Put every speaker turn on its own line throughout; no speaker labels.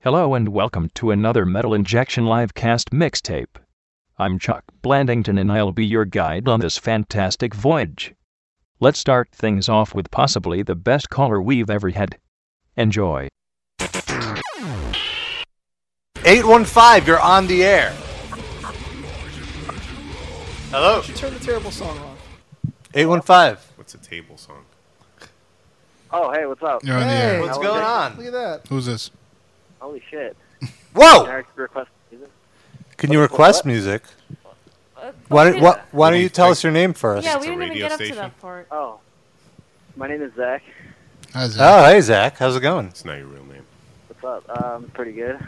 Hello and welcome to another Metal Injection Livecast mixtape. I'm Chuck Blandington and I'll be your guide on this fantastic voyage. Let's start things off with possibly the best caller we've ever had. Enjoy.
815, you're on the air. Hello,
You turn the terrible song off.
815.
What's a table song?
Oh, hey, what's up?
You're on the air.
What's going on?
Look at that.
Who's this?
Holy shit.
Whoa!
Eric request music?
Can you request music?
Uh, fuck
Why, don't-
it.
why, why
What do
don't
you
you tell
think?
us your name first?
Yeah,
It's
we
a
didn't even
radio
get up to
station.
that part.
Oh. My name is Zach.
How's that?
Oh, hey, Zach. How's it going?
It's not your real name.
What's up? Um, pretty good.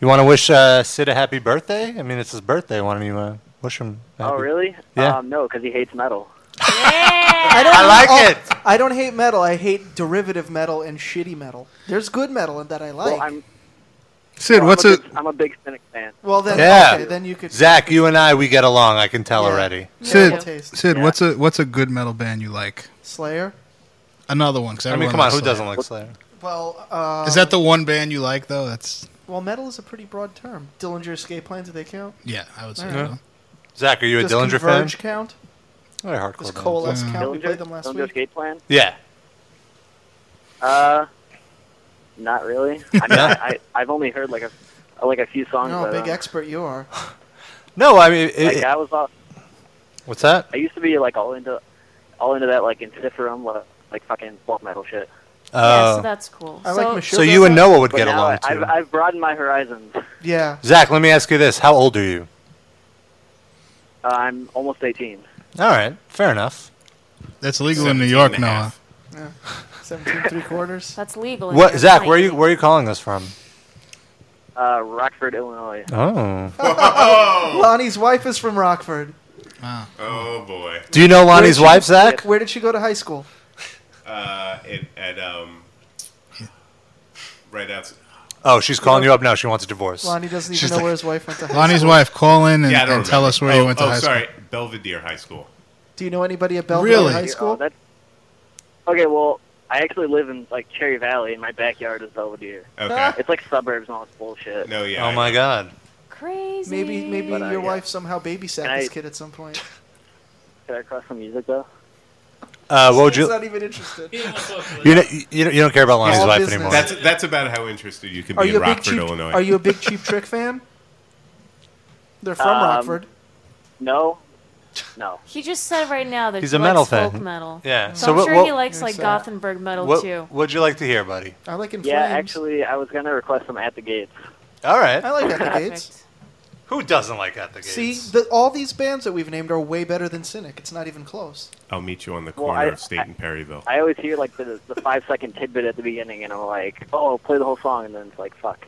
You want to wish uh, Sid a happy birthday? I mean, it's his birthday. Why don't you uh, wish him a happy
Oh, really?
Uh,
Yeah.
Um, no, because he hates metal.
Yeah.
I don't.
I like
oh,
it!
I don't hate metal. I hate derivative metal and shitty metal. There's good metal in that I like.
well, I'm,
Sid,
I'm
what's
a
it?
big, I'm a big cynic fan.
Well, then,
Yeah.
okay, then you could.
Zach, you and I, we get along. I can tell
Yeah.
already.
Terrible
Sid,
taste.
Sid,
Yeah.
what's a what's a good metal band you like?
Slayer.
Another one, 'cause
I mean,
everyone
come on,
likes
who
Slayer.
doesn't like Slayer?
Well, um,
Is that the one band you like though? That's
well? Metal is a pretty broad term. Dillinger Escape Plan. Do they count?
yeah, I would say.
Yeah.
so.
Zach, are you a
Does
Dillinger fan?
Converge count?
They're hardcore.
Does
band.
Coalesce
Yeah.
count? We
Dillinger,
played them last
Dillinger
week.
Escape Plan?
Yeah.
Uh, not really. I mean,
Yeah.
I, I, I've only heard like a like a few songs.
No,
but,
big
um,
expert you are.
No, I mean, it,
Like, I was all,
what's that?
I used to be like all into all into that like Insiferum like, like fucking folk metal shit.
yeah,
Oh.
so that's cool.
I
so,
like Michelle.
so you and Noah would
But
get
now
along
I,
too.
I've, I've broadened my horizons. Uh,
Yeah.
Zach, let me ask you this: How old are you?
I'm almost 18.
All right, fair enough.
That's legal in New
17
York,
and a
Noah.
half.
yeah. Seventeen three quarters.
That's legal. in
What,
your
Zach? Where are
mind.
you where are you calling us from?
Uh, Rockford, Illinois.
Oh,
Lonnie's wife is from Rockford.
Wow.
Oh boy.
do you know Lonnie's wife, Zach?
Where did she go to high school?
Uh, it, at um, right outside.
Oh, she's calling you up now. She wants a divorce.
Lonnie doesn't even
She's
know
like-
where his wife went to high
Lonnie's
school.
wife, call in and,
yeah, I don't
and tell
remember.
us where
oh,
you went to
oh,
high
sorry. Belvedere High School.
Do you know anybody at Belleville
Really?
High School?
Oh, that's... Okay, well, I actually live in like Cherry Valley, and my backyard is Belvedere.
Okay.
Ah.
It's like suburbs and all this bullshit.
No, yeah.
Oh
Um,
my God.
Crazy.
Maybe maybe
But, uh,
your
yeah.
wife somehow babysat
I-
this kid at some point.
Can I cross some music though?
Uh, what would
He's
you?
not even interested.
You, know, you you don't care about Lonnie's
All
wife
business.
anymore.
That's that's about how interested you can
Are
be
you
in
a big
Rockford,
cheap?
Illinois.
Are you a big Cheap Trick fan? They're from
Um,
Rockford.
No, no.
He just said right now that
He's
he
a metal
likes folk
fan.
metal.
Yeah.
So,
So
I'm
what-
sure
what-
he likes like
Here's, uh,
Gothenburg metal too.
what would you like to hear, buddy?
I like In
Yeah,
Flames.
actually, I was gonna request some at the gates.
All right.
I like At the Gates.
Perfect.
Who doesn't like at the gates?
See, the, all these bands that we've named are way better than Cynic. It's not even close.
I'll meet you on the
Well,
corner
I-
of State and Perryville.
I always hear like the the five second tidbit at the beginning, and I'm like, oh, play the whole song, and then it's like, fuck.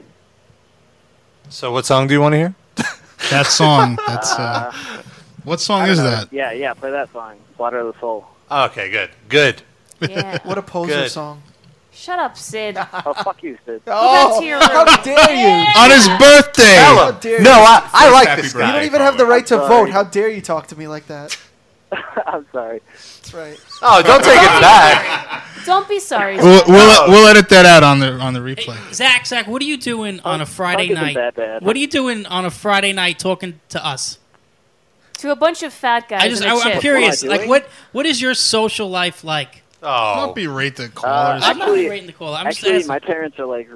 so what song do you want to hear?
That song. That's uh, what song
I
is
don't know.
that?
Yeah, yeah, play that song, Slaughter of the Soul.
Oh, Okay, good, good.
Yeah.
What a poser
Good.
song.
Shut up, Sid. Go
Oh, fuck you, Sid.
back to your room.
How dare you?
On his birthday.
Tell him.
dare
No,
you.
I, I
First
like
happy
this
You
guy.
don't
birthday.
even have the right to
I'm
vote.
sorry.
How dare you talk to me like that?
I'm sorry.
That's right.
Oh, don't take it back.
Don't be sorry.
We'll, we'll, we'll edit that out on the on the replay.
Zach, Zach, what are you doing on a Friday
Punk isn't
night?
that bad.
What are you doing on a Friday night talking to us?
to a bunch of fat guys.
I just,
in
I,
a
I'm
chip.
curious.
What am I
Like,
doing?
what, what is your social life like?
Oh,
Don't berate the callers.
Uh,
I'm not
Actually-
rating the call. I'm
Actually,
just
my
asking.
parents are like,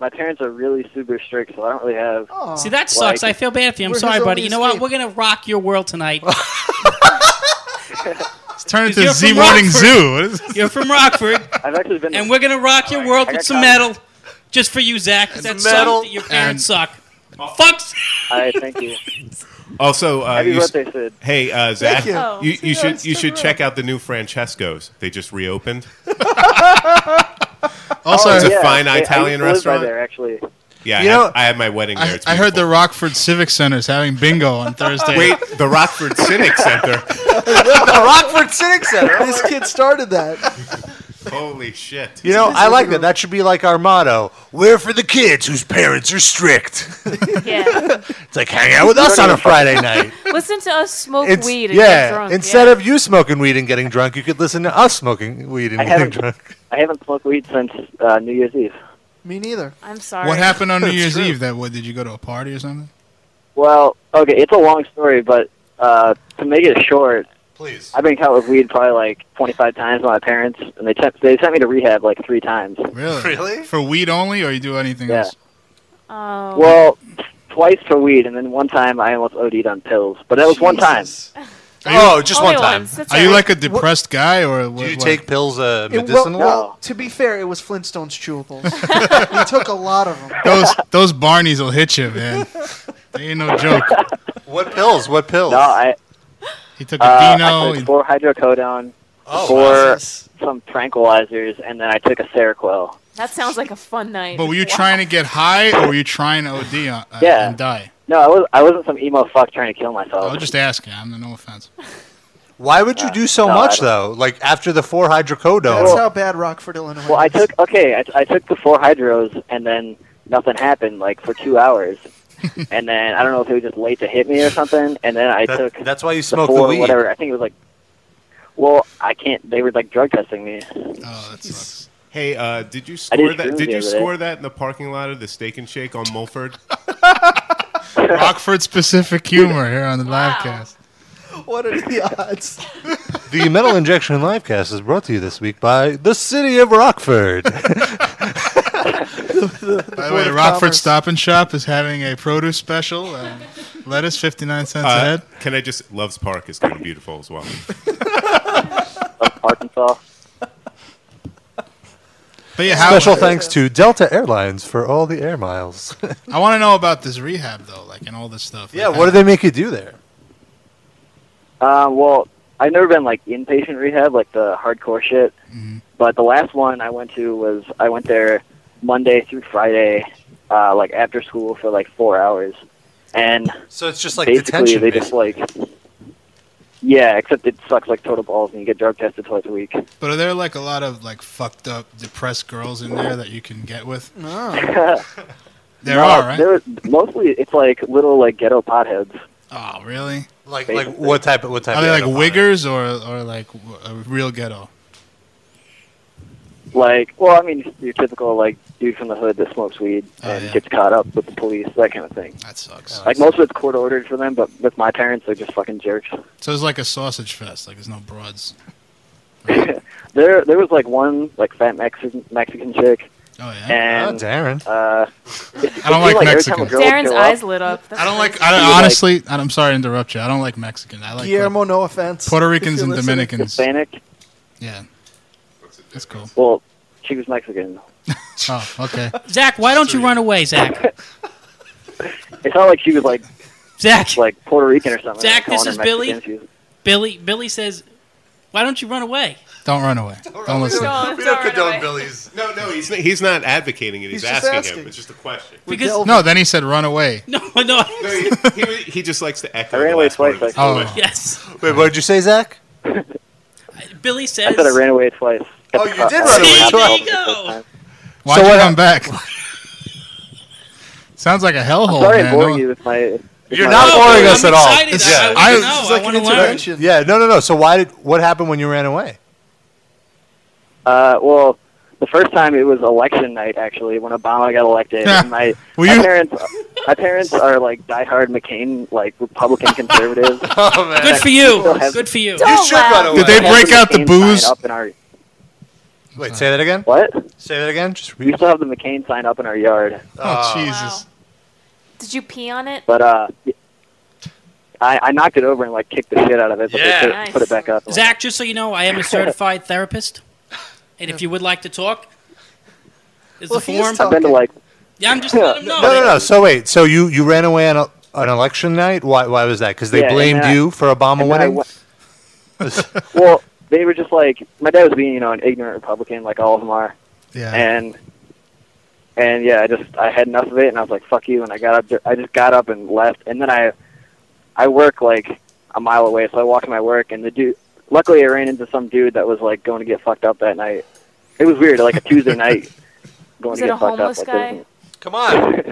my parents are really super strict, so I don't really have.
Aw.
See, that sucks.
Oh, like-
I feel bad for you. I'm
We're his
sorry, buddy.
only
You know what?
escape.
We're gonna rock your world tonight.
Let's turn it
you're
to
from
Z Morning
Rockford.
Zoo. What is this?
You're from Rockford,
I've actually been. Oh,
and we're gonna rock your world
I
with
got
some
caught.
metal, just for you, Zach. 'cause That
metal
metal. Your parents suck.
Oh.
Fuck.
All right, thank you.
Also, uh,
Happy
you s-
birthday, Sid.
hey uh, Zach,
you.
Oh.
you, you
See,
should
that's
you
so
should
rude.
check out the new Francesco's. They just reopened.
Also,
Oh,
It's a
Yeah,
fine
I- I used
Italian
to live
restaurant.
By there, actually.
Yeah,
You
I,
know-
had, I had my wedding there.
I,
It's
I heard the
beautiful.
Rockford Civic Center is having bingo on Thursday.
wait the Rockford Civic Center.
the Rockford Civic Center.
This kid started that.
Uh,
Holy shit!
You know, I like that. That should be like our motto. We're for the kids whose parents are strict.
Yeah.
It's like hang out with us on a Friday night.
Listen to us smoke
It's,
weed and
yeah.
get drunk.
Instead
yeah.
of you smoking weed and getting drunk, you could listen to us smoking weed and
I
getting
haven't,
drunk.
I haven't smoked weed since uh, New Year's Eve.
Me neither.
I'm sorry.
What happened on New
That's
Year's
true.
Eve? That what? Did you go to a party or something?
Well, okay, it's a long story, but uh, to make it short,
Please.
I've been caught with weed probably like 25 times by my parents, and they sent they sent me to rehab like three times.
Really?
Really?
For weed only, or you do anything
Yeah.
else?
Oh.
Well, twice for weed, and then one time I almost OD'd on pills, but that was one time.
Oh, just
Only
one time.
once. That's
Are you
all
like
right.
a depressed guy, or what?
Do you
what-
take pills uh,
It,
medicinal?
well, well, to be fair, it was Flintstones chewables. he took a lot of them.
those? Those Barneys will hit you, man. they ain't no joke.
What pills? What pills?
No, I,
He took a
uh, I
Dino.
took four hydrocodone,
oh, wow.
four
Jesus.
some tranquilizers, and then I took a Seroquel.
that sounds like a fun night.
But were you
Wow.
trying to get high, or were you trying to OD on, uh,
Yeah.
and die?
No, I was I wasn't some emo fuck trying to kill myself.
I'll just ask you. I'm no offense.
Why would you do so
Uh, No, I
much
don't-
though? Like after the four
That's
hydrocodone.
how bad Rockford, Illinois.
Well, I
is.
took okay. I, I took the four hydros, and then nothing happened like for two hours, and then I don't know if it was just late to hit me or something, and then I
That-
took
that's why you
the
smoke the,
four
weed.
whatever. I think it was like. Well, I can't. They were like drug testing me.
Oh, that sucks.
Hey, uh, did you
I did
score that?
shrooms
Did
the
you
other day.
score that in the parking lot of the Steak and Shake on Mulford?
Rockford specific humor here on the
Wow.
livecast.
What are the odds?
The Metal Injection Livecast is brought to you this week by the City of Rockford.
By the way,
of
Rockford
Commerce.
Stop and Shop is having a produce special. Uh, lettuce, 59 cents a
Uh,
head.
can I just? Love's Park is kind of beautiful as well.
Of Arkansas.
But yeah, how,
Special thanks to Delta Airlines for all the air miles.
I want to know about this rehab, though, like, and all this stuff.
yeah,
Like,
what
how-
do they make you do there?
Uh, well, I've never been like inpatient rehab, like the hardcore shit. But the last one I went to was I went there Monday through Friday, uh, like after school for like four hours, and
So it's just like
basically
detention.
they just like yeah except it sucks like total balls and you get drug tested twice a week
But are there like a lot of like fucked up, depressed girls in there that you can get with?
No.
There
No,
are, right?
they're- mostly it's like little like ghetto potheads
Oh, really?
like
basically.
like what type of what type?
Are
of
they like
edible?
wiggers or or like w- a real ghetto?
like well i mean your typical like dude from the hood that smokes weed
Oh,
and
yeah.
gets caught up with the police that kind of thing
That sucks.
like most of it's court ordered for them but with my parents they're just fucking jerks
So it's like a sausage fest. Like there's no broads.
there there was like one like fat mexican mexican chick
Oh yeah.
Oh,
and
Darren.
uh it,
I don't like
like, every
Mexicans.
time a girl would
Darren's
show up-
eyes lit up. That's
I don't like.
crazy.
I don't,
You like-
honestly, I- I'm sorry to interrupt you. I don't like Mexicans. I like
Guillermo, no offense.
Puerto
if
Ricans
you're
and
listening.
Dominicans.
hispanic
Yeah, that's cool.
well she was mexican
Oh, okay.
Zach, why don't you run away, Zach?
it's not like she was like
Zach,
like Puerto Rican or something.
Zach,
I was
this is
calling her
Billy.
Mexican. She was-
Billy, Billy says, why don't you run away?
Don't run away. Don't listen.
Don't- don't run away.
Billy's.
No, no, he's not, he's not advocating it. He's,
He's just
asking, him.
asking.
It's just a question.
Because
Delving.
No, then he said run away.
no, no,
No, he, he, he just likes to echo.
I ran
the
away
last part
twice,
of his
actually.
question.
Oh. yes.
Wait, what did you say, Zach?
Billy
I
says,
said I ran away twice.
Oh, you did run away
Happened
twice.
the first time.
Why'd
So
you
what
come back? Sounds like a hellhole,
Sorry,
Oh, man.
I'm boring
No-
you with my. with
You're
my
not
life.
No,
boring
I'm
us at all.
excited.
It's-
I-
yeah.
I,
I-
wanna know.
This is like
I
an
want to learn.
intervention.
Yeah, no, no, no. So why did what happened when you ran away?
Uh, well, the first time it was election night actually when Obama got elected. and my
Were
my
you-
parents, my parents are like diehard McCain like Republican conservatives.
Oh man.
Good for
Still
you.
has-
Good for you.
Don't
should run
laugh.
away.
Did they
Have
break
the
out the
McCain sign
booze?
Up in our,
Wait, say that again.
what?
Say that again. Just
We
read.
still have the McCain sign up in our yard.
Oh
Wow.
Jesus!
Did you pee on it?
But uh, I, I knocked it over and like kicked the shit out of it. But
Yeah.
they put, put
Nice.
it back up.
Zach, just so you know, I am a certified therapist. And if you would like to talk, is
Well,
the
he's
form.
I've been to like
yeah, I'm just letting him know.
No, no, no. So wait. So you you ran away on a, an election night? Why why was that? Because they
Yeah, and
blamed
then I-
you for Obama
and then I
winning.
went- well, they were just like my dad was being, you know, an ignorant Republican, like all of them are,
Yeah.
and and yeah, I just I had enough of it, and I was like, "Fuck you!" And I got up, I just got up and left, and then I I work like a mile away, so I walked to my work, and the dude. Luckily, I ran into some dude that was like going to get fucked up that night. It was weird, like a Tuesday night going
Was
to
it
get
a
fucked
homeless
up.
guy?
Like, this.
Come on.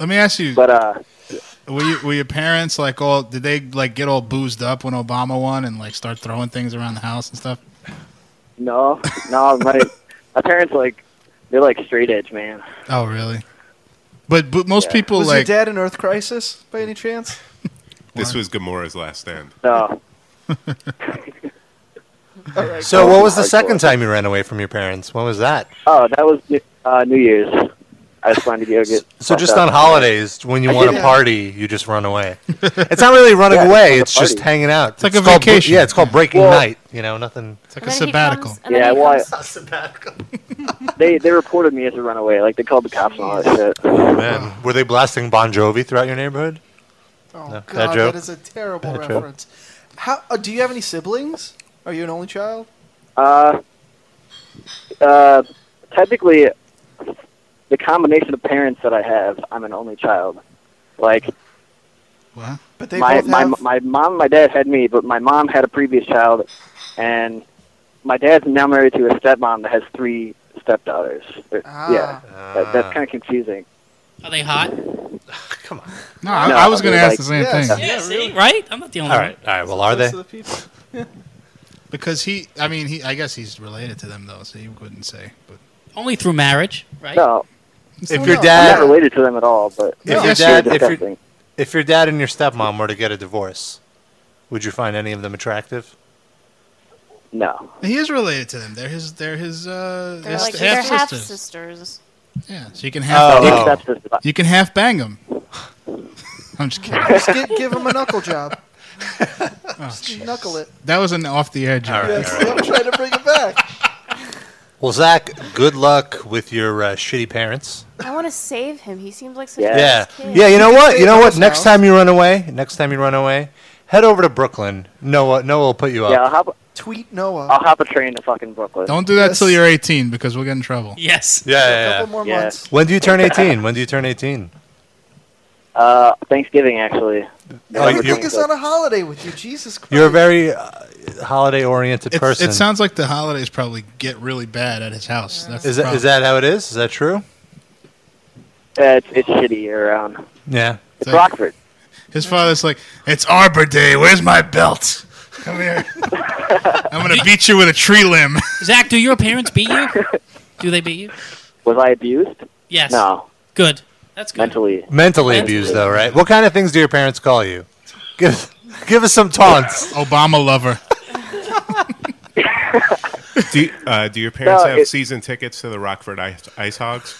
Let me ask you.
but uh,
Were, you, were your parents like all? Did they like get all boozed up when Obama won and like start throwing things around the house and stuff?
No, no, my my parents like They're like straight edge, man.
Oh, really? But but most people
was
like
your dad in Earth Crisis by any chance?
This was Gamora's last stand.
No.
So, what was the second time you ran away from your parents? What was that?
Oh, that was uh, New Year's. I just wanted to go get.
So,
fucked
just
up.
on holidays, when you want to
Yeah.
party, you just run away. It's not really running
Yeah, it's
away;
not a
it's just
party.
hanging out.
It's like a
called bre-
vacation.
yeah, it's called breaking
Well-
night. You know, nothing. It's
like
And a then he
sabbatical.
Yeah, well, I-
sabbatical.
they they reported me as a runaway. Like they called the cops and all that shit.
Oh, Man, were they blasting Bon Jovi throughout your neighborhood?
Oh
No, bad
God,
joke.
that is a terrible
Bad joke.
reference. How uh, do you have any siblings? Are you an only child?
Uh, uh, technically, the combination of parents that I have, I'm an only child. Like
But they
my
both
my,
have.
my mom and my dad had me, but my mom had a previous child, and my dad's now married to a stepmom that has three stepdaughters. Uh, Yeah, that,
Ah.
that's kind of confusing.
Are they hot?
Come on.
No, I, I was going to ask the same thing.
Yeah, see, right? I'm not the only
All right, all right. Well, are they?
Because he, I mean, he. I guess he's related to them though, so you couldn't say. But
one. Only through marriage, right?
No,
If your dad,
I'm not related to them at all, but
if your
it's
dad,
really
if your,
disgusting.
if your dad and your stepmom were to get a divorce, would you find any of them attractive?
No.
he is related to them. They're his. They're his. Uh,
They're like they're
half
half
sisters.
sisters.
Yeah, so you can half.
Oh.
you
Oh.
can-
Stepsister.
You can half bang him. I'm just kidding.
Just give, give him a knuckle job. Just knuckle it.
That was an off the air joke.
All right.
Yes, I'm trying to bring it back.
Well, Zach, good luck with your uh, shitty parents.
I want to save him. He seems like such
Yeah.
a
Yeah,
nice kid.
yeah. You know
can
what?
stay
You
at
know what?
Noah's
Next
house.
time you run away, next time you run away, head over to Brooklyn. Noah, Noah will put you up.
Yeah, I'll hop
Tweet Noah.
I'll hop a train to fucking Brooklyn.
Don't do that
Yes.
till you're 18 because we'll get in trouble.
Yes.
Yeah,
a
yeah,
couple
yeah.
more
Yeah.
months.
When do you turn 18? When do you turn 18?
Uh, Thanksgiving actually.
Yeah,
Like,
I would
you-
take us on a holiday with you. Jesus Christ.
You're a very uh, holiday-oriented
It's,
person.
it sounds like the holidays probably get really bad at his house. That's
is
the
that is
problem.
that how it is? Is that true?
Uh, it's, it's shitty year round.
Yeah.
It's
Thank-
Rockford.
His father's like, "It's Arbor Day. Where's my belt? Come here. I'm gonna beat you with a tree limb."
Zach, do your parents beat you? Do they beat you?
Was I abused?
Yes.
No,
Good. That's good.
mentally.
Mentally abused, though, right? What kind of things do your parents call you? Give, give us some taunts.
Obama lover.
Do, you- uh, do your parents
No,
have
it-
season tickets to the Rockford Ice, Ice Hogs?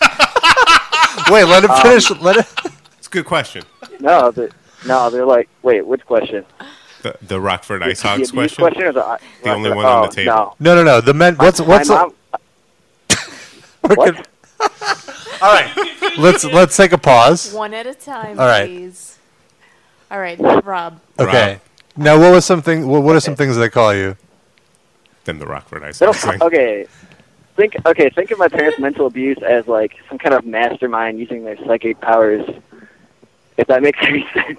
Wait, let
Um,
him finish. let it.
It's a good question.
No, the, no, they're like, wait, which question?
The, the Rockford Ice
The
Hogs
abuse
question.
question or the,
The only one on the
oh,
table.
No.
No, no, no. The men. What's what's?
My mom,
we're
what?
good. All right. Let's let's take a pause.
One at a time,
All right.
please. All right, Rob.
Okay. Now, what was something? What, what are some things they call you?
Then the Rockford Ice
They'll-
Hogs. thing.
okay. Think okay. Think of my parents' mental abuse as like some kind of mastermind using their psychic powers. If that makes any sense.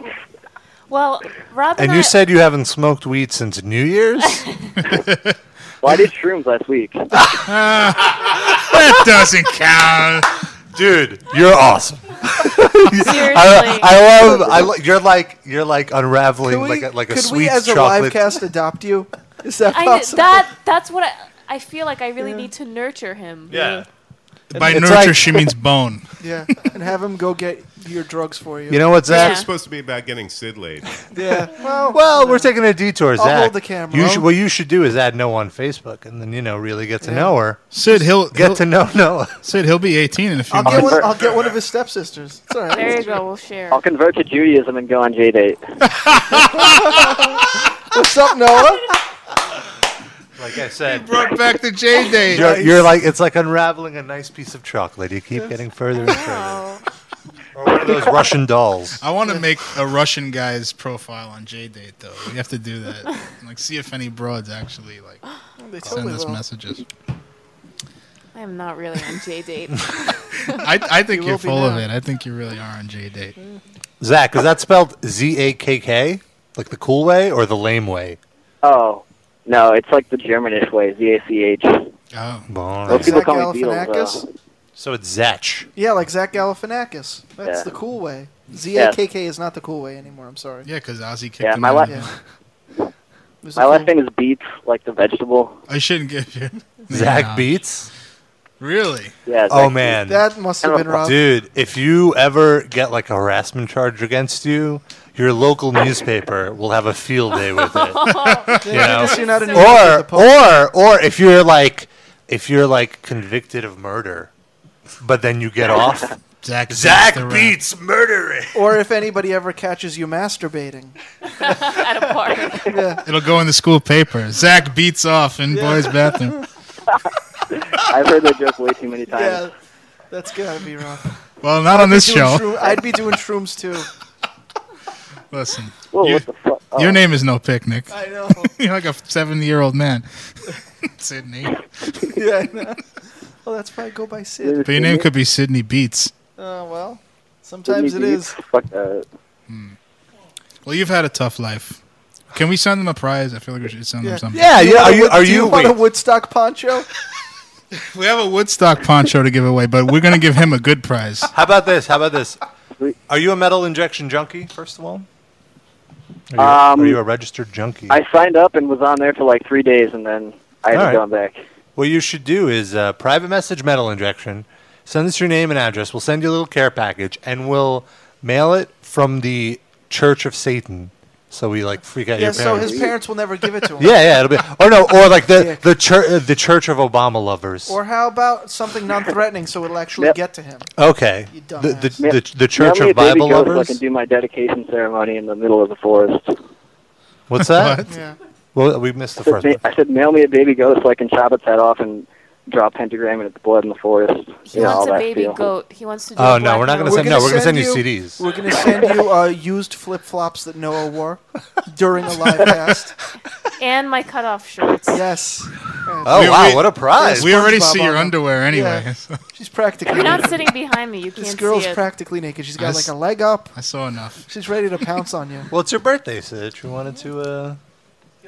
Well, Rob and,
And
I,
you said you haven't smoked weed since New Year's.
Well, I did shrooms last week.
That doesn't count.
Dude, you're awesome.
seriously.
I, I love. I lo- you're like you're like unraveling
Could we,
like a, like a
could
sweet
we as
chocolate.
a livecast adopt you? Is that
I,
possible?
that that's what I, I feel like. I really need to nurture him.
yeah.
By
It's
nurture,
like-
she means bone.
yeah, and have him go get your drugs for you.
You know what, Zach?
Yeah.
It's supposed to be about getting Sid laid.
Yeah. Well,
Well, we're taking a detour, Zach.
hold the camera.
You should, what you should do is add Noah on Facebook, and then you know really get to know her.
Sid, he'll,
Get
he'll
to know Noah.
Sid, he'll be 18 in a few
I'll get
months.
one. I'll get one of his stepsisters. It's all right.
There you go. We'll share.
I'll convert to Judaism and go on J date.
What's up, Noah?
Like I said,
Brought back the J Day.
you're, you're like it's like unraveling a nice piece of chocolate. You keep getting further and further.
Oh.
Or one of those Russian dolls.
I want to make a Russian guy's profile on J Date though. We have to do that. Like, see if any broads actually like
They
send
totally
us
will.
messages.
I am not really on J date.
I, I think
You
you are
will be
full of
now.
it. I think you really are on J Date.
Zach, is that spelled Z A K K? Like the cool way or the lame way?
Oh no, it's like the Germanish way. Z a c h.
Oh,
Most people
Zach
call me Beatles.
Galifianakis.
though.
So it's Zach.
Yeah, like Zach Galifianakis. That's
Yeah.
the cool way. Z A K K is not the cool way anymore. I'm sorry.
yeah, because Ozzy kicked
Yeah,
him
my
out.
last
Yeah. It was the
my last
cool-
name is Beets, like the vegetable.
I shouldn't give you
Zach
Yeah.
Beats.
Really?
Yeah.
Oh man,
That must have been rough.
dude. If you ever get like a harassment charge against you, your local newspaper will have a field day with it. you know?
Just, you're not in
or or or if you're like if you're like convicted of murder, but then you get off.
Zach.
Zach
beats the rap.
beats murdering.
Or if anybody ever catches you masturbating.
at a party.
It'll go in the school paper. Zach beats off in boys' bathroom.
I've heard that joke way too many times.
that's gotta be rough.
Well, not on this
Doing
show.
shroom- I'd be doing shrooms too.
Listen,
Whoa,
You-
what the fuck? Oh,
your name is no picnic.
I know.
You're like a seven-year-old man, Sydney.
Yeah, I know. Well, that's probably go by Sid.
But your name could be Sydney Beats.
Oh well,
Sydney
sometimes it
Beats.
is.
Fuck uh, that.
Well, you've had a tough life. Can we send them a prize? I feel like we should send
Yeah.
them something.
Yeah, yeah. Are you? Are
Do you
you?
want a
Wait,
Woodstock poncho?
We have a Woodstock poncho to give away, but we're gonna give him a good prize.
how about this? How about this?
Sweet.
Are you a metal injection junkie? First of all, are you,
Um,
are you a registered junkie?
I signed up and was on there for like three days, and then I
All
haven't
right.
gone back.
What you should do is uh, private message metal injection. Send us your name and address. We'll send you a little care package, and we'll mail it from the Church of Satan. So we like freak out
Yeah.
your
So
parents.
his parents will never give it to him.
yeah, yeah, it'll be or no, or like the
Yeah.
the church the Church of Obama lovers.
Or how about something non-threatening so it'll actually
Yep.
get to him?
okay,
You
the
dumbass.
the,
Ma-
the, the Church
Mail me
of
a baby
Bible
goat So I can
lovers.
do my dedication ceremony in the middle of the forest.
What's that?
Yeah.
Well, we missed the
I
first.
said,
one.
ma- I said, mail me a baby goat so I can chop its head off and draw a pentagram in its blood in the forest.
He
you know, all
wants a
that
baby
feel.
goat. He wants to do.
Oh
a
no,
black
we're not gonna
Halloween.
send.
gonna
No, we're gonna
send
send you
you-
CDs.
We're gonna send you uh, used flip-flops that Noah wore during a live cast.
And my cutoff shorts.
Yes.
Oh
We-
wow,
we-
what a prize!
We already
SpongeBob
see your
on.
underwear anyway.
Yeah. She's practically.
You're not
naked.
sitting behind me. You can't
This girl's
see it.
practically naked. She's got
This-
like a leg up.
I saw enough.
She's ready to pounce on you.
Well, it's your birthday, Sid. You wanted to. Uh...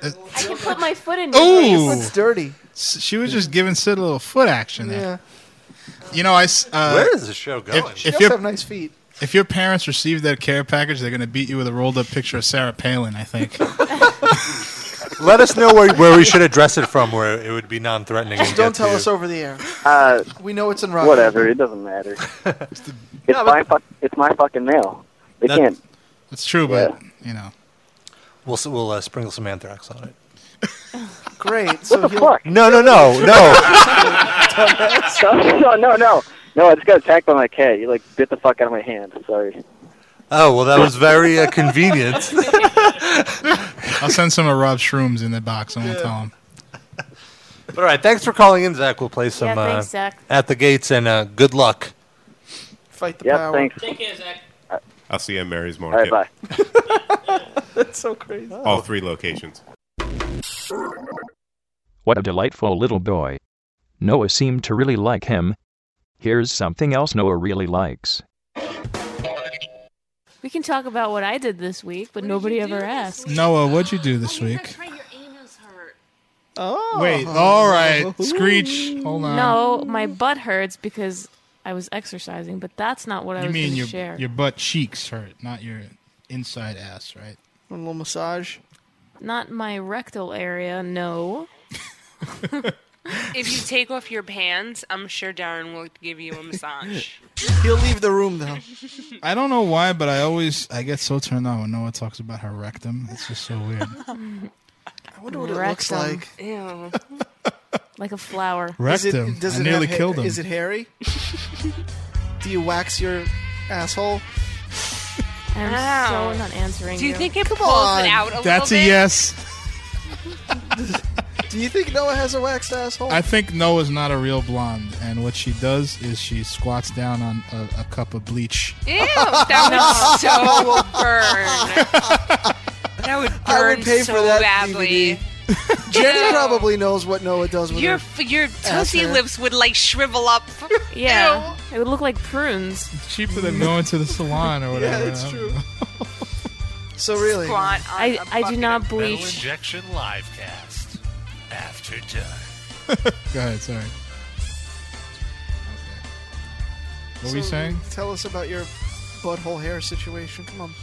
I can put my foot in
Ooh.
your face.
It's dirty.
S- She was just giving Sid a little foot action there.
Yeah.
You know, I. s- Uh,
Where is the show going?
if,
She
if
does
your
have nice feet.
if your parents receive that care package, they're gonna beat you with a rolled up picture of Sarah Palin. I think.
Let us know where, where we should address it from, where it would be non-threatening. and
Just don't
get
tell
to-
us over the air.
Uh,
We know it's in rock.
whatever, it doesn't matter. it's, my fuck, it's my fucking mail. They
That-
can't.
That's true, but you know,
We'll s- we'll uh, sprinkle some anthrax on it.
Great. So
What the
he'll-
fuck?
No, no, no, no.
no, no, no. No, I just got attacked by my cat. He like bit the fuck out of my hand. Sorry.
oh well, that was very uh, convenient.
I'll send some of Rob Shrooms in the box. I won't tell him.
But, all right, thanks for calling in, Zach. We'll play some
Yeah,
uh,
thanks, Zach.
at the gates and uh, good luck.
fight the
Yep,
power.
thanks.
Take care, Zach.
I'll see you at Mary's
All right,
Market.
bye.
That's so crazy.
Oh.
All three locations.
What a delightful little boy. Noah seemed to really like him. Here's something else Noah really likes.
We can talk about what I did this week, but nobody ever asked.
Noah, what'd you do this week?
Oh.
Wait, all right, Screech, hold on.
No, my butt hurts because I was exercising, but that's not what I
you
was
mean
going to
your
share.
your butt cheeks hurt, not your inside ass, right?
A little massage.
Not my rectal area, no.
If you take off your pants, I'm sure Darren will give you a massage.
He'll leave the room though.
I don't know why, but I always I get so turned on when Noah talks about her rectum. It's just so weird.
I wonder what it looks
Rectum.
like.
Ew.
Like a flower.
Is it-
rectum.
does
I
it
nearly
have ha-
killed him.
Is it hairy? Do you wax your asshole?
I'm
Ow.
so not answering
Do you think it pulls
on.
it out a little
That's a
bit?
yes.
Do you think Noah has a waxed asshole?
I think Noah's not a real blonde, and what she does is she squats down on a, a cup of bleach.
Ew, that would so burn. That would burn
I would pay
so
for that
badly.
DVD. Jenny
Ew.
probably knows what Noah does with
Your
her.
f- your tootsie
hair.
lips would like shrivel up.
Yeah. It would look like prunes.
Cheaper than going to the salon or whatever.
Mm. that's
I don't
true.
know.
So really,
Squat on
I,
a
I do
bucket
not
of-
Metal
bleach.
Injection Livecast. After dark.
Go ahead, sorry. Okay. What were you
So,
saying?
Tell us about your butthole hair situation. Come on.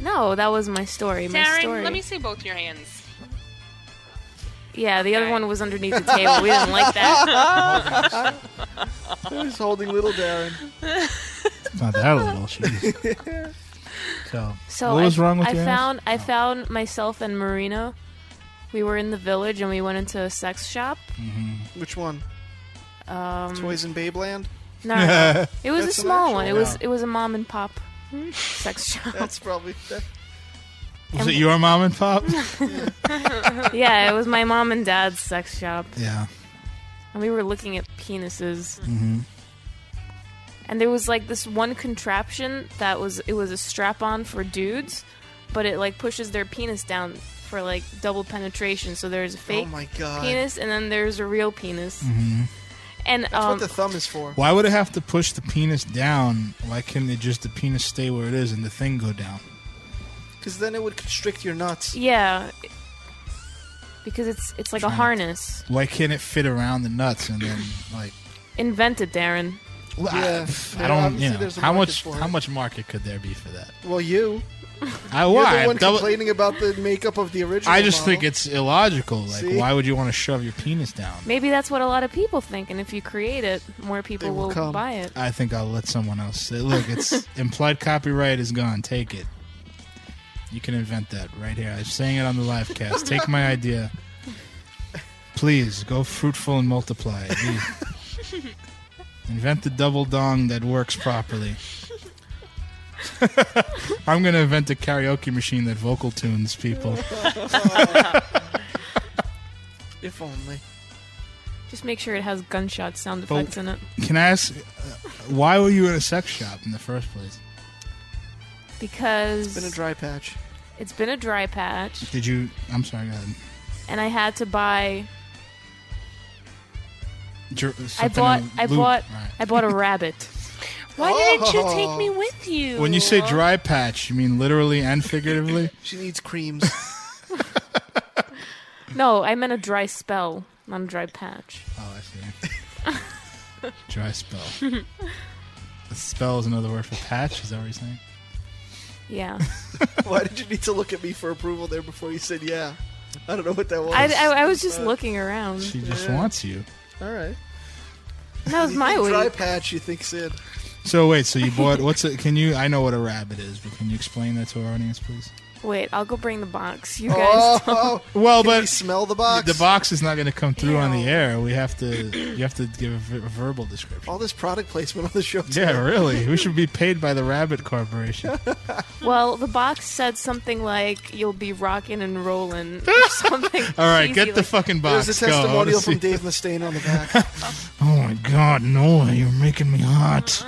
No, that was my story. My
Darren,
story.
let me see both your hands.
Yeah, the other one was underneath the table. We didn't like that.
Oh, I was holding little Darren.
It's not that little. Jeez. So,
So
what was
I,
wrong with
I
your ass? Oh.
found I found myself and Marino. We were in the village and we went into a sex shop.
Mm-hmm.
Which one?
Um,
Toys in Babeland?
No, no, no. it was a
That's an
small
actual
one. It
one. Hmm.
was it was a mom and pop sex shop.
That's probably. That,
Was it your mom and pop?
yeah, it was my mom and dad's sex shop,
yeah.
and we were looking at penises.
hmm
And there was like this one contraption that was it was a strap on for dudes, but it like pushes their penis down for like double penetration. So there's a fake
Oh my God. Mm-hmm.
penis and then there's a real penis.
hmm
And
that's
um,
what the thumb is for.
Why would it have to push the penis down? Why couldn't it just the penis stay where it is and the thing go down?
Because then it would constrict your nuts.
yeah, because it's it's like a
Trying to-
harness
Why can't it fit around the nuts and then like?
invented, Darren.
Well, I,
Yeah,
I
yeah,
don't.
obviously
You know,
there's a
how
market
much?
for
How
it.
much market could there be for that?
Well, you.
I
You're
why?
the one
Double-
complaining about the makeup of the original.
I just
model.
think it's illogical. Like,
See?
why would you want to shove your penis down?
Maybe that's what a lot of people think, and if you create it, more people
will
will,
come.
buy it.
I think I'll let someone else say. Look, it's implied copyright is gone. Take it. You can invent that right here. I'm saying it on the live cast. Take my idea. Please go fruitful and multiply. Please. invent the double dong that works properly. I'm gonna invent a karaoke machine that vocal tunes people.
If only.
Just make sure it has gunshot sound
But-
effects in it.
Can I ask, uh, why were you in a sex shop in the first place?
Because
It's been a dry patch.
it's been a dry patch,
Did you? I'm sorry. Go ahead.
and I had to buy
Dr-
I
something
bought
in
I
lube.
bought
Right. Oh.
I bought a rabbit. Why didn't you take me with you?
When you say dry patch, you mean literally and figuratively?
She needs creams.
No, I meant a dry spell, not a dry patch.
oh, I see. dry spell. A spell is another word for patch, is that what you're saying?
Yeah,
Why did you need to look at me for approval there before you said yeah? I don't know what that was. Uh,
I, I, I was just looking around.
She just wants you.
All right.
That was
You
my
think dry
week.
patch. You think Sid?
So wait, so you bought what's it can you I know what a rabbit is, but can you explain that to our audience please?
Wait, I'll go bring the box. You guys,
Oh, oh,
Well
can we
but
smell the box.
the box is not gonna come through on the
Ew.
air. We have to you have to give a, ver- a verbal description.
All this product placement on the show. today.
yeah, really. We should be paid by the Rabbit Corporation.
well, the box said something like "You'll be rocking and rolling" or something.
All right,
cheesy
get the
like-
fucking box.
There's a
Go. I wanna
testimonial from
see-
Dave Mustaine on the back.
Oh my God, Noah, you're making me hot.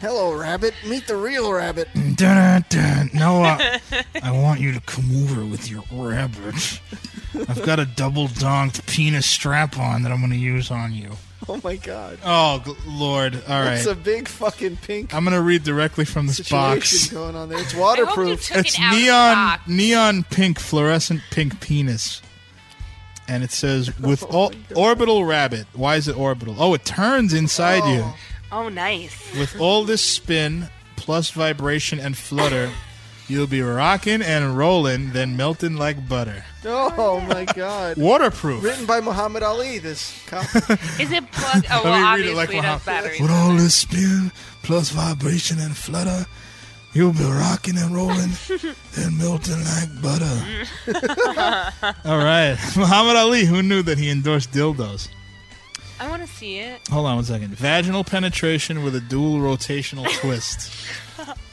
Hello, rabbit. Meet the real rabbit.
Dun, dun, dun. Noah, I want you to come over with your rabbit. I've got a double donked penis strap on that I'm going to use on you.
Oh my god.
Oh, g- Lord. All right.
It's a big fucking pink
I'm going to read directly from this
situation
box.
going on there. It's
I hope you
waterproof.
took
It's
it out
neon,
of the box.
neon pink, fluorescent pink penis. And it says,
Oh
with all, orbital rabbit. Why is it orbital? Oh, it turns inside you.
Oh, nice.
With all this spin, plus vibration and flutter, you'll be rocking and rolling, then melting like butter.
Oh my god.
Waterproof.
Written by Muhammad Ali. This cop.
Is it plug? Oh, well,
Let me read
obviously
it
it,
like
has
Muhammad.
batteries.
With all this spin, plus vibration and flutter, you'll be rocking and rolling, then melting like butter. all right. Muhammad Ali, who knew that he endorsed dildos?
I want to see it.
Hold on one second. Vaginal penetration with a dual rotational twist.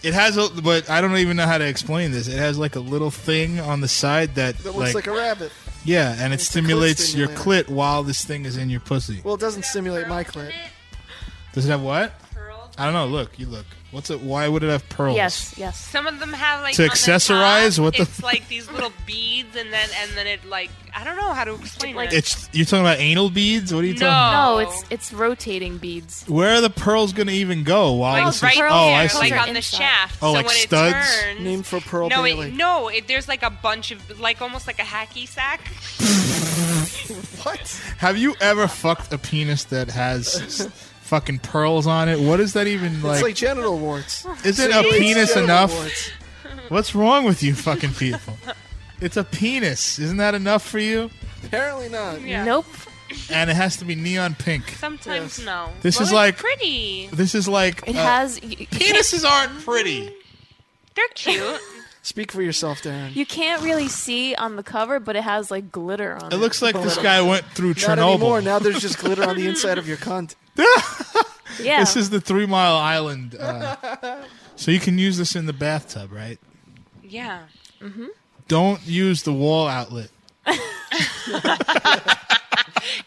It has a, but I don't even know how to explain this. It has like a little thing on the side that,
That looks like, a rabbit.
yeah, and it
it's a clit
stimulates your
stimulator.
clit while this thing is in your pussy.
Well, it doesn't stimulate my clit.
Does it have what?
Pearls.
I don't know. Look, you look. What's it? Why would it have pearls?
Yes, yes.
Some of them have like
To
on the
accessorize?
top,
What the-
It's like these little beads, and then and then it like I don't know how to explain
Like-
it.
It's you're talking about anal beads. What are you talking? about?
No,
Oh.
it's it's rotating beads.
Where are the pearls going to even go? While
like
this
right
is,
here,
pearl
oh, I
hair,
see.
like
Those are
on the
inside.
shaft.
Oh,
so
like
when
studs?
it turns,
Named for Pearl
no,
Bailey.
it, no, it, there's like a bunch of like almost like a hacky sack.
What?
Have you ever fucked a penis that has s- fucking pearls on it? What is that even
It's
like?
like genital warts.
is it a penis
Genital
enough?
warts.
What's wrong with you fucking people? It's a penis. Isn't that enough for you?
Apparently not.
Nope.
And it has to be neon pink.
Sometimes no.
This
Well,
is
it's
like
pretty.
This is like
It
uh,
has.
penises aren't pretty.
They're cute.
Speak for yourself, Darren.
You can't really see on the cover, but it has like glitter on it.
It looks like this guy went through
Not anymore.
Chernobyl.
Now there's just glitter on the inside of your cunt.
Yeah.
This is the Three Mile Island. Uh, so you can use this in the bathtub, right?
Yeah.
Mm-hmm.
Don't use the wall outlet.
That,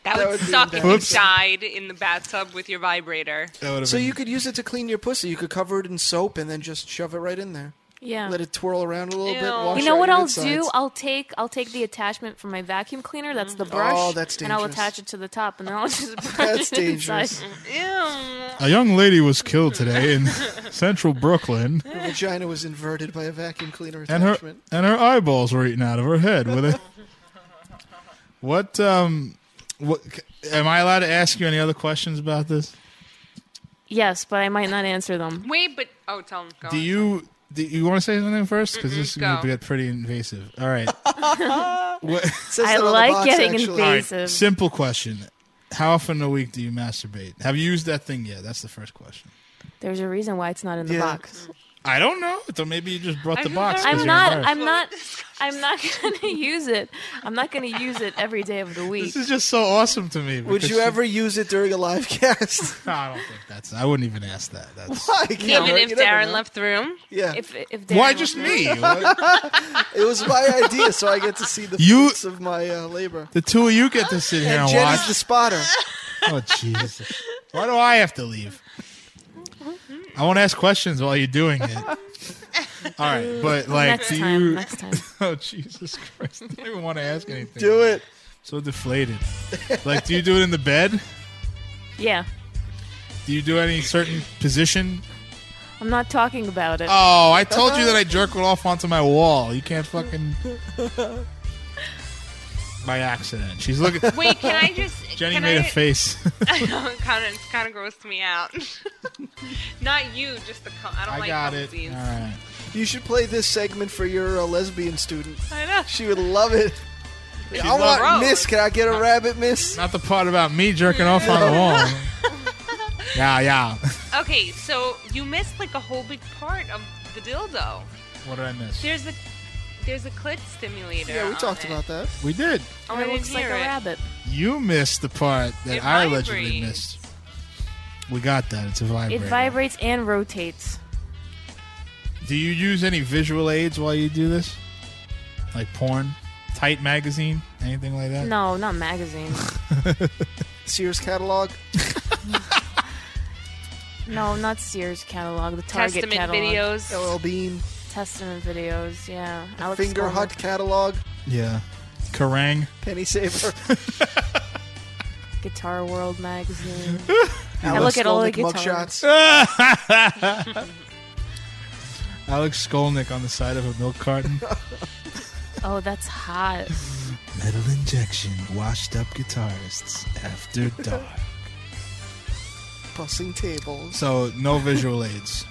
That
would
would be
suck if you
embarrassing.
died in the bathtub with your vibrator.
So you could use it to clean your pussy. You could cover it in soap and then just shove it right in there.
yeah.
Let it twirl around a little bit.
Ew.
Wash
you know
out
what
your
I'll
insides.
do? I'll take I'll take the attachment from my vacuum cleaner. That's
Mm.
the brush.
Oh,
that's
And I'll
dangerous.
attach it to the top, and then I'll just brush
That's
it inside.
dangerous.
Ew.
A young lady was killed today in central Brooklyn,
Her vagina was inverted by a vacuum cleaner
and her
attachment.
and her eyeballs were eaten out of her head with a. What um, what am I allowed to ask you any other questions about this?
Yes, but I might not answer them.
Wait, but oh, tell him. Go.
Do
on.
you do you want to say something first? Because this is going
go.
to get pretty invasive. All right. what,
It says
I
that on the
like
box,
getting
actually.
all right.
Invasive.
Simple question: How often a week do you masturbate? Have you used that thing yet? That's the first question.
There's a reason why it's not in the
Yeah.
box.
I don't know. So maybe you just brought the
I'm
box. 'cause
I'm
you're
not.
embarrassed.
I'm not. I'm not gonna use it. I'm not gonna use it every day of the week.
This is just so awesome to me.
Would
because
you ever use it during a live cast?
No, I don't think that's. I wouldn't even ask that. That's
I can't
Even
hurt.
if
You never
Darren
know.
left the room,
yeah,
If if Darren
why
was
just
there.
me? What?
it was my idea, so I get to see the
You-
fruits of my uh, labor.
The two of you get to sit here
And
and,
Jenny's
watch.
the spotter.
Oh Jesus! Why do I have to leave? I won't ask questions while you're doing it. All right, but like,
Next
do
time.
you?
Next time.
Oh Jesus Christ! I don't even want to ask anything.
Do it.
So deflated. Like, do you do it in the bed?
Yeah.
Do you do any certain position?
I'm not talking about it.
Oh, I told you that I jerked one off onto my wall. You can't fucking. By accident. She's looking.
wait. Can I just?
Jenny
can
made a
I,
face.
I know it kind of kind of grossed me out. Not you, just the. Cum. I don't
I
like
got
cum
it. All
scenes.
right.
You should play this segment for your uh, lesbian student.
I know.
She would love it. I
love-
want Miss. Can I get a rabbit, Miss?
Not the part about me jerking off on the wall. yeah, yeah.
Okay, so you missed like a whole big part of the dildo.
What did I miss?
There's a there's a clit stimulator.
Yeah, we
on
talked
it.
about that.
We did.
Oh,
And
I
it
didn't
looks like
hear
a
it.
rabbit.
You missed the part that
It
I allegedly
vibrates.
missed. We got that. It's a
It
vibrator.
vibrates and rotates.
Do you use any visual aids while you do this? Like porn? Tight magazine? Anything like that?
No, not magazines.
Sears catalog.
No, not Sears catalog. The Target
Testament
catalog.
videos.
LL Bean.
Testament videos. Yeah. Alex
Finger
Palmer.
Hut catalog.
Yeah. Kerrang.
Penny Saver.
Guitar World magazine.
Alex
look at all the
Skolnick
guitars.
mugshots.
Alex Skolnick on the side of a milk carton.
Oh, that's hot.
Metal injection, washed up guitarists after dark.
Bussing tables.
so, no visual aids.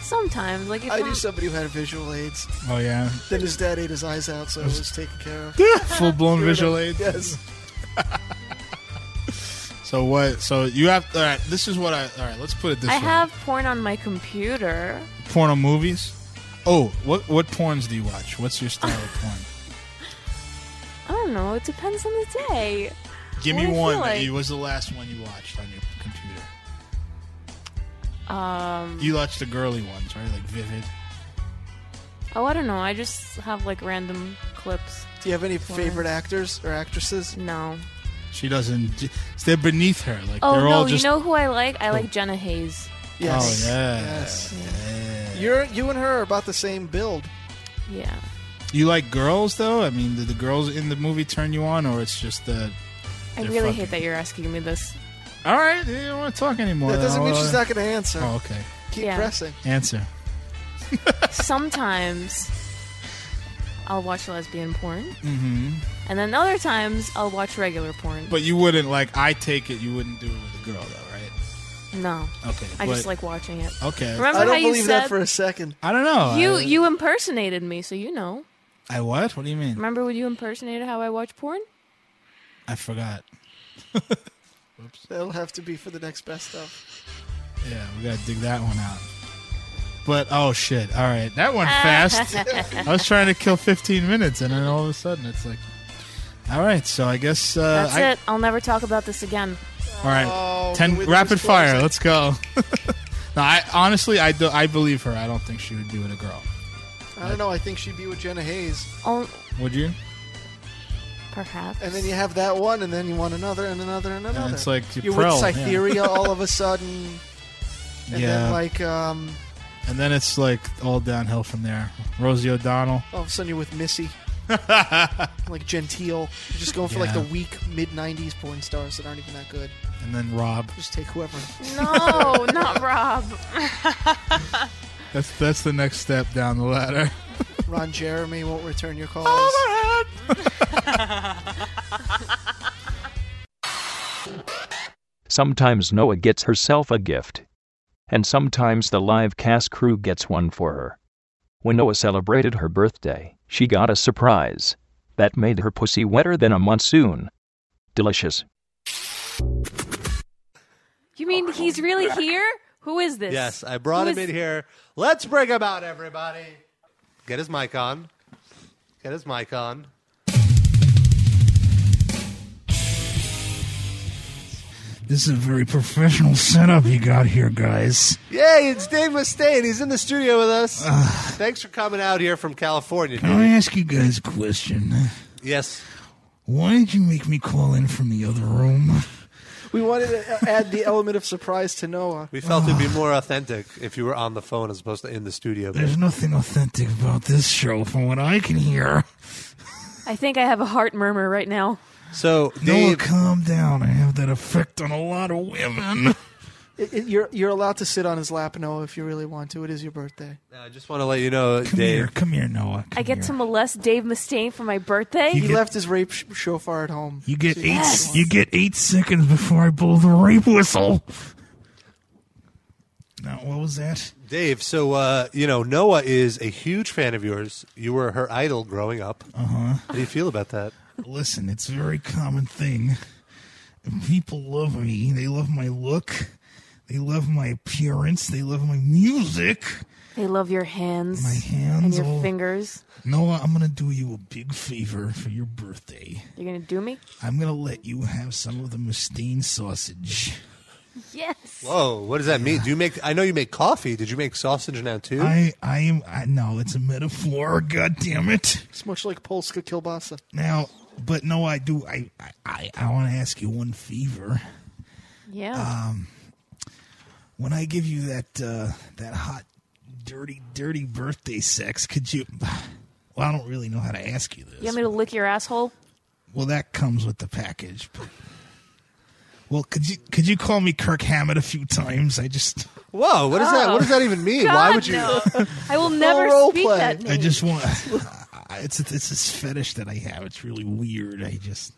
Sometimes, like if
I
I'm,
knew somebody who had visual aids.
Oh, yeah.
Then his dad ate his eyes out, so it was taken care of.
Full blown visual aids.
Yes.
So, what? So, you have. All right, this is what I. All right, let's put it this
I
way.
have porn on my computer.
porno movies. Oh, what what porns do you watch? What's your style of porn?
I don't know. It depends on the day.
Give
What
me
do you
one.
feel
that
like?
you was the last one you watched on your computer.
Um.
You watched the girly ones, right? Like Vivid.
Oh, I don't know. I just have like random clips.
Do you have any favorite actors or actresses?
No.
She doesn't. They're beneath her. Like
Oh
they're all
no.
just.
You know who I like? I like Jenna Hayes.
Yes.
Oh yeah.
Yes.
Yeah.
You're you and her are about the same build.
Yeah.
You like girls though? I mean, did the girls in the movie turn you on, or it's just the?
I
They're
really
fucking-
hate that you're asking me this.
All right, you don't want to talk anymore.
That doesn't mean
Well,
she's not going to answer.
Oh, okay.
Keep
Yeah.
pressing.
Answer.
Sometimes I'll watch lesbian porn,
Mm-hmm.
and then other times I'll watch regular porn.
But you wouldn't like. I take it you wouldn't do it with a girl though,
no,
right? Okay.
I just
but-
like watching it.
Okay.
Remember
I
how
don't
you
believe
said
that for a second.
I don't know.
you
I-
you impersonated me, so you know.
I what? What do you mean?
Remember when you impersonated how I watch porn?
I forgot.
That'll have to be for the next best of.
Yeah, we gotta dig that one out. But oh shit! All right, that went fast. I was trying to kill 15 minutes, and then all of a sudden it's like, all right. So I guess uh,
That's
I,
it. I'll never talk about this again.
All right, ten rapid fire. Let's go. no, I honestly, I do, I believe her. I don't think she would be with a girl.
I don't know. I think she'd be with Jenna Hayes.
Oh,
Would you?
perhaps.
And then you have that one, and then you want another, and another, and another.
it's like you
you're with
prowl, yeah.
Cytherea all of a sudden. And
Yeah.
then, like, um,
And then it's like all downhill from there. Rosie O'Donnell.
all of a sudden you're with Missy. like, Gentile. You're just going for, like,
Yeah.
the weak mid 90s porn stars that aren't even that good.
And then Rob.
Just take whoever.
No, not Rob.
That's that's the next step down the ladder.
Ron Jeremy won't return your calls.
Sometimes Noah gets herself a gift. And sometimes the live cast crew gets one for her. When Noah celebrated her birthday, she got a surprise. That made her pussy wetter than a monsoon. Delicious.
You mean he's really here? Who is this?
Yes, I brought
Who
him
is-
in here. Let's bring him out, everybody. Get his mic on. Get his mic on.
This is a very professional setup you got here, guys.
Yay, it's Dave Mustaine. He's in the studio with us.
Ah.
Thanks for coming out here from California,
Can I
Dave.
ask you guys a question?
Yes.
Why did you make me call in from the other room?
We wanted to add the element of surprise to Noah.
We felt
Ah.
it'd be more authentic if you were on the phone as opposed to in the studio.
There's nothing authentic about this show from what I can hear.
I think I have a heart murmur right now.
So,
Noah,
Dave,
calm down. I have that effect on a lot of women.
It, it, you're you're allowed to sit on his lap, Noah, if you really want to. It is your birthday.
I just want to let you know,
Come here,
Dave.
come here, Noah. Come
I get
here.
to molest Dave Mustaine for my birthday.
He left his rape sh- shofar at home.
You get
So
eight.
Yes.
You get eight seconds before I blow the rape whistle. Now, what was that?
Dave, so, uh, you know, Noah is a huge fan of yours. You were her idol growing up.
Uh-huh.
How do you feel about that?
Listen, it's a very common thing. People love me. They love my look. They love my appearance. They love my music.
They love your hands,
My hands
and your
all-
fingers.
Noah, I'm gonna do you a big favor for your birthday.
You're gonna do me?
I'm gonna let you have some of the Mustaine sausage.
Yes.
Whoa, what does that mean? Do you make? I know you make coffee. Did you make sausage now too?
I, I am. I know it's a metaphor. God damn it.
It's much like Polska kielbasa.
Now, but no, I do. I I- I, I want to ask you one favor.
Yeah.
When I give you that uh, that hot, dirty, dirty birthday sex, could you? Well, I don't really know how to ask you this.
you want me to lick your asshole?
well, that comes with the package. But, well, could you could you call me Kirk Hammett a few times? I just Oh,
Whoa, what is that? What does
Oh,
that even mean? Why would you?
I will never
role
speak
play.
that name.
I just want. I- It's it's this fetish that I have. It's really weird. I just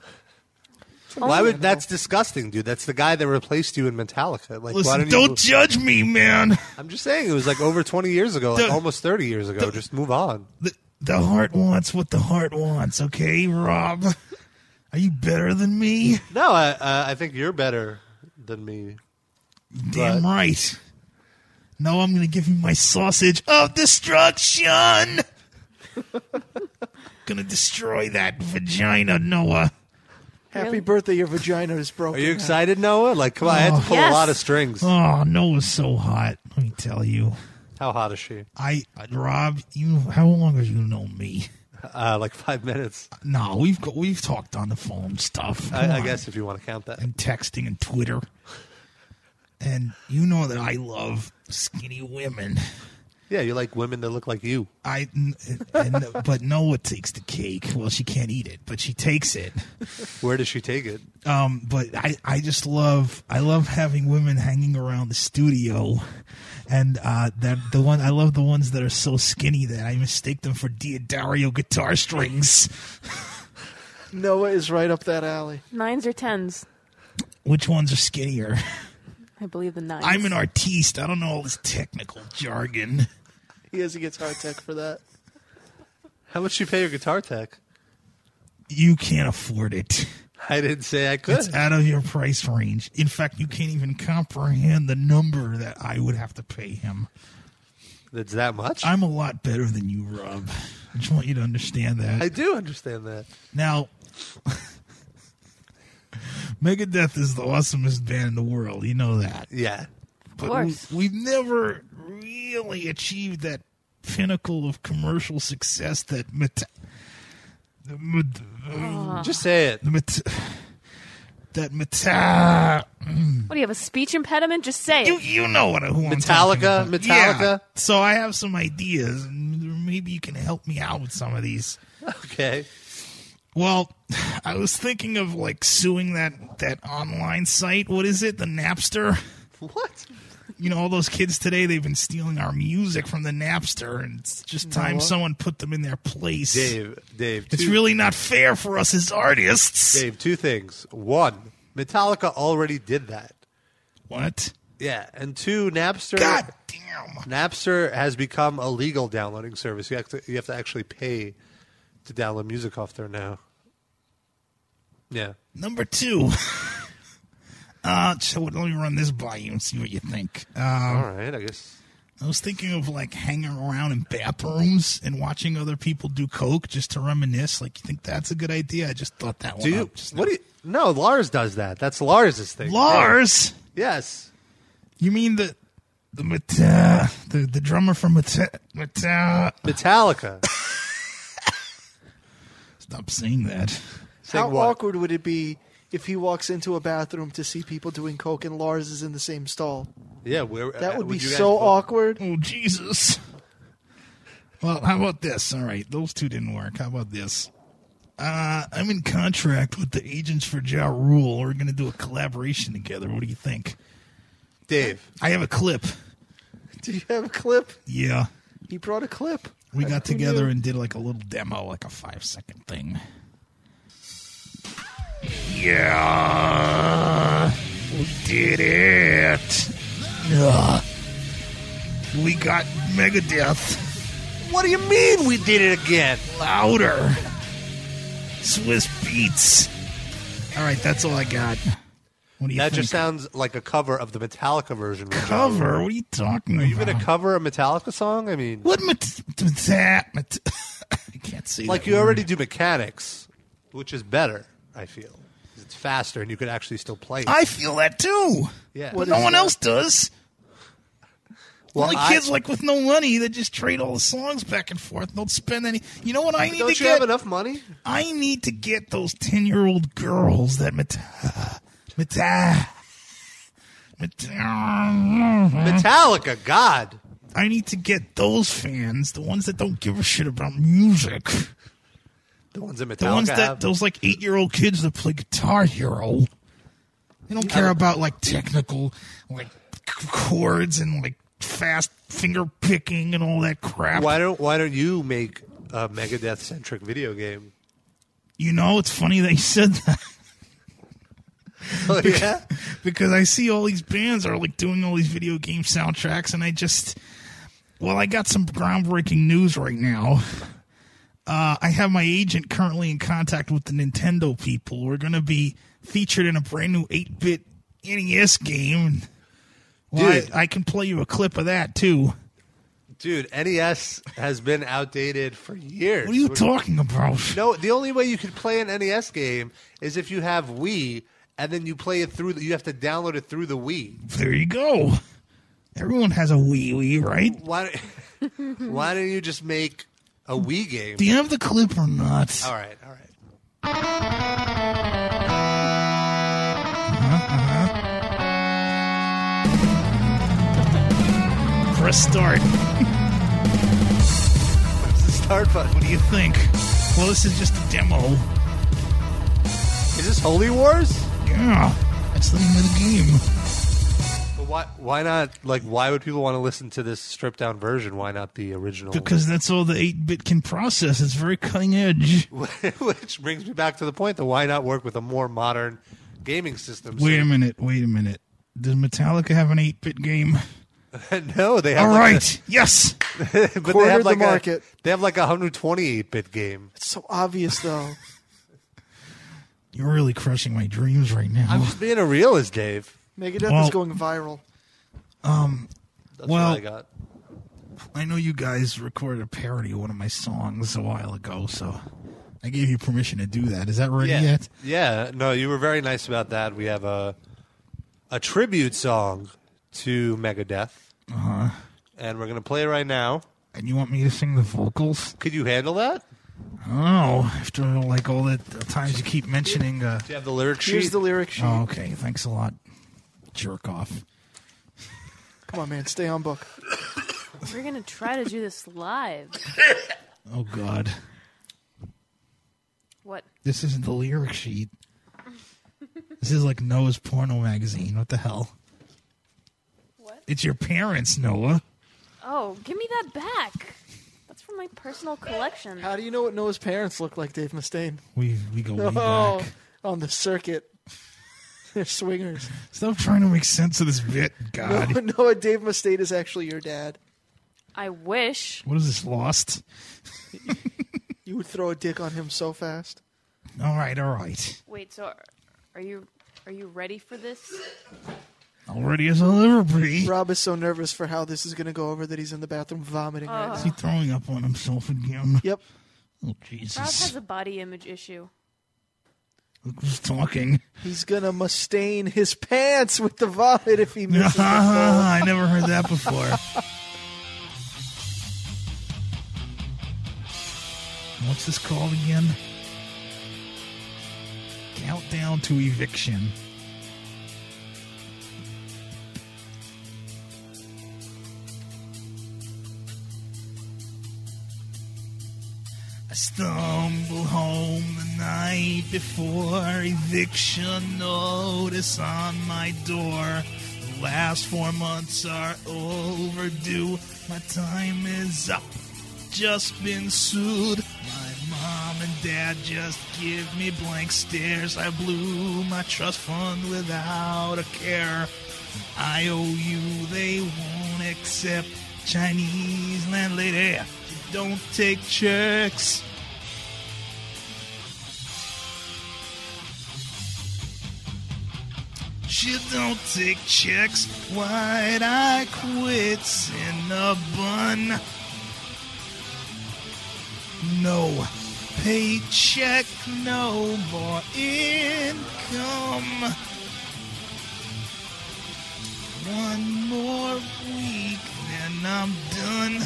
Why would? That's disgusting, dude. That's the guy that replaced you in Metallica. Like, why
listen.
don't,
Don't,
you?
judge me, man.
I'm just saying, it was like over 20 years ago, like
Don't-
almost 30 years ago. Just move on.
The, the heart wants what the heart wants. Okay, Rob. Are you better than me?
No, I uh, I think you're better than me.
Damn right. No, I'm going to give you my sausage of destruction. going to destroy that vagina, Noah.
Happy
Really?
birthday! Your vagina is
Are
broken.
you excited, Noah? Like, come on, I had to pull
Yes.
a lot of strings.
Oh, Noah's so hot. Let me tell you.
How hot is she?
I, Rob, you, how long have you known me?
Uh, like five minutes,
No, we've got, we've talked on the phone stuff. Come
I, I
on.
guess, if you want to count that.
and texting and Twitter. And you know that I love skinny women.
Yeah, you like women that look like you.
I and, but Noah takes the cake. Well, she can't eat it, but she takes it.
Where does she take it?
Um, but I, I just love I love having women hanging around the studio, and uh, that the one I love the ones that are so skinny that I mistake them for Diodario guitar strings.
Noah is right up that alley.
Nines or tens?
Which ones are skinnier?
I believe the nines.
I'm an artiste. I don't know all this technical jargon.
He has a guitar tech for that.
How much you pay your guitar tech?
You can't afford it.
I didn't say I could.
It's out of your price range. In fact, you can't even comprehend the number that I would have to pay him.
That's that much?
I'm a lot better than you, Rob. I just want you to understand that.
I do understand that.
Now, Megadeth is the awesomest band in the world. You know that.
Yeah.
But We, have never really achieved that pinnacle of commercial success that Meta- the Met-
Ah.
Just say it.
The Met- that Meta-
What do you have a speech impediment? Just say it.
you know what who I'm talking
Metallica?
about.
Metallica?
Yeah. So I have some ideas. and Maybe you can help me out with some of these.
Okay.
Well, I was thinking of like suing that that online site. What is it? The Napster.
What?
You know, all those kids today, they've been stealing our music from the Napster, and it's just time
Noah.
someone put them in their place.
Dave, Dave.
It's really not fair for us as artists.
Dave, two things. One, Metallica already did that.
What?
Yeah, and two, Napster.
God damn.
Napster has become a legal downloading service. You have to, you have to actually pay to download music off there now. Yeah.
Number two. uh, so let me run this by you and see what you think. Um,
All right, I guess.
I was thinking of like hanging around in bathrooms and watching other people do coke just to reminisce. Like, you think that's a good idea? I just thought that
Do
one.
you?
up just
What do you? No, Lars does that. That's Lars's thing.
Lars?
Yes.
You mean the the Meta, the the drummer from Meta, Meta
Metallica.
Stop saying that.
How awkward would it be if he walks into a bathroom to see people doing coke and Lars is in the same stall?
Yeah, where
That would,
uh,
be
you guys
so
vote?
awkward.
Oh Jesus! Well, how about this? All right, those two didn't work. How about this? Uh, I'm in contract with the agents for Ja Rule. We're going to do a collaboration together. What do you think?
Dave.
I have a clip.
Do you have a clip?
Yeah.
He brought a clip.
We got
Who
together
knew?
and did like a little demo, like a five second thing. Yeah. We did it. Yeah. We got Megadeth
What do you mean we did it again?
louder. Swiss beats. All right, that's all I got. What do you
That
think?
just sounds like a cover of the Metallica version. with Ja Rule.
cover? What are you talking
Are you
about?
going to cover a Metallica song? I mean,
what met- met- met- I can't see.
like
that
you
word.
already do mechanics, which is better. I feel 'Cause it's faster, and you could actually still play. It.
I feel that too.
Yeah.
but
What
no
is
one
that?
else does.
Well,
Only
I-
kids like with no money that just trade all the songs back and forth. Don't spend any. You know what I need
Don't you
to
have
get?
enough money?
I need to get those ten-year-old girls that meta, meta, meta.
Metallica, God.
I need to get those fans, the ones that don't give a shit about music,
The ones that Metallica
the ones that
have.
those like eight-year-old kids that play Guitar Hero. They don't care about like technical, like c- chords and like fast finger picking and all that crap.
Why don't Why don't you make a Megadeth centric video game?
You know, it's funny that you said that
Oh yeah.
because I see all these bands are like doing all these video game soundtracks, and I just, well, I got some groundbreaking news right now. Uh, I have my agent currently in contact with the Nintendo people. We're going to be featured in a brand new 8 bit NES game. Well, I-
Dude.
I can play you a clip of that too.
Dude, NES has been outdated for years.
What are you talking about?
No, the only way you could play an NES game is if you have Wii, and then you play it through. The, you have to download it through the Wii.
There you go. Everyone has a Wii Wii, right?
Why? don't- why don't you just make a Wii game?
Do you have the clip or not?
all right, all right.
Press start.
It's the start button.
What do you think? Well, this is just a demo.
Is this Holy Wars?
Yeah, that's the name of the game.
But why? Why not? Like, why would people want to listen to this stripped down version? Why not the original?
Because that's all the 8 bit can process. It's very cutting edge.
Which brings me back to the point that why not work with a more modern gaming system?
Wait a minute, wait a minute. Does Metallica have an 8 bit game?
no, they have
All
like a-
right. yes.
but they
Cornered
have
the
like
market.
a they have like a 128 bit game.
It's so obvious, though.
You're really crushing my dreams right now.
I'm just being a realist, Dave.
Megadeth
Well-
is going viral.
Um,
That's
well,
what I got.
I know you guys recorded a parody of one of my songs a while ago, so I gave you permission to do that. Is that ready
yeah.
yet?
Yeah, no, you were very nice about that. We have a a tribute song to Megadeth,
Uh huh.
and we're gonna play it right now.
And you want me to sing the vocals?
Could you handle that?
I don't know. Oh, After like all the the times you keep mentioning. Uh,
Do you have the lyric sheet?
Here's the lyric sheet.
Oh, okay. Thanks a lot. Jerk off.
Come on, man, stay on book.
We're gonna try to do this live.
Oh God.
What?
This isn't the lyric sheet. This is like Noah's porno magazine. What the hell? What? It's your parents, Noah.
Oh, give me that back. That's from my personal collection.
How do you know what Noah's parents look like, Dave Mustaine?
We we go way
No,
back.
on the circuit. They're swingers.
Stop trying to make sense of this bit.
No,
God.
Noah, Dave Mustaine is actually your dad.
I wish.
What is this lost?
You would throw a dick on him so fast.
All right, all right.
Wait, so are- are you are you ready for this?
Already as I'll ever be.
Rob is so nervous for how this is going to go over that he's in the bathroom vomiting right
Is
Oh.
now.
he throwing up on himself again?
Yep.
Oh
Rob
Jesus.
has a body image issue.
Look who's talking.
He's going to Mustaine his pants with the vomit if he misses the ball.
I never heard that before. What's this called again? Countdown to eviction. I stumble home the night before eviction notice on my door. The last four months are overdue. My time is up. Just been sued. My mom and dad just give me blank stares. I blew my trust fund without a care. IOU they won't accept. Chinese landlady, you don't take checks. She don't take checks. Why'd I quit in a bun? No paycheck, no more income. One more week, then I'm done.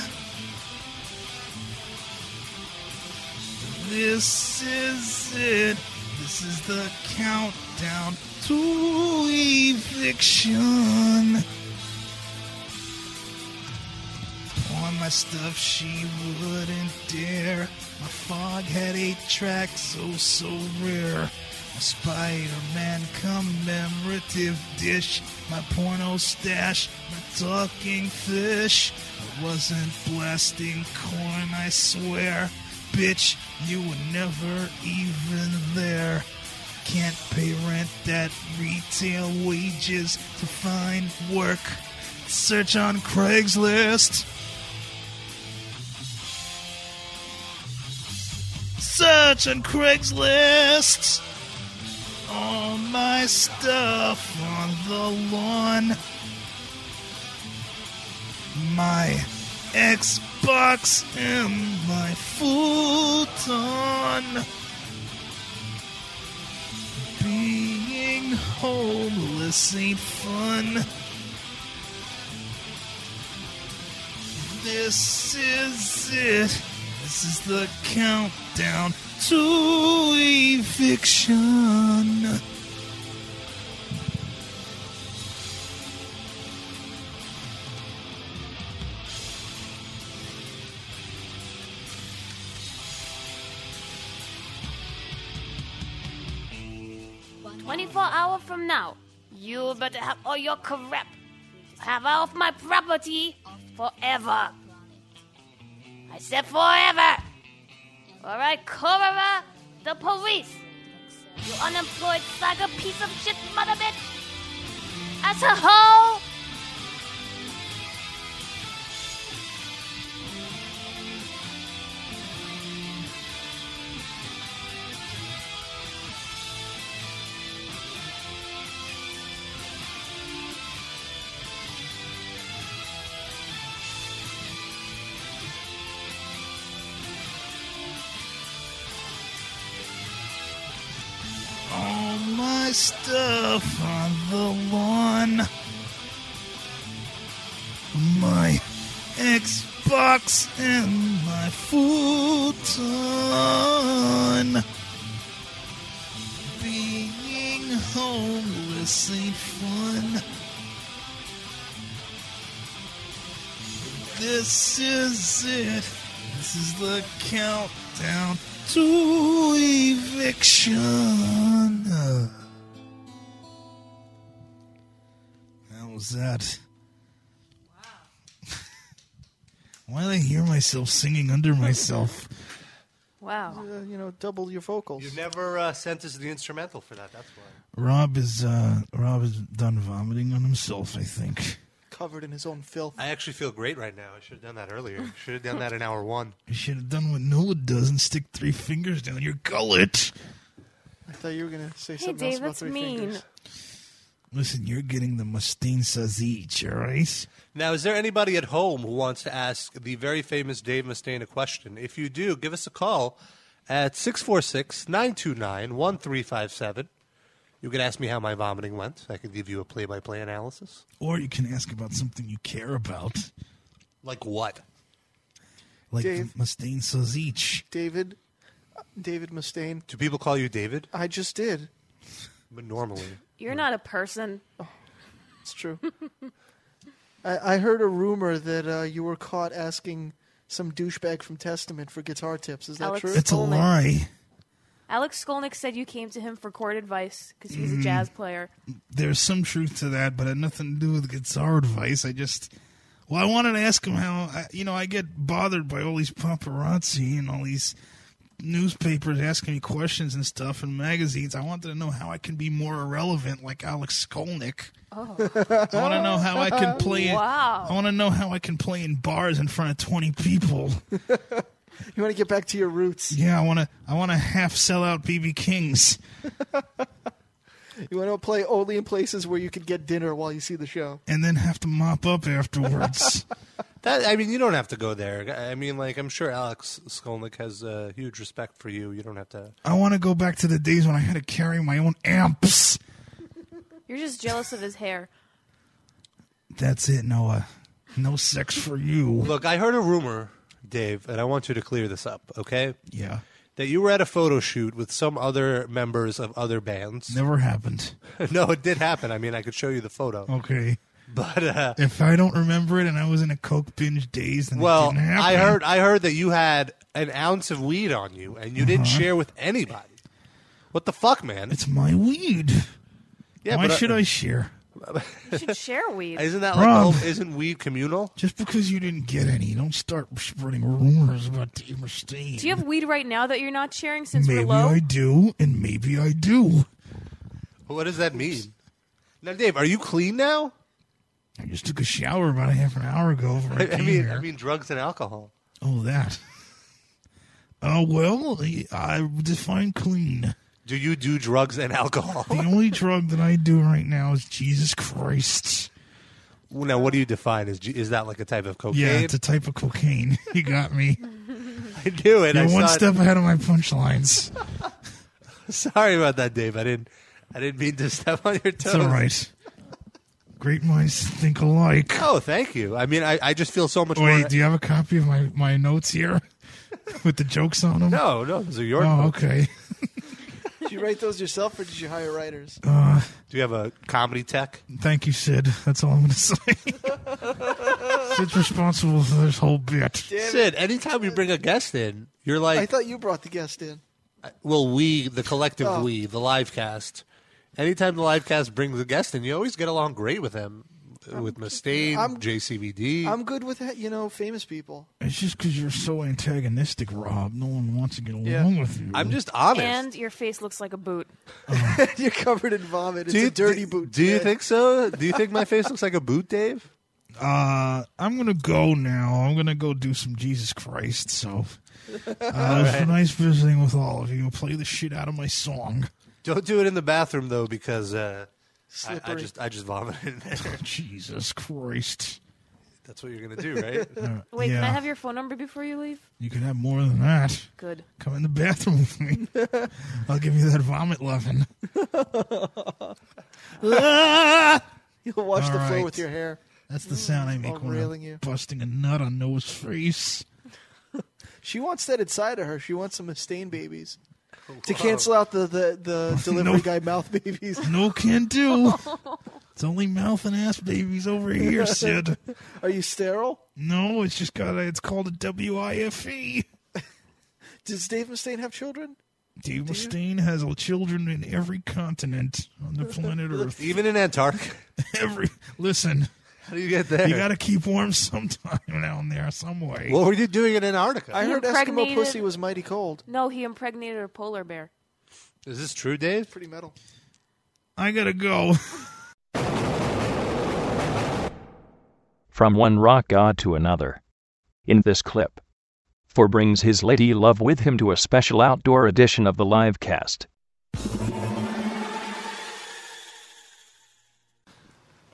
This is it. This is the countdown to eviction. Pawn my stuff, she wouldn't dare. My fog had eight tracks, oh so rare. My Spider-Man commemorative dish, my porno stash, my talking fish. I wasn't blasting corn, I swear. Bitch, you were never even there. Can't pay rent at retail wages to find work. Search on Craigslist. Search on Craigslist. All my stuff on the lawn. My Xbox and my futon. Being homeless ain't fun. This is it. This is the countdown to eviction.
Twenty-four hour from now, you better have all your crap. Have all of my property forever. I said forever. All right, Cora, the police. You unemployed saga piece of shit, mother bitch. As a whole,
my stuff on the lawn. My Xbox and my futon. Being homeless ain't fun. This is it. This is the countdown to eviction. How was that? Wow. Why do I hear myself singing under myself?
Wow. you know, double your vocals.
You never uh, sent us the instrumental for that. That's why.
Rob is uh, Rob is done vomiting on himself. I think
Covered in his own filth.
I actually feel great right now. I should have done that earlier. Should have done that in hour one.
you should have done what Nola does and stick three fingers down your gullet.
I thought you were gonna say
Hey,
something
Dave, that's
else about three
mean.
fingers.
Listen, you're getting the Mustaine Sazich, all right?
Now, is there anybody at home who wants to ask the very famous Dave Mustaine a question? If you do, give us a call at 646 929 1357. You can ask me how my vomiting went. I can give you a play by play analysis.
Or you can ask about something you care about,
Like what?
like
Dave.
the Mustaine Sazich.
David, David Mustaine.
Do people call you David?
I just did.
But normally.
You're not a person.
It's true. I, I heard a rumor that uh, you were caught asking some douchebag from Testament for guitar tips. Is that
Alex
true?
That's a Skolnick.
Why?
Alex Skolnick said you came to him for chord advice because he's
Mm.
a jazz player.
There's some truth to that, but it had nothing to do with guitar advice. I just, well, I wanted to ask him how, I, you know, I get bothered by all these paparazzi and all these newspapers asking me questions and stuff and magazines. I wanted to know how I can be more irrelevant like Alex Skolnick.
Oh.
I want to know how I can play it.
Wow.
I want to know how I can play in bars in front of 20 people.
you want to get back to your roots.
Yeah, I want to I want to half sell out BB Kings.
You want to play only in places where you can get dinner while you see the show.
and then have to mop up afterwards.
That I mean, you don't have to go there. I mean, like I'm sure Alex Skolnick has uh, huge respect for you. You don't have to.
I want to go back to the days when I had to carry my own amps.
You're just jealous of his hair.
That's it, Noah. No sex for you.
Look, I heard a rumor, Dave, and I want you to clear this up, okay?
Yeah.
That you were at a photo shoot with some other members of other bands.
Never happened.
no, it did happen. I mean, I could show you the photo.
Okay.
But uh,
If I don't remember it and I was in a coke binge daze, then it
well,
didn't happen.
I heard I heard that you had an ounce of weed on you and you didn't
Uh-huh.
share with anybody. What the fuck, man?
It's my weed.
Yeah,
Why
but I-
should I share?
You should share weed.
Isn't that like oh,
Rob.
old, isn't weed communal?
Just because you didn't get any, don't start spreading rumors about Dave Mustaine.
Do you have weed right now that you're not sharing since
maybe
we're low?
I do, and maybe I do.
What does that mean? Now, Dave, are you clean now?
I just took a shower about a half an hour ago. before I
I, I
came
mean,
here.
I mean, drugs and alcohol.
Oh, that. Uh, well, I define clean.
Do you do drugs and alcohol?
The only drug that I do right now is Jesus Christ.
Now, what do you define? Is is that like a type of cocaine?
Yeah, it's a type of cocaine. You got me.
I knew it.
You're
I
one
saw it.
step ahead of my punchlines.
Sorry about that, Dave. I didn't. I didn't mean to step on your
It's
toes.
all right. Great minds think alike.
Oh, thank you. I mean, I, I just feel so much
Wait,
more.
do you have a copy of my, my notes here with the jokes on them?
No, no, those are your.
Oh,
notes.
okay.
Did you write those yourself, or did you hire writers?
Uh,
Do you have a comedy tech?
thank you, Sid. That's all I'm going to say. Sid's responsible for this whole bit.
Sid, anytime you bring a guest in, you're like,
I thought you brought the guest in.
well, we, the collective
Oh.
we, the live cast. Anytime the live cast brings a guest in, you always get along great with them, uh, with Mustaine,
I'm-
JCVD.
I'm good with that, you know, famous people.
It's just because you're so antagonistic, Rob. No one wants to get along with you.
I'm just honest.
And your face looks like a boot.
You're covered in vomit. It's
Do you-
a dirty
do-
boot.
Do you think so? Do you think my face looks like a boot, Dave?
Uh, I'm gonna go now. I'm gonna go do some Jesus Christ. So, uh, it was
Alright.
nice visiting with all of you. Play the shit out of my song.
Don't do it in the bathroom though, because uh, I, I
Slippery.
just I just vomited in there.
Jesus Christ!
That's what you're gonna do, right?
Uh,
Wait, can I
Yeah.
have your phone number before you leave?
You can have more than that.
Good.
Come in the bathroom with me. I'll give you that vomit loving.
You'll wash
All
the floor
right.
with your hair.
That's the sound I make
All
when
railing
I'm
you.
busting a nut on Noah's face.
She wants that inside of her. She wants some Mustaine babies. To
Wow.
cancel out the, the, the delivery guy mouth babies.
No can do. It's only mouth and ass babies over here, Sid.
Are you sterile?
No, it's just got. A, it's called a WIFE.
Does Dave Mustaine have children?
Dave Mustaine has children in every continent on the planet Earth.
Even in Antarctica.
Every listen.
How do you get there?
You got to keep warm sometime down there, some way.
What were you doing in Antarctica?
I
He
heard Eskimo
impregnated-
pussy was mighty cold.
No, he impregnated a polar bear.
Is this true, Dave?
Pretty metal.
I gotta go.
From one rock god to another. In this clip, for brings his lady love with him to a special outdoor edition of the live cast.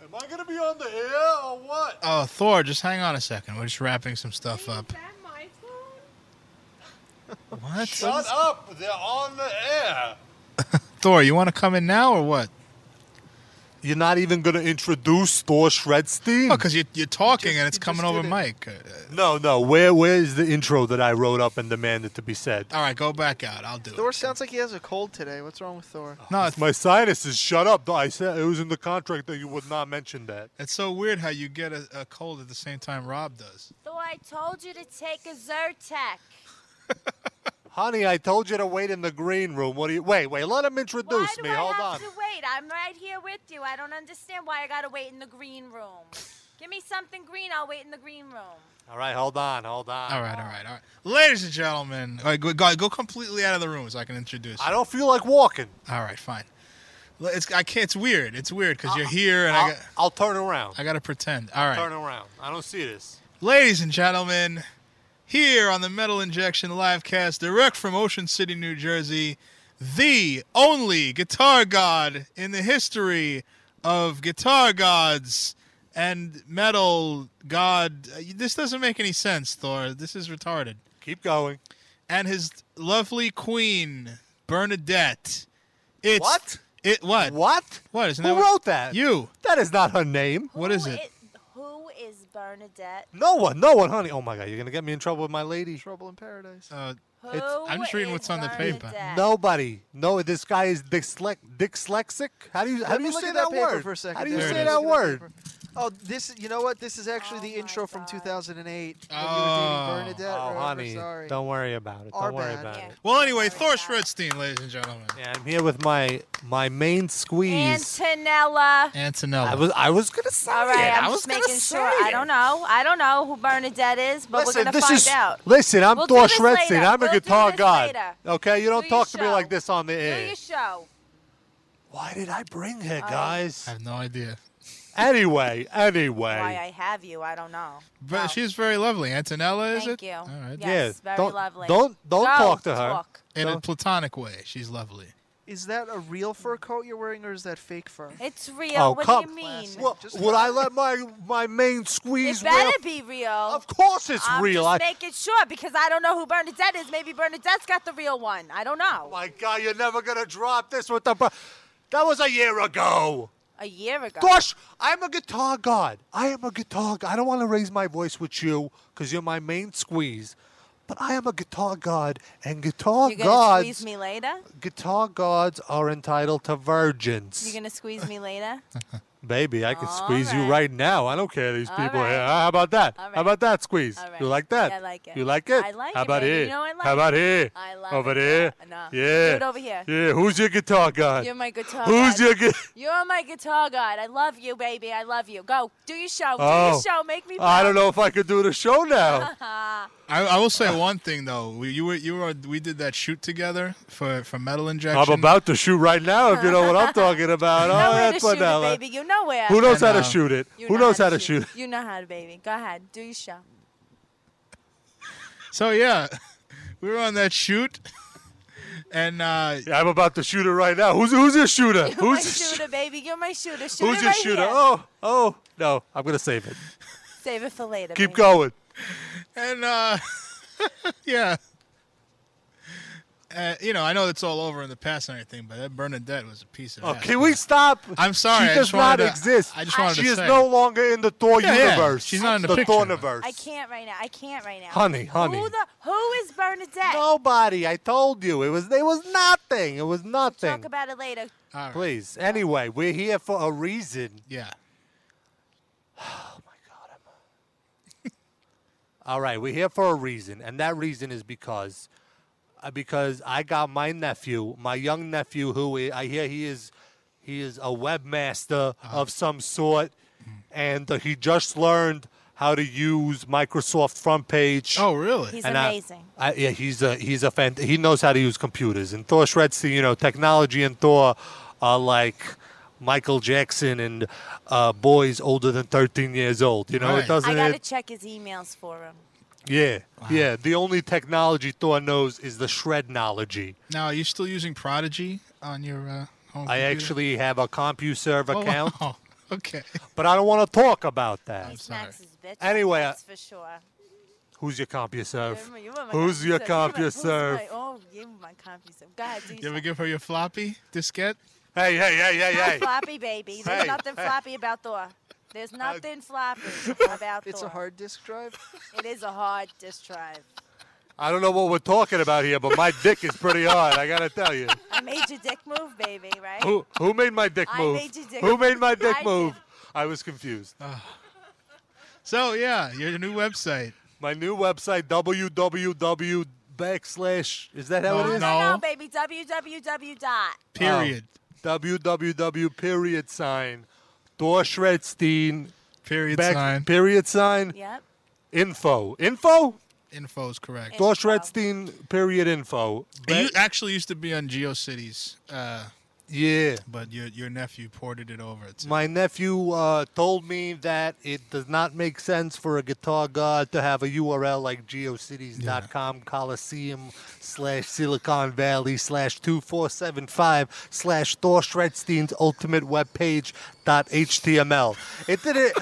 Am I gonna be on the air or what?
Oh, Thor, just hang on a second. We're just wrapping some stuff up. What?
Shut up! They're on the air.
Thor, you want to come in now or what?
You're not even going to introduce Thor Shredstein?
Oh, because you're, you're talking and it's coming over Mike.
No, no. Where where is the intro that I wrote up and demanded to be said?
All right, go back out. I'll do it.
Thor sounds like he has a cold today. What's wrong with Thor?
No,
it's my sinuses. Shut up! I said it was in the contract that you would not mention that.
It's so weird how you get a, a cold at the same time Rob does.
So I told you to take a Zyrtec.
Honey, I told you to wait in the green room. What do you? Wait, wait. Let him
Why
introduce
do
me.
I
Hold
have
on.
to wait? I'm right here with you. I don't understand why I gotta wait in the green room. Give me something green. I'll wait in the green room.
All right, hold on, hold on.
All right, all right, all right. Ladies and gentlemen, all right, go, go, go completely out of the room so I can introduce.
I don't feel like walking.
All right, fine. Well, It's I can't. It's weird. It's weird because you're here and
I'll,
I got.
I'll turn around.
I got to pretend. All right.
Turn around. I don't see this.
Ladies and gentlemen, here on the Metal Injection live cast, direct from Ocean City, New Jersey, the only guitar god in the history of guitar gods and metal god. Uh, This doesn't make any sense, Thor. This is retarded.
Keep going.
And his lovely queen, Bernadette. It's
What?
It what?
What?
What? Isn't
Who
that what-
wrote that?
You.
That is not her name.
What is it?
Who is Bernadette?
No one, no one, honey. Oh my God, you're gonna get me in trouble with my lady.
Trouble in paradise.
Uh,
Who
I'm just reading what's on the paper.
Nobody. No, this guy is dyslex- dyslexic. How do you how
Let
do
me
you
look
say
at
that
that paper
word?
for a second.
How do you
There it
say
is.
that
Look at that
word?
Oh, this you know what? This is actually the intro from 2008
Ah.
when you were dating Bernadette.
Oh,
Remember?
honey,
Sorry.
don't worry about it.
Our
Don't worry
bad.
about it.
Well, anyway, Thor Schroedstein, ladies and gentlemen.
Yeah, I'm here with my my main squeeze.
Antonella.
Antonella.
I was I was gonna say
All right,
it.
I'm
I was
just
gonna
making
say
sure.
it.
I don't know. I don't know who Bernadette is, but
Listen,
we're gonna
this
find
is,
out.
Listen, I'm
We'll do
Thor
this
Schredstein.
later.
I'm a
We'll do
guitar
this
god.
later.
Okay, you don't
your
talk to me
show.
like this on the
Do
air.
your show.
Why did I bring
Um,
her, guys?
I have no idea.
Anyway,
Why
anyway.
I have you, I don't know.
But she's very lovely. Antonella, is
Thank
it?
you.
All right.
Yes, very
don't,
lovely.
Don't
Go,
don't talk to her.
talk.
In a
Don't-
platonic way. She's lovely.
Is that a real fur coat you're wearing, or is that fake fur?
It's real.
Oh,
what
come-
do you mean?
Would I let my my main squeeze
It
wear
better be real. Of
course it's
I'm
real.
Just
I-
making sure because I don't know who Bernadette is. Maybe Bernadette's got the real one. I don't know.
Oh, My God, you're never gonna drop this with the. bro- That was a year ago.
A year ago.
Gosh, I'm a guitar god. I am a guitar god. I don't want to raise my voice with you because you're my main squeeze, but I am a guitar god, and guitar
You're gonna
gods,
squeeze me later.
guitar gods are entitled to virgins.
You're gonna squeeze me later.
Baby, I can
All
squeeze you
right.
right now. I don't care these
All
people
right.
here. Ah, How about that?
All right.
How about that squeeze?
All right.
You like that?
I like it.
You like it?
I like
How
it,
about
baby.
here?
You know I like
How about
it.
here?
I love
over
it.
there.
No.
Yeah.
Do it over here.
Yeah. Who's your guitar god?
You're my guitar.
Who's
god.
your gu-
You're my guitar god. I love you, baby. I love you. Go do your show. Do
Oh.
your show. Make me.
I don't know if I could do the show now.
know.
I, I will say one thing though. We, you were you were we did that shoot together for for metal injection.
I'm about to shoot right now if you know what I'm talking about.
know
oh,
where
that's
to shoot
Manella.
it, baby. You know where.
Who knows
I
how to
know.
shoot it?
You
Who
know
knows how to shoot it?
You know how to, baby. Go ahead. Do your show.
So yeah, we were on that shoot, and uh,
I'm about to shoot it right now. Who's who's your shooter?
You're my
Who's
shooter, baby. You're my shooter. Shoot
who's
it
your Oh.
right
shooter?
Here.
Oh, oh no, I'm gonna save it.
Save it for later.
Keep
mate.
going.
And uh yeah. Uh, you know, I know it's all over in the past and everything, but that Bernadette was a piece of.
Oh,
ass.
can we stop?
I'm sorry.
She
I
does
just
not
wanted to-
exist.
I just wanted
she
to
is
say.
no longer in the Thor
Yeah, yeah.
universe.
She's not in the
the
picture.
Thorniverse.
I can't right now. I can't right now.
Honey, honey.
Who the who is Bernadette?
Nobody. I told you it was. It was nothing. It was nothing.
Talk about it later.
Please. Anyway, we're here for a reason.
Yeah.
All right, we're here for a reason, and that reason is because, uh, because I got my nephew, my young nephew, who I I hear he is, he is a webmaster
Uh-huh.
of some sort, and uh, he just learned how to use Microsoft Front Page.
Oh, really?
He's
And I-
amazing.
I, yeah, he's a he's a fan. He knows how to use computers, and Thor Shredstein, you know, technology and Thor are like Michael Jackson and uh, boys older than thirteen years old. You know, it doesn't.
I gotta
it-
check his emails for him.
yeah, yeah. The only technology Thor knows is the Shrednology.
Now, are you still using Prodigy on your uh, home?
I actually have a CompuServe
Oh,
account,
wow. Okay.
but I don't want to talk about that.
Snacks is bitch.
Anyway, uh,
that's for sure.
Who's your CompuServe?
You're my- you're my
Who's your
You're my-
CompuServe?
who's my- Oh, you're my CompuServe. Go ahead, do
You ever give her your floppy diskette?
Hey, hey, hey, hey,
No floppy, baby. There's
Hey,
nothing
hey.
floppy about Thor. There's
Uh,
nothing floppy about Thor.
It's a hard disk drive.
It is a hard disk drive.
I don't know what we're talking about here, but my dick is pretty hard. I gotta tell you.
I made your dick move, baby. Right?
Who who made my dick
I
move?
made your dick
who
move.
made my dick
I did.
move? I was confused.
Ah. so yeah, your new website.
My new website www backslash is that how
no,
it is?
no, no, baby. www dot.
Period.
Oh, www period sign Thor Shredstein
period sign.
period sign
Yep.
info info
Info is correct.
Thor Shredstein period info
It u- actually used to be on GeoCities, uh,
yeah
but your your nephew ported it over. To,
My nephew uh, told me that it does not make sense for a guitar god to have a URL like geocities.com coliseum slash silicon valley slash 2475 slash Thor Shredstein's ultimate webpage dot HTML. It did it.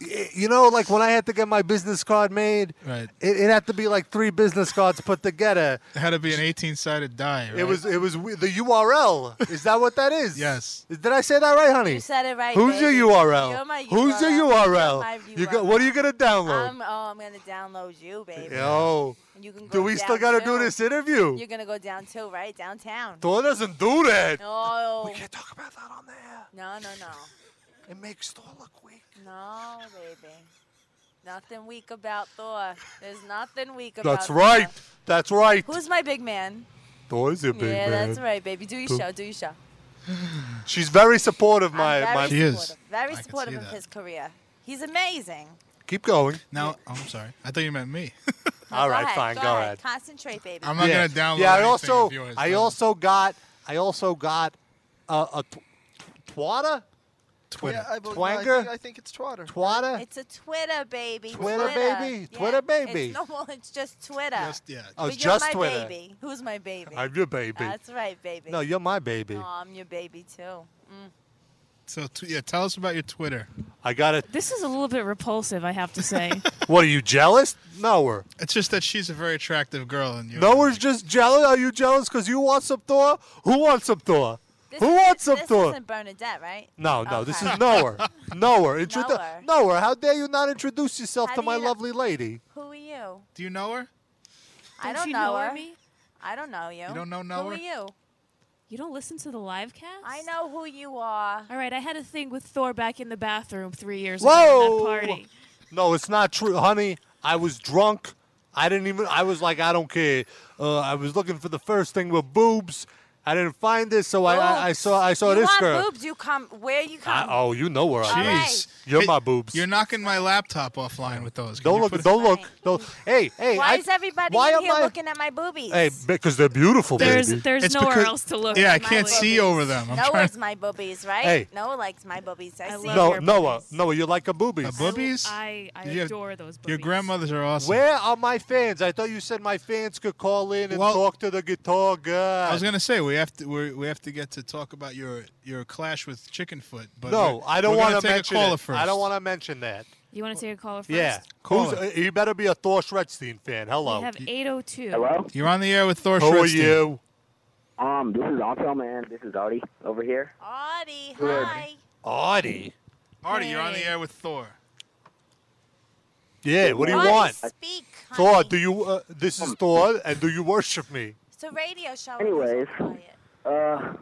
y- You know, like when I had to get my business card made,
Right.
it, it had to be like three business cards put together.
it had to be an 18 sided die. Right?
It was, it was we- the URL. Is that what that is?
Yes.
Did I say that right, Oh. honey?
You said it right.
Who's
baby.
your URL?
You're my
Who's your
URL? You're
URL?
my
You got, what are you gonna download?
I'm, oh, I'm gonna download you, baby.
Yo,
And you can go
do we still
down
gotta do
too.
this interview?
You're gonna go down too, right? Downtown.
Thor doesn't do that.
No. We
can't talk about that on the air.
No, no, no.
It makes Thor look weak.
No, baby. Nothing weak about Thor. There's nothing weak about.
That's right.
Thor.
That's right.
Who's my big man?
Thor's your big
yeah,
man.
that's right, baby. Do your
Thor-
show. Do your show.
She's very supportive. My
Very
my.
supportive. Very supportive of his career. He's amazing.
Keep going.
Now, oh, I'm sorry. I thought you meant me.
No,
All
go
right,
ahead,
fine. Go,
ahead.
ahead.
Concentrate, baby.
I'm not gonna download
Yeah, I
anything
also
of yours,
I
no.
also got I also got a, a tw- twatter.
Yeah, I, bel- no, I,
Twanger?
think, I think it's Twatter.
Twatter?
It's a Twitter, baby.
Twitter, baby?
Yeah.
Twitter, baby.
It's, no, well, it's just Twitter.
Just- yeah.
Oh,
But
it's
you're
just
my
Twitter.
baby. Who's my baby?
I'm your baby.
That's right, baby.
No, you're my baby.
Oh, I'm your baby too. Mm.
So t- yeah, tell us about your Twitter.
I got it.
This is a little bit repulsive, I have to say.
What are you jealous? No, we're
It's just that she's a very attractive girl, and you.
No, we're just jealous. Are you jealous because you want some Thor? Who wants some Thor?
This
Who
is-
wants some
this
Thor?
isn't Bernadette, right?
No, no, this
Okay.
is nowhere. Nowhere. Intro-
Nowhere.
nowhere. How dare you not introduce yourself
How
to
do
my
you know-
lovely lady?
Who are you?
Do you know her?
I
Don't
don't
you
know
know her,
her.
me?
I don't know you.
You don't
know
Who
know her?
are you?
You don't listen to the live cast?
I know who you are.
All right, I had a thing with Thor back in the bathroom three years
Whoa!
ago at that party.
No, it's not true, honey. I was drunk. I didn't even. I was like, I don't care. Uh, I was looking for the first thing with boobs. I didn't find this, so I, I, I saw I saw
you
this
want
girl.
boobs? You come where you
I,
come.
oh, you know where I am.
Jeez.
You're my boobs.
You're knocking my laptop offline with those. Can
Don't
you
look.
put-
Don't look. Don't. Hey, hey.
why
I,
is everybody
why
in
am
here
I-
looking at my boobies?
Hey, because they're beautiful,
There's-
baby.
there's
It's
nowhere
because-
else to look.
Yeah, I
My
can't see over them. I'm
Noah
trying.
Noah's my boobies, right?
Hey.
Noah likes my boobies. I, see
No,
your
Noah, Noah, you like a boobies.
A boobies?
I, I
You-
adore those boobies.
Your grandmothers are awesome.
Where are my fans? I thought you said my fans could call in and
Well-
talk to the guitar
I
guy.
was gonna say we have to we're, we have to get to talk about your your clash with Chickenfoot, but
no,
we're-
I don't
we're gonna
want to
take a
mention
caller
it.
first.
I don't want to mention that.
You want to take a caller first?
Yeah. Who's, uh, you better be a Thor Shredstein fan. Hello.
We have 802.
You're on the air with Thor
Who are
Schwartzstein.
you?
Um, this is Auto Man. This is Artie over here.
Audie,
Good.
hi.
Artie.
Artie, you're on the air with Thor.
Yeah, what do you
Artie,
want?
Speak.
Thor, do you, uh, this is Thor, and do you worship me?
It's a radio show.
Anyways, uh,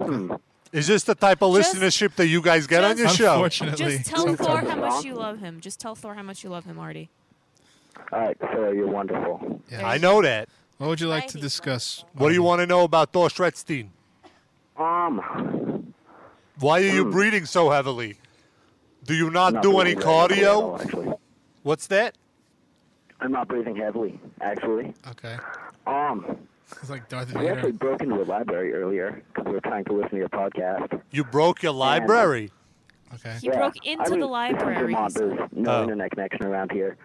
Hmm.
Is this the type of
Just-
listenership that you guys get on your show?
Just tell Thor how much you love him. Just tell Thor how much you love him, Artie.
all right, so you're wonderful.
I know that.
What would you like to discuss?
What do you want to know about Thor Shredstein?
Um, hmm.
Why are you breathing so heavily? Do you not
Not
do any
breathing very heavily at all,
cardio?
actually.
What's that?
I'm not breathing heavily, actually.
Okay.
Um,
It's like Darth
we actually
Vader.
broke into a library earlier because we were trying to listen to your podcast. uh,
You broke your library.
Okay.
He broke into the library.
Vermont, there's no internet connection around here.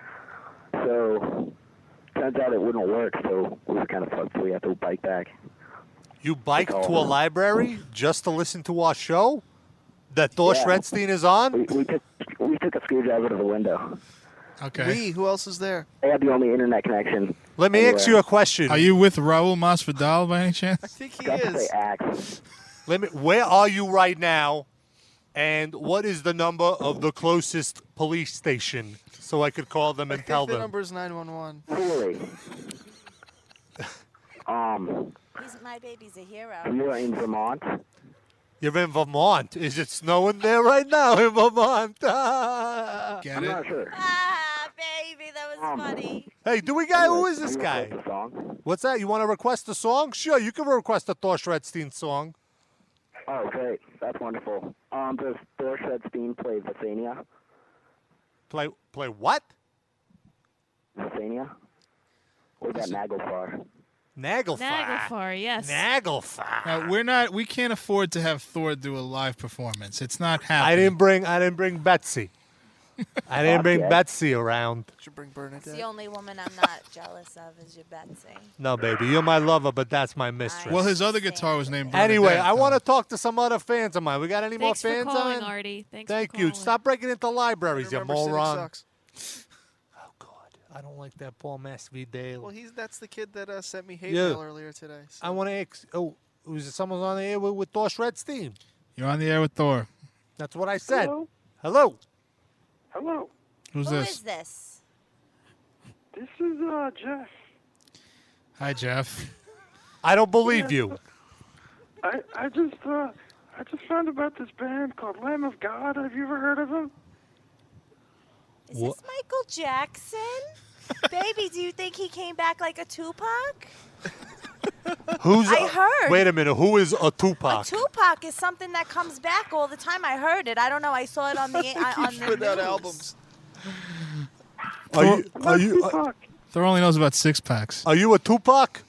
So, turns out it wouldn't work, so we were kind of fucked, so we had to bike back.
You biked to a library just to listen to our show that Thor
Yeah.
Shredstein is on?
We, we, took, we took a screwdriver to the window.
Okay.
We. Who else is there?
They had the only internet connection.
Let me ask you a question.
Are you with Raul Masvidal by any chance?
think he
is.
Let me, where are you right now? And what is the number of the closest police station so I could call them and tell
the
them?
number is 911.
Really? um,
He's, my baby's a hero.
you're in Vermont?
You're in Vermont. Is it snowing there right now in Vermont?
I'm not sure.
Ah, baby, that was
um,
funny.
Hey, do we guy? Who is this guy? What's that? You want to request a song? Sure, you can request a Thor Shredstein song.
Oh, great. That's wonderful. Um, does Thor Shredstein play Vithania?
Play, play what?
Vithania? What about Naglfar?
Naglfar.
Naglfar, yes.
Naglfar.
Now, we're not. We can't afford to have Thor do a live performance. It's not happening.
I didn't bring. I didn't bring Betsy. I didn't bring
Okay.
Betsy around.
Should bring
It's
Bernadette.
the only woman I'm not jealous of is your Betsy.
No, baby, you're my lover, but that's my mistress.
Well, his other guitar was named.
Anyway,
Bernadette,
I want to talk to some other fans of mine. We got any
Thanks
more
for
fans
calling,
on?
Artie. Thanks
Thank
for
you.
calling.
Stop breaking into libraries, you
Remember, Civic
moron.
sucks.
Oh, I don't like that Paul Masvidal.
Well, he's that's the kid that uh, sent me hate
Yeah.
mail earlier today.
I want to. Ex- oh, was it someone on the air with, with Thor Shredstein?
You're on the air with Thor.
That's what I said.
Hello?
Hello.
Hello.
Who's
Who
this?
is this?
This is uh, Jeff.
Hi, Jeff.
I don't believe you.
I I just uh I just found about this band called Lamb of God. Have you ever heard of them?
Is this Michael Jackson? baby, do you think he came back like a Tupac?
Who's?
I heard.
Wait a minute. Who is a Tupac?
Tupac is something that comes back all the time. I heard it. I don't know. I saw it on the on the news. albums.
Are you? Are you? uh,
Tupac.
Thor only knows about six packs.
Are you a Tupac?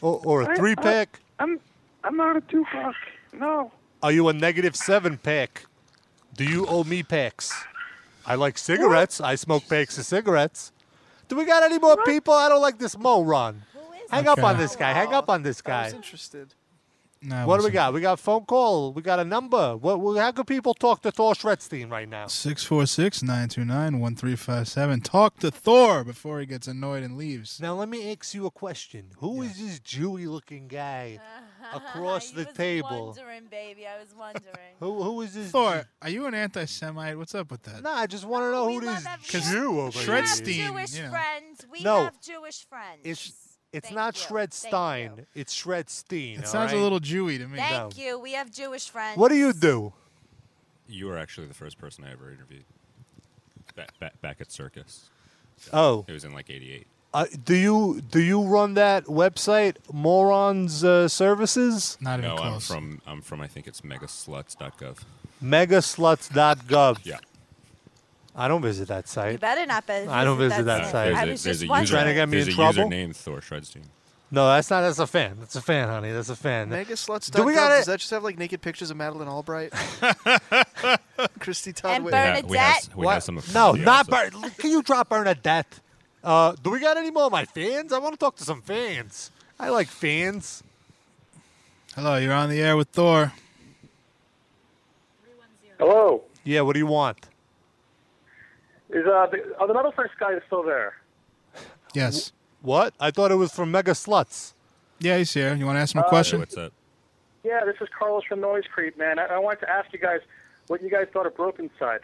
Or, or
I-
a three pack?
I, am I'm not a Tupac. No.
Are you a negative seven pack? Do you owe me packs? I like cigarettes. I smoke packs of cigarettes. Do we got any more people? I don't like this moron. Hang up
Okay.
on this guy. Hang up on this
I
guy.
was interested.
No,
What do we got? We got a phone call. We got a number. What? what- How could people talk to Thor Shredstein right now?
Six four six nine two nine one three five seven. Talk to Thor before he gets annoyed and leaves.
Now let me ask you a question. Who is this Jewy-looking guy across the table?
Wondering, baby. I was wondering.
Who who is this?
Thor, are you an anti-Semite? What's up with that?
No, I just want to know who this Jew over here is.
We have
Shredstein,
Jewish
you know.
friends. We
No.
have Jewish friends.
It's it's not Shredstein. It's Shredstein.
It
all
sounds a
right?
little Jewy to me.
Thank you. We have Jewish friends.
What do you do?
You are actually the first person I ever interviewed. Back, back, back at Circus.
Oh.
It was in like 88.
Uh, do you do you run that website Morons uh, Services?
Not
no, I'm from, I'm from, I think it's megasluts.gov.
Megasluts.gov.
Yeah.
I don't visit that site.
You better not visit.
I don't visit that site.
There's
I
a-
was
there's
just
a
wondering.
user-
Trying to get me
there's
in
a
trouble?
user named Thor Shredstein.
No, that's not. That's a fan. That's a fan, honey. That's a fan.
Megasluts.gov.
Do we got
Does
it?
that just have like naked pictures of Madeline Albright? Christy Todd
And
Whit-
Bernadette.
We have- we have some of
No,
the
not
outside.
Bern. Can you drop Bernadette? Uh, do we got any more of my fans? I want to talk to some fans. I like fans.
Hello, you're on the air with Thor.
Hello. Yeah. What do you want?
Is uh, the, oh, the metal first guy is still there?
Yes.
What? I thought it was from Mega Sluts.
Yeah, he's here. You want to ask him a
Uh,
question?
what's Yeah, this is Carlos from Noise Creep, man. I, I wanted to ask you guys what you guys thought of Broken Side.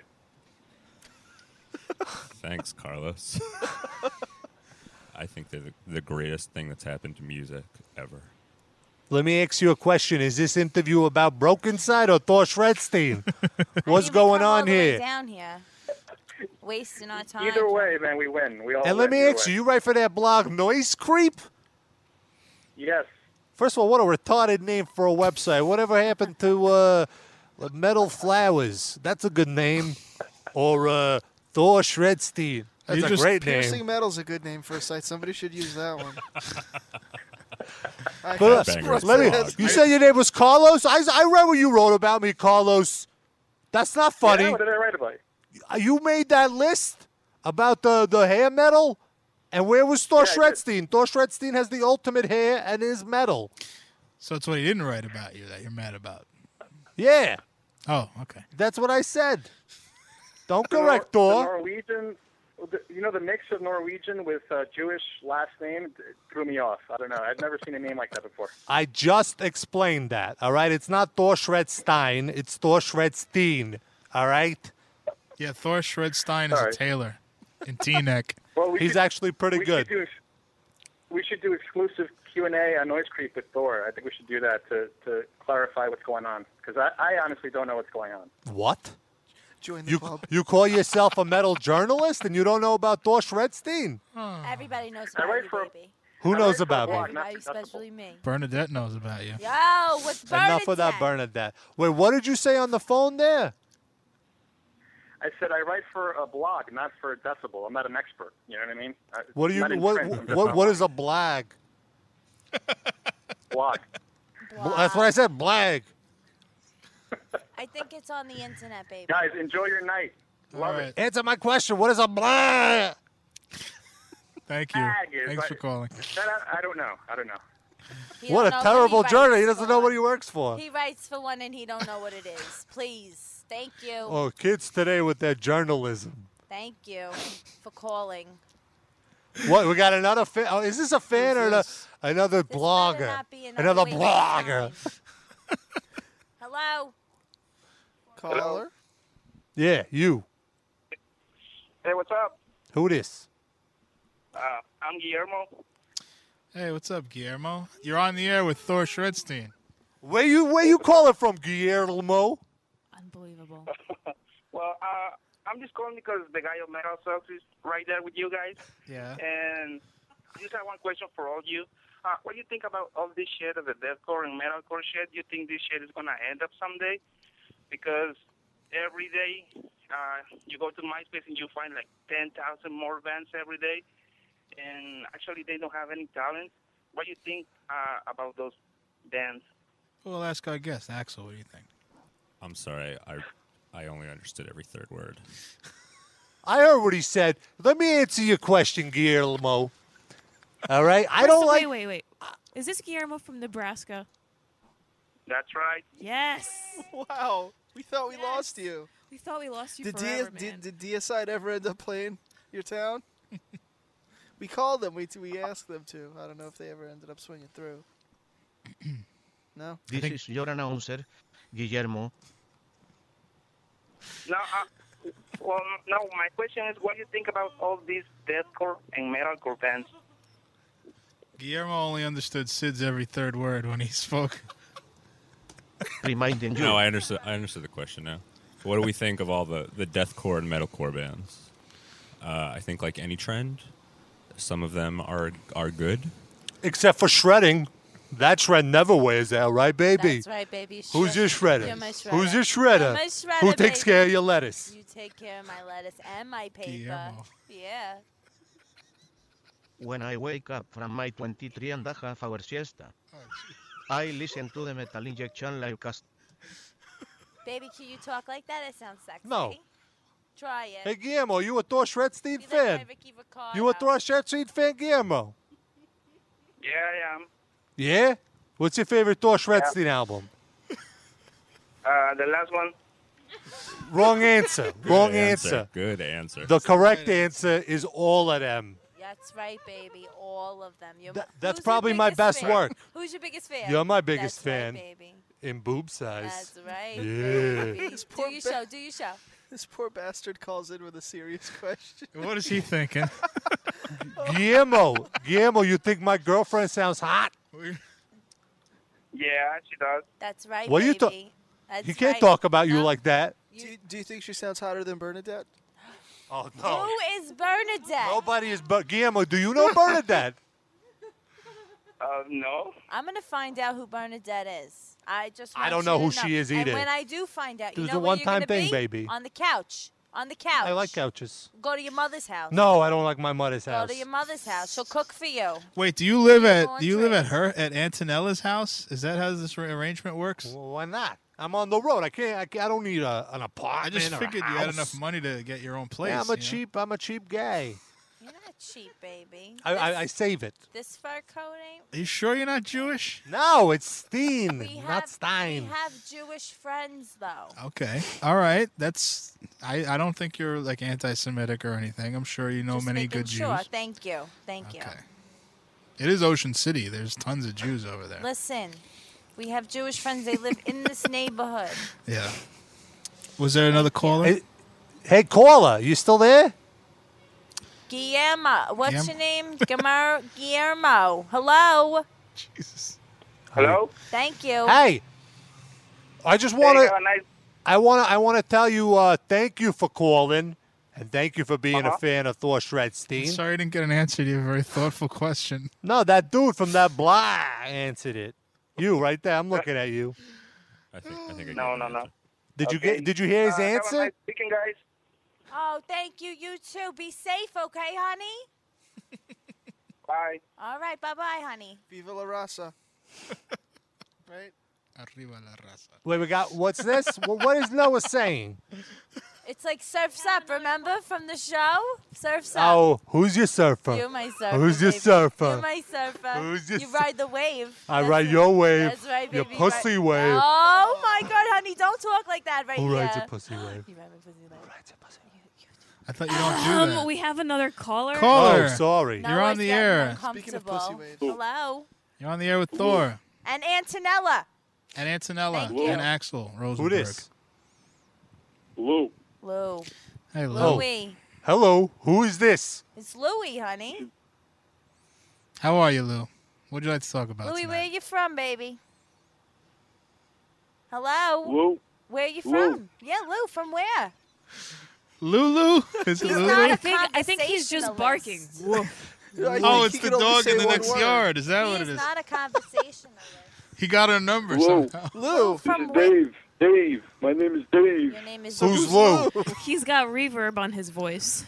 Thanks, Carlos. I think they're the, the greatest thing that's happened to music ever.
Let me ask you a question. Is this interview about Broken Side or Thor Shredstein? What's going on here?
Down here. Wasting our time.
Either way, man, we win. We all.
And let
win
me
either
ask
way.
you, you write for that blog Noise Creep?
Yes.
First of all, what a retarded name for a website. Whatever happened to uh, Metal Flowers? That's a good name. Or uh, Thor Shredstein. That's a great name.
Piercing Metal's a good name for a site. Somebody should use that one. I
But,
can't
uh,
scroll
let me,
past
you
that.
said your name was Carlos? I, I read what you wrote about me, Carlos. That's not funny.
Yeah, what did I write about you?
Uh, You made that list about the, the hair metal? And where was Thor Shredstein? Thor Shredstein has the ultimate hair and is metal.
So that's what he didn't write about you that you're mad about.
Yeah.
Oh, okay.
That's what I said. Don't
The Nor-
correct
The
Thor.
Norwegian. the- You know the mix of Norwegian with uh, Jewish last name d- threw me off. I don't know. I've never seen a name like that before.
I just explained that. All right, it's not Thor Shredstein. It's Thor Shredstein. All right.
Yeah, Thor Shredstein is a tailor in T-neck.
Well, we
He's
should-
actually pretty
we
good.
Should do, ex- we should do exclusive Q and A on Noise Creep with Thor. I think we should do that to, to clarify what's going on because I, I honestly don't know what's going on.
What?
Join
the
you,
club.
you call yourself a metal journalist and you don't know about Thor Shredstein?
Everybody knows about you, baby.
Who knows about me?
Everybody, especially me.
Bernadette knows about you.
Yo, what's burning?
Enough of that Bernadette. Wait, what did you say on the phone there?
I said I write for a blog, not for a decibel. I'm not an expert. You know what I mean? I-
What do you
not in
what
print.
what, what is a blag?
blog?
That's what I said, blag.
I think it's on the internet, baby.
Guys, enjoy your night. Love it.
Answer my question. What is a blag?
Thank
you. Thanks
for calling.
That, I, I don't know. I don't know.
He
What
don't
a
know he
terrible
writes
journalist. He doesn't
for.
know what he works for.
He writes for one and he don't know what it is. Please, thank you,
Oh, kids today with their journalism.
thank you for calling.
What we got another fan? Oh, is this a fan or another, another blogger?
not be another
Another
waste of
blogger.
Hello.
Caller.
Yeah, you.
Hey, what's up?
Who this?
Uh, I'm Guillermo.
Hey, what's up, Guillermo? You're on the air with Thor Shredstein.
Where you where you calling from, Guillermo?
Unbelievable.
Well, uh, I'm just calling because the guy on Metal Sucks is right there with you guys.
Yeah.
And I just have one question for all of you. Uh, what do you think about all this shit of the deathcore and metalcore shit? Do you think this shit is going to end up someday? Because every day uh, you go to MySpace and you find like 10,000 more bands every day. And actually, they don't have any talent. What do you think uh, about those bands?
We'll ask our guest, Axel. What do you think?
I'm sorry, I I only understood every third word.
I heard what he said. Let me answer your question, Guillermo. All right, I
First
don't
of-
like.
Wait, wait, wait. Is this Guillermo from Nebraska?
That's right.
Yes.
wow. We thought we lost you.
We thought we lost you
Did,
forever,
DS,
man.
did, did DSI ever end up playing your town? we called them. We we asked them to. I don't know if they ever ended up swinging through. no.
This is your announcer, Guillermo.
No, uh, well, no. My question is, what do you think about all these deathcore and metalcore bands?
Guillermo only understood Sid's every third word when he spoke.
Reminding
No, I understood. I understood the question now. What do we think of all the the deathcore and metalcore bands? Uh, I think like any trend, some of them are are good.
Except for shredding, that shred never wears out, right, baby?
That's right, baby.
Who's your shredder?
You're my shredder.
Who's your shredder?
You're my shredder,
Who takes
baby.
care of your lettuce?
You take care of my lettuce and my paper.
Guillermo.
Yeah.
When I wake up from my 23 and a half hour siesta, I listen to the Metal Injection livecast.
Baby, can you talk like that? It sounds sexy.
No.
Try it.
Hey, Guillermo, you a Thor Shredstein
You like my
fan?
Ricky Ricardo.
You a Thor Shredstein fan, Guillermo?
Yeah, I am.
Yeah? What's your favorite Thor Shredstein album?
Uh, the last one.
Wrong answer.
Good
Wrong
answer.
answer.
Good answer.
The correct answer is all of them.
That's right, baby. All of them. You're,
That- that's
who's your
probably my
biggest
best
fan?
work.
Who's your biggest fan?
You're my biggest
That's right,
fan.
baby.
In boob size.
That's right.
Yeah.
baby. Do your show. Do your show.
This poor bastard calls in with a serious question.
What is he thinking?
Guillermo, Guillermo, you think my girlfriend sounds hot?
Yeah, she does.
That's right,
What are
baby.
you talk?
That's
You can't
right.
talk about you like that.
Do you, do you think she sounds hotter than Bernadette?
Oh
Who is Bernadette?
Nobody is. But Guillermo, do you know Bernadette?
Uh, no.
I'm gonna find out who Bernadette is. I just. want
I don't
you
know
to
who she is either.
And when I do find out, you
This is
know
a
where you're
one-time
gonna
thing,
be?
baby.
On the couch. On the couch.
I like couches.
Go to your mother's house.
No, I don't like my mother's
Go
house.
to your mother's house. She'll cook for you.
Wait, do you live
Go
at
on
do you live at her at Antonella's house? Is that how this ar- arrangement works?
Well, why not? I'm on the road. I can't. I, can't- I don't need a, an
I
apartment.
just
or a
figured you had
house.
enough money to get your own place.
Yeah, I'm a
you know?
cheap. I'm a cheap guy.
You're not cheap, baby.
I, I, I
This-
save it.
This fur coat ain't.
Are you sure you're not Jewish?
No, it's Steen,
We have,
not
We
Stein.
have Jewish friends though.
Okay. All right. That's I, I don't think you're like anti Semitic or anything. I'm sure you know
Just
many
making
good
sure.
Jews.
Thank you. Thank you.
It is Ocean City. There's tons of Jews over there.
Listen, we have Jewish friends. They live in this neighborhood.
Yeah. Was there another caller?
hey, caller, you still there?
Guillermo, what's
Guillem-
your name? Guillermo. Guillermo. Hello.
Hello.
Thank you.
Hey, I just want
Hey,
to.
have a nice
I want to. I want to tell you. Uh, thank you for calling, and thank you for being
Uh-huh.
a fan of Thor Shredstein.
Sorry, I didn't get an answer to your very thoughtful question.
No, that dude from that blah answered it. You right there. I'm looking at you.
I think. I think. I
No, no, no.
Did you get? Did you hear his
Uh, have a
answer?
nice weekend, guys.
Oh, thank you. You too. Be safe, okay, honey?
Bye.
All right. Bye bye, honey.
Viva la raza. right?
Arriba la raza.
Wait, we got. What's this? Wha- what is Noah saying?
It's like Surf's Up, remember from the show? Surf's Up.
Oh, who's your surfer? Oh,
You're my surfer.
Who's your
baby.
surfer?
You're my surfer.
Who's your
you
sur-
ride the wave.
I
That's
ride
it.
your wave,
That's right,
your
baby. You
pussy
ride-
wave.
Oh my God, honey, don't talk like that right
Who
here.
rides your pussy wave?
You ride my pussy wave.
I thought you don't do that.
Um, we have another caller.
Caller.
Oh, sorry.
Now
You're on
it's
the
getting
air.
uncomfortable. Hello.
You're on the air with Thor
And Antonella.
and Antonella
Thank you.
and Axel Rosenberg.
Who this?
Lou.
Lou.
Hey, Lou.
Louie.
Oh, Hello. Who is this?
It's Louie, honey.
How are you, Lou? What'd you like to talk about?
Louie,
tonight?
where you from, baby? Hello.
Lou.
Where you from?
Lou.
Yeah, Lou. From where?
Lulu? Is it
He's
Lulu?
not a
I think I think he's just barking.
I
oh,
think
it's
he
the
can only
dog
say
in the
one
next
word.
yard. Is that what it
He's
is?
not a conversation.
He got her number
Lou.
somehow.
Lou.
This
From
is
where?
Dave. Dave. My name is Dave.
Your name is
Who's Lou?
he's got reverb on his voice.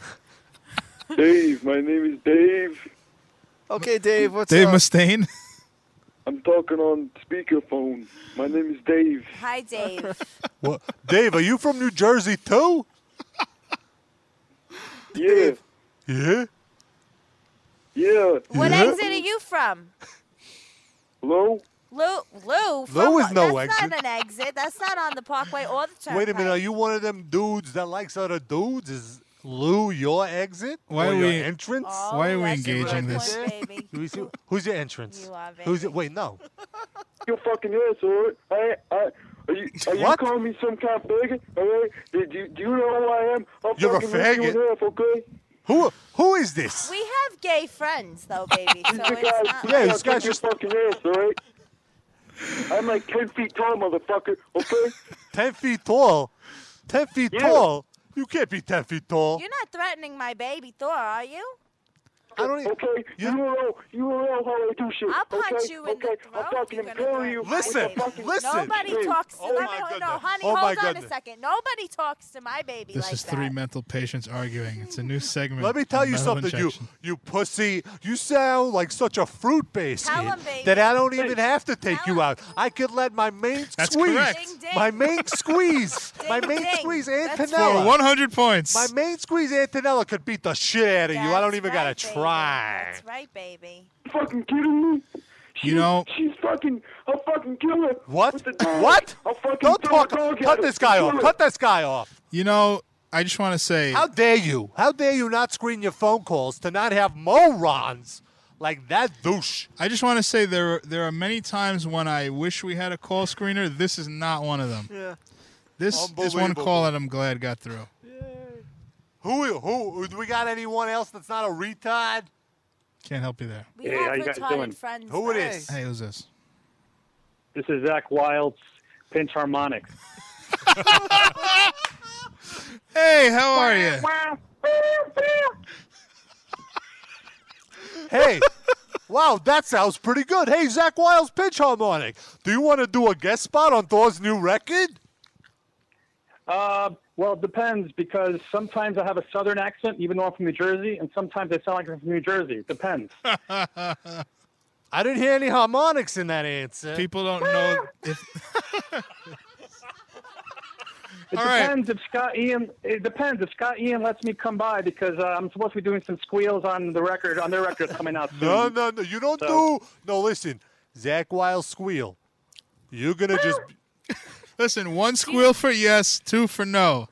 Dave. My name is Dave.
Okay, Dave, what's
Dave
up?
Mustaine?
I'm talking on speakerphone. My name is Dave.
Hi, Dave.
What? Dave, are you from New Jersey too?
Yeah.
Yeah.
Yeah.
what exit are you from?
Lou.
Lou. Lou. From,
Lou is no
that's
exit.
not an exit. That's not on the Parkway or the turnpike.
Wait a minute. Are you one of them dudes that likes other dudes? Is Lou your exit?
Why
or
are
your
we-
entrance?
Oh, why are we that's a good engaging this? point, baby.
Who's, your- who's your entrance?
You are,
Who's your, wait, no.
You fucking asshole. I, I, are you, are you
What?
calling me some kind of faggot? All right. Do, do, do you know who I am? I'm
You're a
fucking ripping you in
faggot.
half, okay?
Who who is this?
We have gay friends, though, baby. So
The
it's
guy-
not.
the
Yeah,
guy
this guy's
kicked your
just-
fucking ass, all right? I'm like ten feet tall, motherfucker. Okay.
Ten feet tall. Ten feet
Yeah.
tall. You can't be ten feet tall.
You're not threatening my baby Thor, are you?
I don't even.
Okay, you don't know. You don't know how I do shit.
I'll punch
okay?
you in the
okay? I'm fucking imploring you.
Listen,
I'm fucking-
listen.
Nobody
Hey,
talks to
oh
let
my
me- No,
goodness.
honey,
Oh my
hold on a
goodness.
second. Nobody talks to my baby
This
like
is
that.
three mental patients arguing. It's a new segment.
Let me tell
on
you
Metal
something, you
Injection.
you pussy. You sound like such a fruit
Tell 'em,
basket
baby.
that I don't even have to take you out. I could let my main
That's
squeeze,
correct.
Ding, ding.
my main squeeze, my main
ding.
squeeze, Antonella.
That's
For 100 points.
My main squeeze, Antonella, could beat the shit out of you. I don't
That's
even
right,
gotta
baby.
try.
That's right, baby.
You fucking kidding me?
You know,
She's fucking. I'll fucking kill her.
What?
what? I'll fucking
Don't
throw
talk.
the dog at
Cut
her.
this guy
Kill
off.
her.
Cut this guy off.
You know, I just want to say.
How dare you? How dare you not screen your phone calls to not have morons like that douche?
I just want to say there there are many times when I wish we had a call screener. This is not one of them.
Yeah.
This is one
Unbelievable.
call that I'm glad got through.
Who? Who? Do we got anyone else that's not a retard?
Can't help you there.
We have retarded friends.
Who it is?
Hey, who's this?
This is Zach Wilds, Pinch Harmonics.
Hey, how are you?
Hey, wow, that sounds pretty good. Hey, Zach Wiles, pitch harmonic. Do you want to do a guest spot on Thor's new record?
Uh, well, it depends because Uh, sometimes I have a southern accent, even though I'm from New Jersey, and sometimes I sound like I'm from New Jersey. It depends.
I didn't hear any harmonics in that answer.
People don't know if
It
All right.
depends if Scott Ian. It depends if Scott Ian lets me come by because uh, I'm supposed to be doing some squeals on the record on their record that's coming out soon.
No, no, no. You don't do. No, listen, Zach Wiles squeal. You're gonna just.
Listen, one squeal for yes, two for no.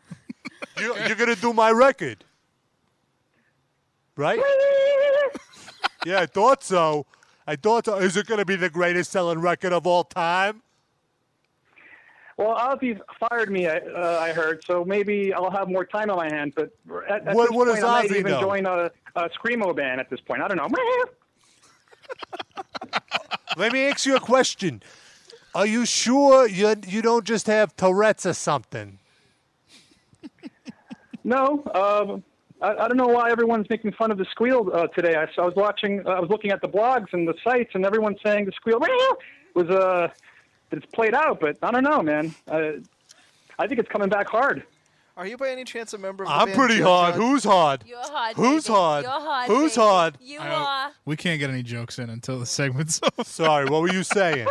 You, you're gonna do my record, right? yeah, I thought so. I thought so. Is it gonna be the greatest selling record of all time?
Well, Ozzy fired me. I, uh, I heard, so maybe I'll have more time on my hands. But at, at
What-
this point,
what does
I might
Ozzy
even
know?
join a, a screamo band at this point. I don't know.
Let me ask you a question. Are you sure you you don't just have Tourette's or something?
No, um, I, I don't know why everyone's making fun of the squeal uh, today. I, I was watching, uh, I was looking at the blogs and the sites, and everyone's saying the squeal "Meow" was uh, that it's played out. But I don't know, man. Uh, I think it's coming back hard.
Are you by any chance a member of the
I'm
band
pretty
Joe
hard.
John?
Who's hard?
You're hard.
Who's
baby.
hard?
You're hard.
Who's
baby.
hard?
You are.
We can't get any jokes in until the segment's over.
Sorry, what were you saying?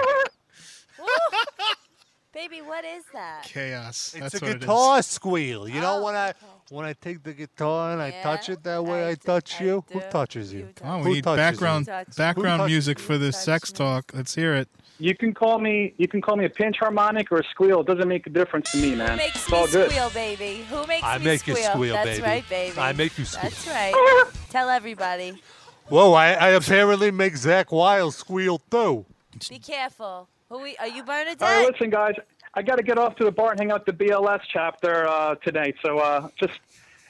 Baby, what is that?
Chaos.
It's
That's
a
what
guitar
it is.
squeal. You know when I when I take the guitar and I touch it that way, I, touch you. Who touches you?
Come on,
Who
Oh, we need
touches you?
background background
Who touch-
music for this sex talk. Let's hear it.
You can call me, you can call me a pinch harmonic or a squeal. It doesn't make a difference to me, man.
Makes
it's
me
all good.
squeal, baby. Who makes
I
me
make you
squeal?
squeal,
That's
baby.
right, baby.
I make you squeal.
That's right. Tell everybody.
Whoa, I, I apparently make Zach Wild squeal too.
Be careful. Who we, are you Bernadette?
All right, listen, guys. I got to get off to the bar and hang out with the BLS chapter uh, today. So uh, just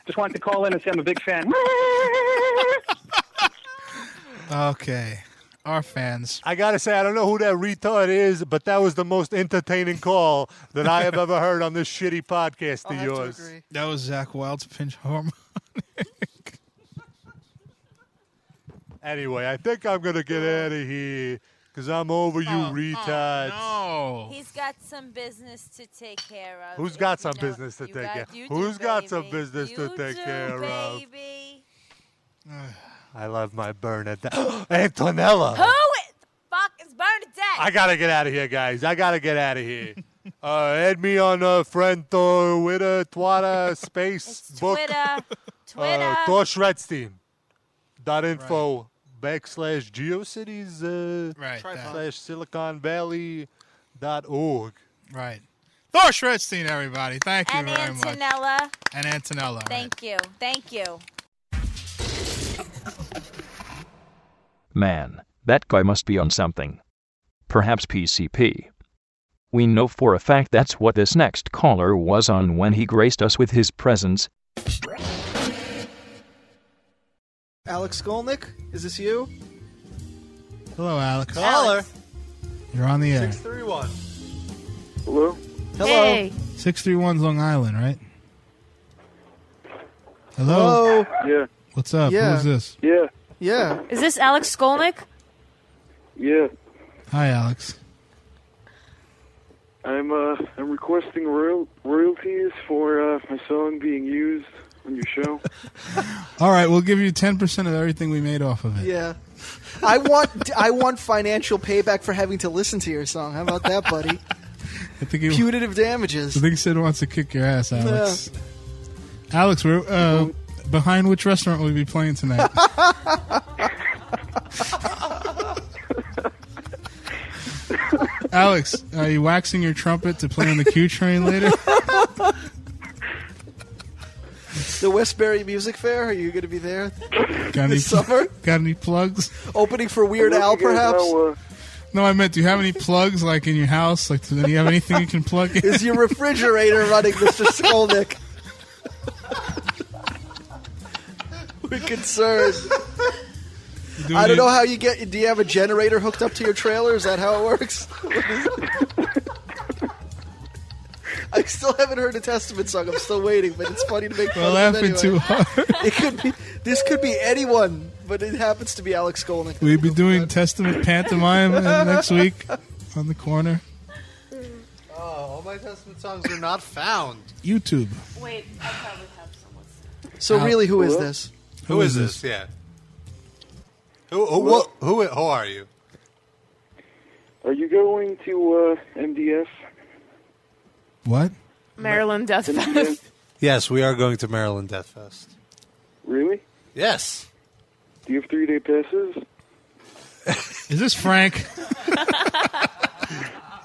just wanted to call in and say I'm a big fan.
Okay. Our fans.
I gotta say, I don't know who that retard is, but that was the most entertaining call that I have ever heard on this shitty podcast of yours.
That was Zach Wilde's pinch harm.
Anyway, I think I'm gonna get out of here because I'm over you
Oh,
retards.
Oh. He's got some business to take care of.
Who's
if
got
you
some
know-
business to
you
take care?
got- you do,
Who's got some
baby.
business to
You
take
do,
care of?
baby.
I love my Bernadette. Antonella.
Who i- the fuck is Bernadette?
I gotta get out of here, guys. I gotta get out of here. uh, add me on uh, friend Twitter, Twitter, uh, space book.
Twitter, Twitter.
Uh, Thor Schredstein. Dot info backslash GeoCities uh,
Right, that.
slash Silicon Valley dot org.
Right. Thor Schredstein, everybody. Thank you
and
very much.
Antonella.
And Antonella. right.
Thank you. Thank you.
Man, that guy must be on something. Perhaps PCP. We know for a fact that's what this next caller was on when he graced us with his presence.
Alex Skolnick, is this you?
Hello, Alex.
Caller.
You're on the air.
Six three one.
Hello.
Hello.
631's Long Island, right? Hello?
Yeah.
What's up?
Yeah.
Who is this?
Yeah.
Yeah.
Is this Alex Skolnick?
Yeah.
Hi, Alex.
I'm uh I'm requesting royal- royalties for uh, my song being used on your show.
All right, we'll give you 10% of everything we made off of it.
Yeah. I want I want financial payback for having to listen to your song. How about that, buddy?
I think, he,
Punitive
I
damages.
think Sid wants to kick your ass, Alex. Alex, we're uh, behind which restaurant will we be playing tonight? Alex, are you waxing your trumpet to play on the Q train later?
The Westbury Music Fair. Are you going to be there
Got any,
this summer?
got any plugs?
Opening for Weird Al, perhaps.
No, I meant, do you have any plugs like in your house? Like, do you have anything you can plug in?
Is your refrigerator running, Mr. Skolnick? We're concerned.
Do
I
we
don't know
need-
how you get. Do you have a generator hooked up to your trailer? Is that how it works? I still haven't heard a Testament song. I'm still waiting, but it's funny to make fun
We're
of
laughing
it anyway.
too hard.
It could be. This could be anyone, but it happens to be Alex Skolnick.
We'd be doing Testament pantomime uh, next week on the corner.
Oh, all my Testament songs are not found.
YouTube.
Wait, I probably have someone.
So
Al-
really, who is this?
Who is this? Yeah. Who who, who, who who are you?
Are you going to uh, MDF?
What?
Maryland Death Fest.
Yes, we are going to Maryland Death Fest.
Really?
Yes.
Do you have three day passes?
Is this Frank?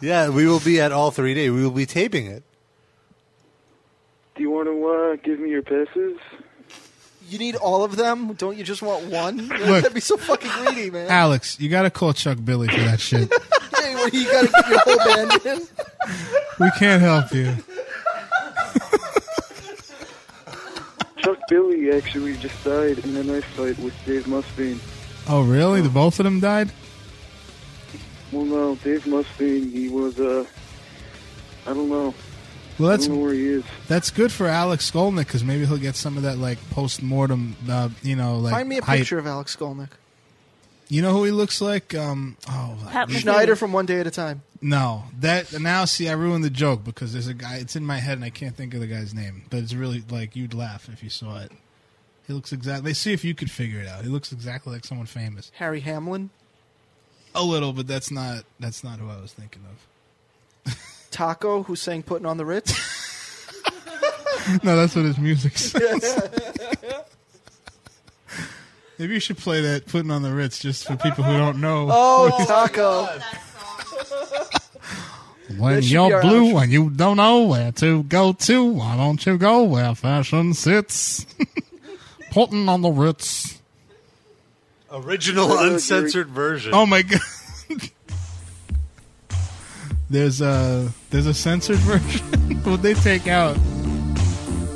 Yeah, we will be at all three days. We will be taping it.
Do you want to uh, give me your passes?
You need all of them. Don't you just want one?
Look.
That'd be so fucking greedy, man.
Alex, you got to call Chuck Billy for that shit.
Yeah, well, you gotta get your whole band in.
We can't help you.
Chuck Billy actually just died in a knife fight with Dave Mustaine.
Oh, really? The both of them died?
Well, no, Dave Mustaine, he was, uh, I don't know.
Well,
I
that's
don't know where he is.
that's good for Alex Skolnick because maybe he'll get some of that like post mortem, uh, you know, like
Find me a
hype.
picture of Alex Skolnick.
You know who he looks like? Um, oh,
Pat Schneider from One Day at a Time.
No, that now see I ruined the joke because there's a guy. It's in my head and I can't think of the guy's name. But it's really like you'd laugh if you saw it. He looks exactly. See if you could figure it out. He looks exactly like someone famous.
Harry Hamlin,
A little, but that's not that's not who I was thinking of.
Taco, who sang "Putting on the Ritz."
no, that's what his music says.
oh,
Maybe you should play that "Putting on the Ritz" just for people who don't know.
Oh, Taco.
When
That should be
you're
our
blue and you don't know where to go to, why don't you go where fashion sits? Putting on the Ritz.
Original uncensored version.
Oh my god. there's a there's a censored version. what they take out?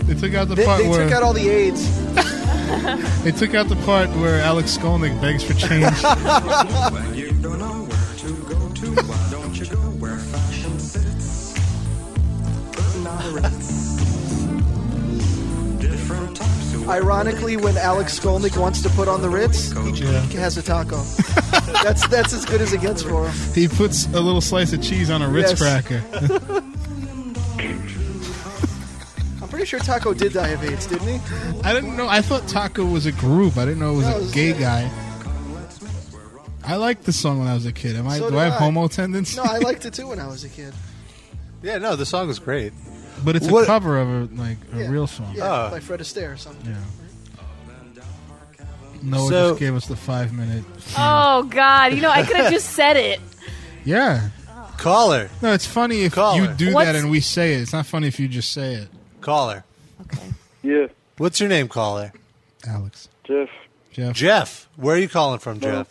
They took out the
They,
part
they
where
took out all the AIDS.
they took out the part where Alex Skolnick begs for change.
you don't know where to go to, why don't you go where fashion sits? But not a Different types of
Ironically, when Alex Skolnick wants to put on the Ritz, he
Yeah.
has a taco. that's that's as good as it gets for him.
he puts a little slice of cheese on a Ritz
Yes.
cracker.
I'm pretty sure Taco did die of AIDS, didn't he?
I didn't know. I thought Taco was a group. I didn't know it was
No, it
a
was-
gay guy. I liked the song when I was a kid. Am I?
So
do
did
I have
I.
homo tendencies?
No, I liked it too when I was a kid.
Yeah, no, the song is great.
But it's a
What-
cover of a like a real song.
Yeah,
Ah.
by Fred Astaire or something.
Yeah. Noah
So-
just gave us the five minute.
Oh God! You know I could have just said it.
Yeah.
Caller.
No, it's funny if
Caller.
you do
What's-
that and we say it. It's not funny if you just say it.
Caller.
Okay. Yeah.
What's your name, caller?
Alex.
Jeff,
Jeff.
Jeff. Where are you calling from, Jeff?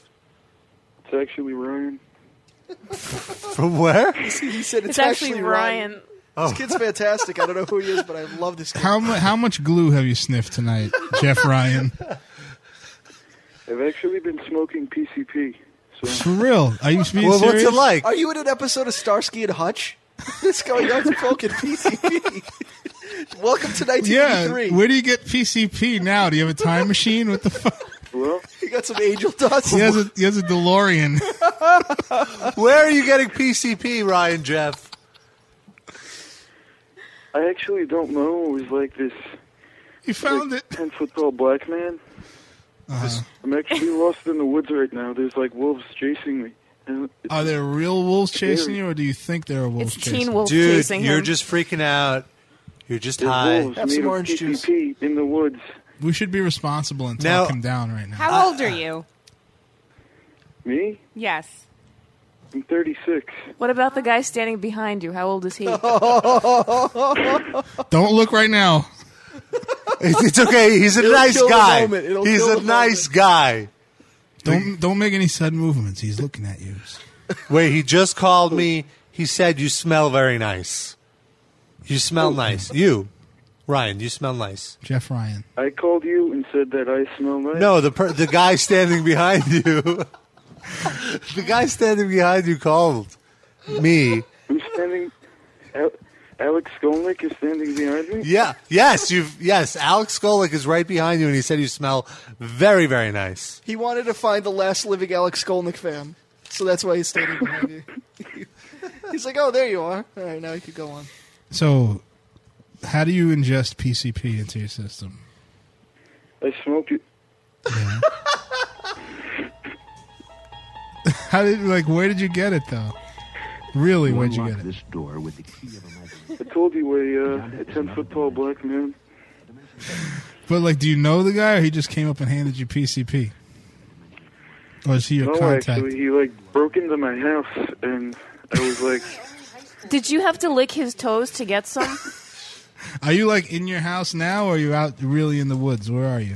it's actually Ryan.
From where?
He said it's,
It's actually Ryan.
Oh.
This kid's fantastic. I don't know who he is, but I love this kid.
How mu- how much glue have you sniffed tonight, Jeff Ryan?
I've actually been smoking PCP.
For real? Are you being serious?
Are you in an episode of Starsky and Hutch? It's going on to fucking PCP. Welcome to
Yeah.
1983.
Where do you get PCP now? Do you have a time machine? What the fuck?
Well,
you got some angel dust.
He has a he has a DeLorean.
Where are you getting PCP, Ryan Jeff?
I actually don't know. It was like this.
You found
it. Ten foot tall black man. I'm actually lost in the woods right now. There's like wolves chasing me. And it's-
Are there real wolves chasing you, or do you think there are wolves
It's
chasing?
Teen
you?
Wolf
Dude, you're just freaking out. You're just
there's
high.
wolves made of PCP in the woods.
We should be responsible and talk
Now-
him down right now.
How old are you?
Me?
Yes.
I'm 36.
What about the guy standing behind you? How old is he?
Don't look right now.
it's okay. He's a
It'll
nice
kill the
guy.
moment. It'll
He's
kill
a
the
nice guy.
Don't don't make any sudden movements. He's looking at you.
Wait, he just called me. He said you smell very nice. You smell nice. You, Ryan, you smell nice.
Jeff Ryan.
I called you and said that I smell nice.
No, the per- the guy standing behind you. the guy standing behind you called me.
I'm standing. Al- Alex Skolnick is standing behind me.
Yeah. Yes, you've yes, Alex Golick is right behind you and he said you smell very very nice.
He wanted to find the last living Alex Skolnick fan, so that's why he's standing behind you. he's like, "Oh, there you are. All right, now you can go on."
So, how do you ingest PCP into your system?
I smoke it.
How did like where did you get it though? Really,
You
where'd you
unlock
get it? This door with the key of
I told you a, uh, a ten foot tall black man.
But like, do you know the guy, or he just came up and handed you PCP? Or is he your
no,
contact?
actually, he like broke into my house, and I was like,
Did you have to lick his toes to get some?
Are you like in your house now, or are you out really in the woods? Where are you?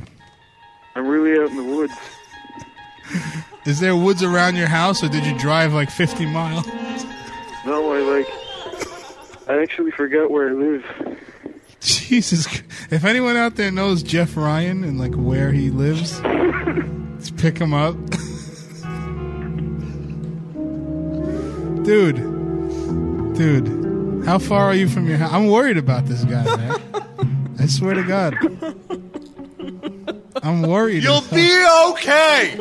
I'm really out in the woods.
Is there woods around your house, or did you drive like 50 miles?
No, I like, I actually forgot where I live.
Jesus! Christ. If anyone out there knows Jeff Ryan and like where he lives, let's pick him up, dude. Dude, how far are you from your house? I'm worried about this guy, man. I swear to God, I'm worried.
You'll be okay.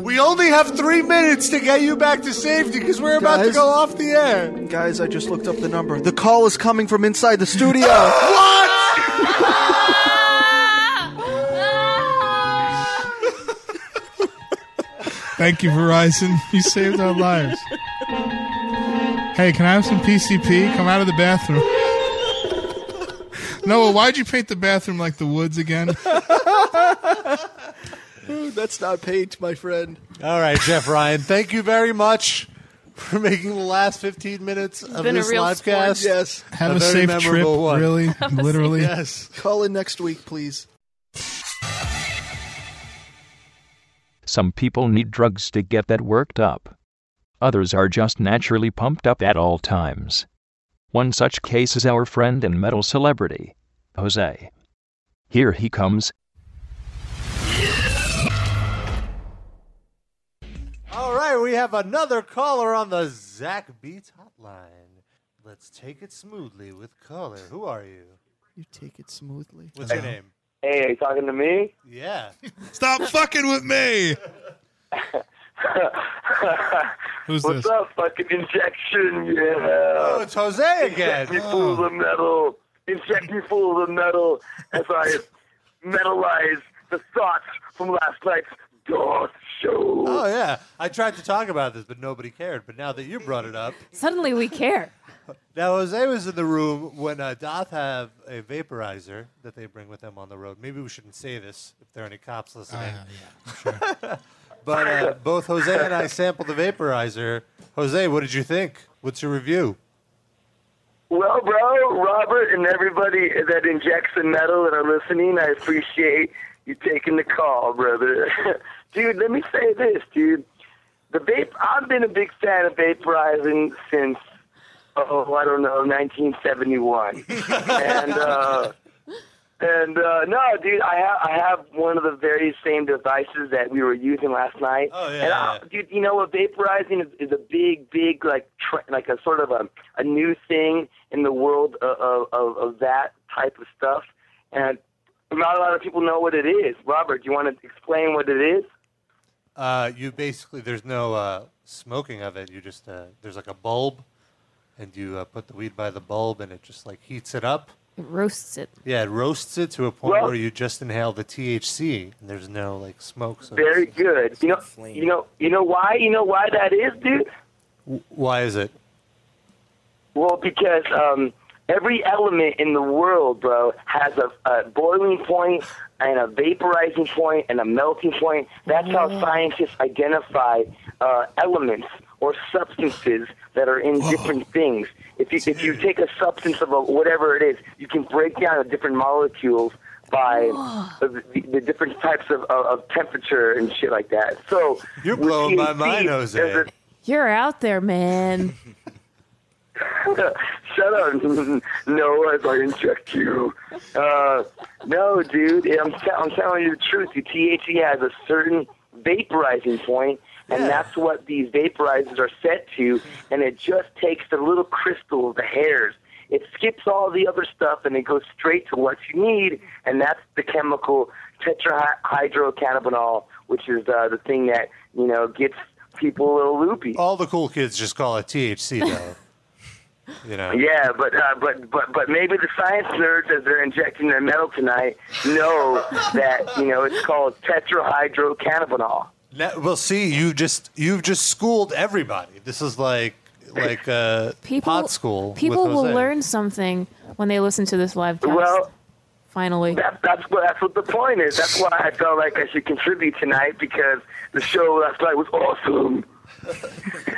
we only have 3 minutes to get you back to safety cuz we're about to
Guys?
go off the air.
Guys, I just looked up the number. The call is coming from inside the studio.
Thank you, Verizon. You saved our lives. Hey, can I have some PCP? Come out of the bathroom. Noah, why'd you paint the bathroom like the woods again?
Ooh, that's not paint, my friend.
All right, Jeff Ryan, thank you very much for making the last 15 minutes of
been a
this
real
live
sport.
cast.
Yes.
Have a,
very
safe
memorable
trip.
one.
Really? Literally?
Yes.
Call in next week, please.
Some people need drugs to get that worked up. Others are just naturally pumped up at all times. One such case is our friend and metal celebrity, Jose. Here he comes.
All right, we have another caller on the Zach Beats hotline. Let's take it smoothly with caller. Who are you?
You take it smoothly.
What's your name?
Hey, are you talking to me?
Yeah.
Stop fucking with me.
Who's What's up, fucking injection? Yeah. Oh,
it's Jose
again. Inject me full of the metal. Inject me full of the metal as I metalize the thoughts from last night's dog show.
Oh yeah, I tried to talk about this, but nobody cared. But now that you brought it up,
Suddenly we care.
now Jose was in the room when uh, Doth have a vaporizer that they bring with them on the road. Maybe we shouldn't say this if there are any cops listening. but uh, both Jose and I sampled the vaporizer. Jose, what did you think? What's your review?
Well, bro, Robert, and everybody that injects the metal that are listening, I appreciate you taking the call, brother. dude, let me say this, dude. The vape. I've been a big fan of vaporizing since, oh, I don't know, 1971, and. uh and uh, no, dude, I have I have one of the very same devices that we were using last night.
Oh yeah,
and I, dude, you know what? Vaporizing is, is a big, big like tre- like a sort of a a new thing in the world of of, of, of that type of stuff, and not a lot of people know what it is. Robert, do you want to explain what it is?
Uh, you basically there's no uh, smoking of it. You just uh, there's like a bulb, and you uh, put the weed by the bulb, and it just like heats it up.
It roasts it.
Yeah, it roasts it to a point
Well-
where you just inhale the THC, and there's no like smoke. So
Very good. You know, you know, you know why? You know why that is, dude?
W- why is it?
Well, because um, every element in the world, bro, has a, a boiling point and a vaporizing point and a melting point. That's how scientists identify uh, elements or substances that are in different things. If you if you take a substance of a, whatever it is, you can break down the different molecules by the, the different types of, of, of temperature and shit like that. So
you're
blowing my mind,
Jose.
You're out there, man.
Shut up, Noah, as I inject you. Uh, no, dude, I'm, t- I'm telling you the truth. The THC has a certain vaporizing point, and that's what these vaporizers are set to, and it just takes the little crystals, the hairs. It skips all the other stuff, and it goes straight to what you need, and that's the chemical tetrahydrocannabinol, which is uh, the thing that, you know, gets people a little loopy.
All the cool kids just call it THC, though. you know.
Yeah, but uh, but but but maybe the science nerds, as they're injecting their metal tonight, know that you know it's called tetrahydrocannabinol.
Now, well, see, you just you've just schooled everybody. This is like like uh,
People-
pot school.
People
with
will
Jose.
learn something when they listen to this live cast.
Well,
Finally.
That, that's what that's what the point is. That's why I felt like I should contribute tonight because the show last night was awesome.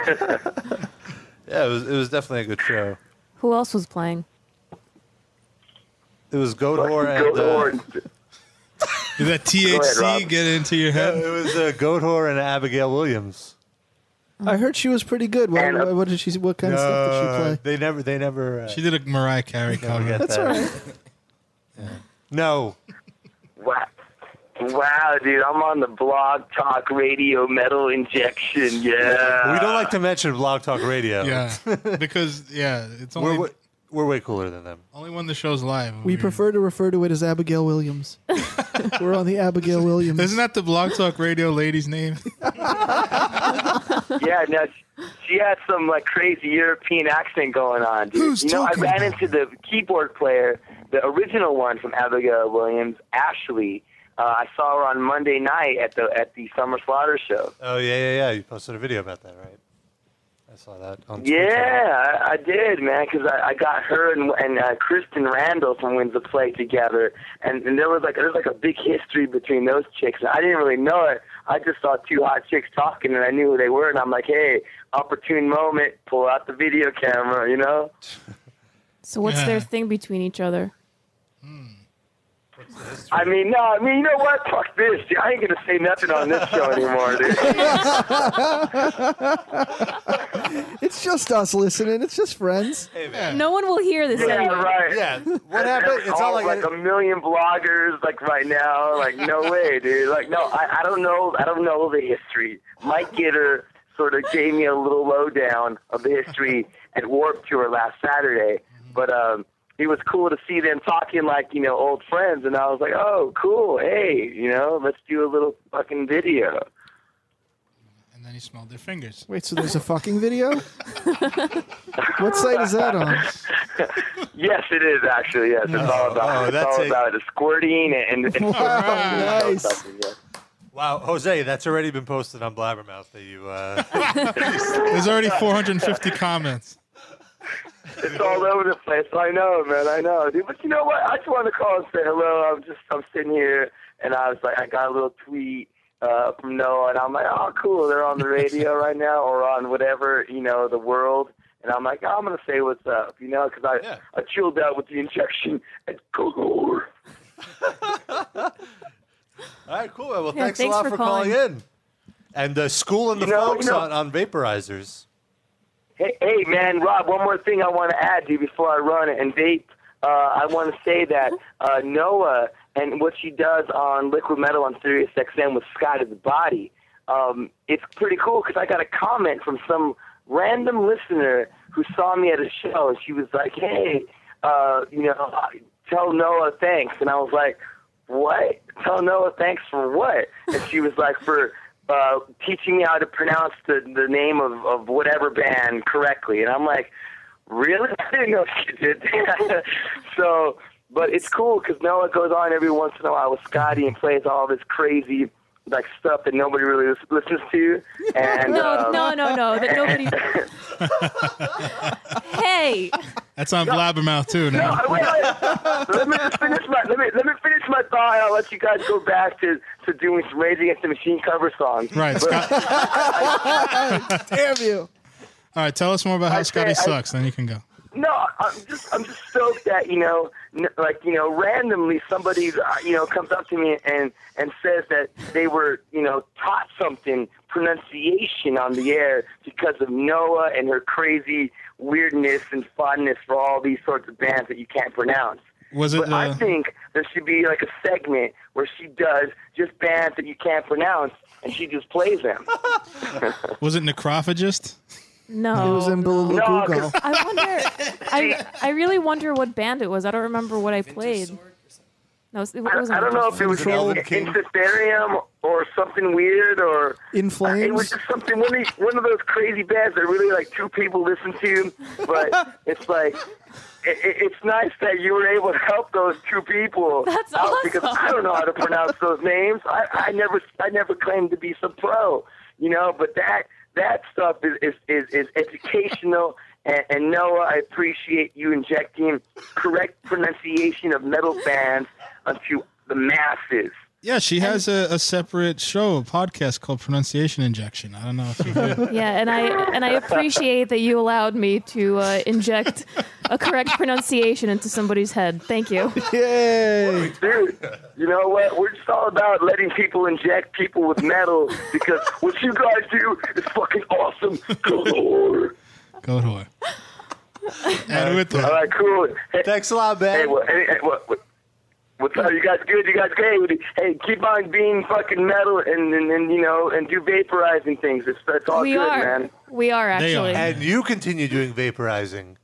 Yeah, it was it was definitely a good show.
Who else was playing?
It was Goathor and.
Goathor
Uh,
Did that
ahead,
THC
Rob.
get into your head?
it was uh, Goathor and Abigail Williams.
I heard she was pretty good. What, what, what did she? What kind of stuff did she play?
They never. They never. Uh,
She did a Mariah Carey cover.
That's all right.
No.
Wow. Wow, dude, I'm on the blog talk radio metal injection. Yeah.
We don't like to mention Blog Talk Radio.
Yeah, because yeah, it's
We're,
only
wa- we're way cooler than them.
only when the show's live.
We prefer to refer to it as Abigail Williams. We're on the Abigail Williams.
Isn't that the Blog Talk Radio lady's name?
yeah, no, she- she had some like crazy European accent going on. Dude. you know, I ran into the keyboard player, the original one from Abigail Williams, Ashley. Uh, I saw her on Monday night at the at the Summer Slaughter show.
Oh yeah, yeah, yeah. You posted a video about that, right? I saw that. On
Yeah, I, I did, man, 'cause I, I got her and and uh, Kristen Randall from Winds of Play together, and, and there was like there was like a big history between those chicks, and I didn't really know it. I just saw two hot chicks talking, and I knew who they were, and I'm like, hey, opportune moment, pull out the video camera, you know?
So what's
Yeah.
their thing between each other?
I mean, no, I mean, you know what? Fuck this. dude. I ain't gonna say nothing on this show anymore, dude.
it's just us listening. It's just friends.
No one will hear this
Yeah,
anyway.
right. Yeah. What happened? It's all like, a million bloggers, like right now. Like no way, dude. Like no, I, I don't know. I don't know the history. Mike Gitter sort of gave me a little lowdown of the history at Warp Tour last Saturday, but um, it was cool to see them talking like you know old friends, and I was like, oh, cool. Hey, you know, let's do a little fucking video.
and then he smelled their fingers.
Wait, so there's a fucking video? what site is that on?
Yes, it is actually. Yes, it's all about
oh,
it's
that's
all
it.
about the squirting and, and, and
Wow,
nice.
Wow, Jose, that's already been posted on Blabbermouth that you. Uh,
There's already 450 comments.
It's all over the place. I know, man. I know, dude. But you know what? I just wanted to call and say hello. I'm just I'm sitting here, and I was like, I got a little tweet uh, from Noah, and I'm like, oh, cool. They're on the radio right now, or on whatever you know, the world. And I'm like, I'm gonna say what's up, you know, because I I chilled out with the injection at Google.
all right, cool. Well,
Yeah,
thanks,
thanks
a lot
for
for, calling.
calling.
in. And uh, schooling the
You know,
folks
you know-
on, on vaporizers.
Hey, hey, man, Rob, one more thing I want to add to you before I run it. And Vape, uh, I want to say that uh, Noah and what she does on Liquid Metal on Sirius XM with Sky to the Body, um, it's pretty cool because I got a comment from some random listener who saw me at a show. And she was like, hey, uh, you know, tell Noah thanks. And I was like, what? Tell Noah thanks for what? And she was like, for uh, teaching me how to pronounce the, the name of, of whatever band correctly. And I'm like, really? I didn't know she did that. so, but it's cool because Noah goes on every once in a while with Scotty and plays all this crazy like stuff that nobody really lis- listens to. And
no,
um,
no, no, no. That nobody. hey,
That's on Blabbermouth too now.
Wait, wait. let me just finish my let me let me finish my thought. and I'll let you guys go back to, to doing some Rage Against the Machine cover songs.
Right,
But-
Damn you.
All right, tell us more about how
I
Scotty
say- I-
sucks, then you can go.
No, I- I'm just I'm just stoked that you know, n- like you know, randomly somebody uh, you know comes up to me and and says that they were you know taught something pronunciation on the air because of Noah and her crazy weirdness and fondness for all these sorts of bands that you can't pronounce.
Was it uh,
But I
the-
think there should be like a segment where she does just bands that you can't pronounce and she just plays them.
Was it necrophagist?
Oh, No.
It was in Beluga.
No, 'cause-
I wonder. I I really wonder what band it was. I don't remember what I played. No, it was- it
I,
wasn't.
I don't know if it was
Control.
Insisterium or something weird or
In Flames?
It was just something one of, these, one of those crazy bands that really like two people listen to, but it's like it, it- it's nice that you were able to help those two people
That's
out because I don't know how to pronounce those names. I, I never I never claimed to be some pro, you know, but that that stuff is is, is, is educational. And, and Noah, I appreciate you injecting correct pronunciation of metal bands onto the masses.
Yeah, she has a, a separate show, a podcast called Pronunciation Injection. I don't know if you
Yeah, and I and I appreciate that you allowed me to uh, inject a correct pronunciation into somebody's head. Thank you.
Yay!
Dude, you know what? We're just all about letting people inject people with metal because what you guys do is fucking awesome. Galore.
go to her.
And with All right, cool.
Thanks a lot, man.
Hey, what, hey, hey, what, what, what's up? You guys good? You guys good? Hey, keep on being fucking metal and, and, and you know, and do vaporizing things. It's, it's all
we
good,
are.
man.
We are actually.
And you continue doing vaporizing.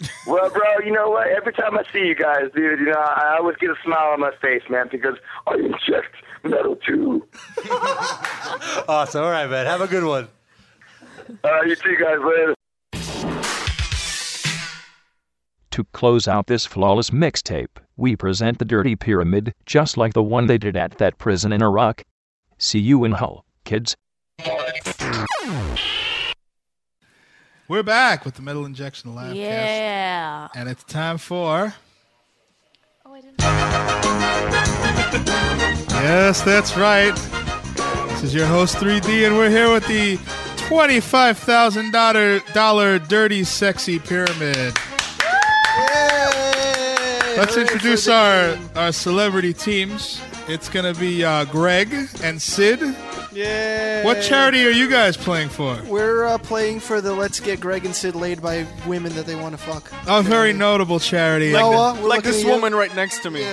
Well, bro, you know what? Every time I see you guys, dude, you know, I always get a smile on my face, man, because I inject metal too.
Awesome. All right, man. Have a good one.
All right, you two guys later.
To close out this flawless mixtape, we present the Dirty Pyramid, just like the one they did at that prison in Iraq. See you in hell, kids.
We're back with the Metal Injection Live
Yeah.
And it's time for. Yes, that's right. This is your host 3D, and we're here with the $25,000 dollar dirty sexy pyramid. Let's introduce our, our celebrity teams. It's going to be uh, Greg and Sid.
Yay!
What charity are you guys playing for?
We're uh, playing for the Let's Get Greg and Sid Laid by Women That They Want to Fuck.
A very notable charity.
Noah, we're
like
looking
this
at you.
woman right next to me.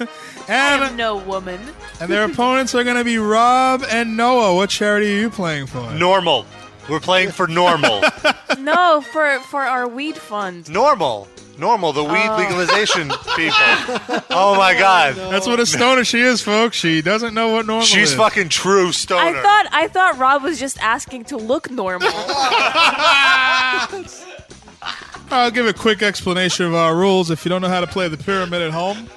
And
no woman.
And their opponents are going to be Rob and Noah. What charity are you playing for?
Normal. We're playing for normal.
no, for for our weed fund.
normal. Normal. The weed
Oh.
legalization people. Oh, my God.
That's what a stoner she is, folks. She doesn't know what normal is.
She's fucking true stoner.
I thought I thought Rob was just asking to look normal.
I'll give a quick explanation of our rules if you don't know how to play the pyramid at home.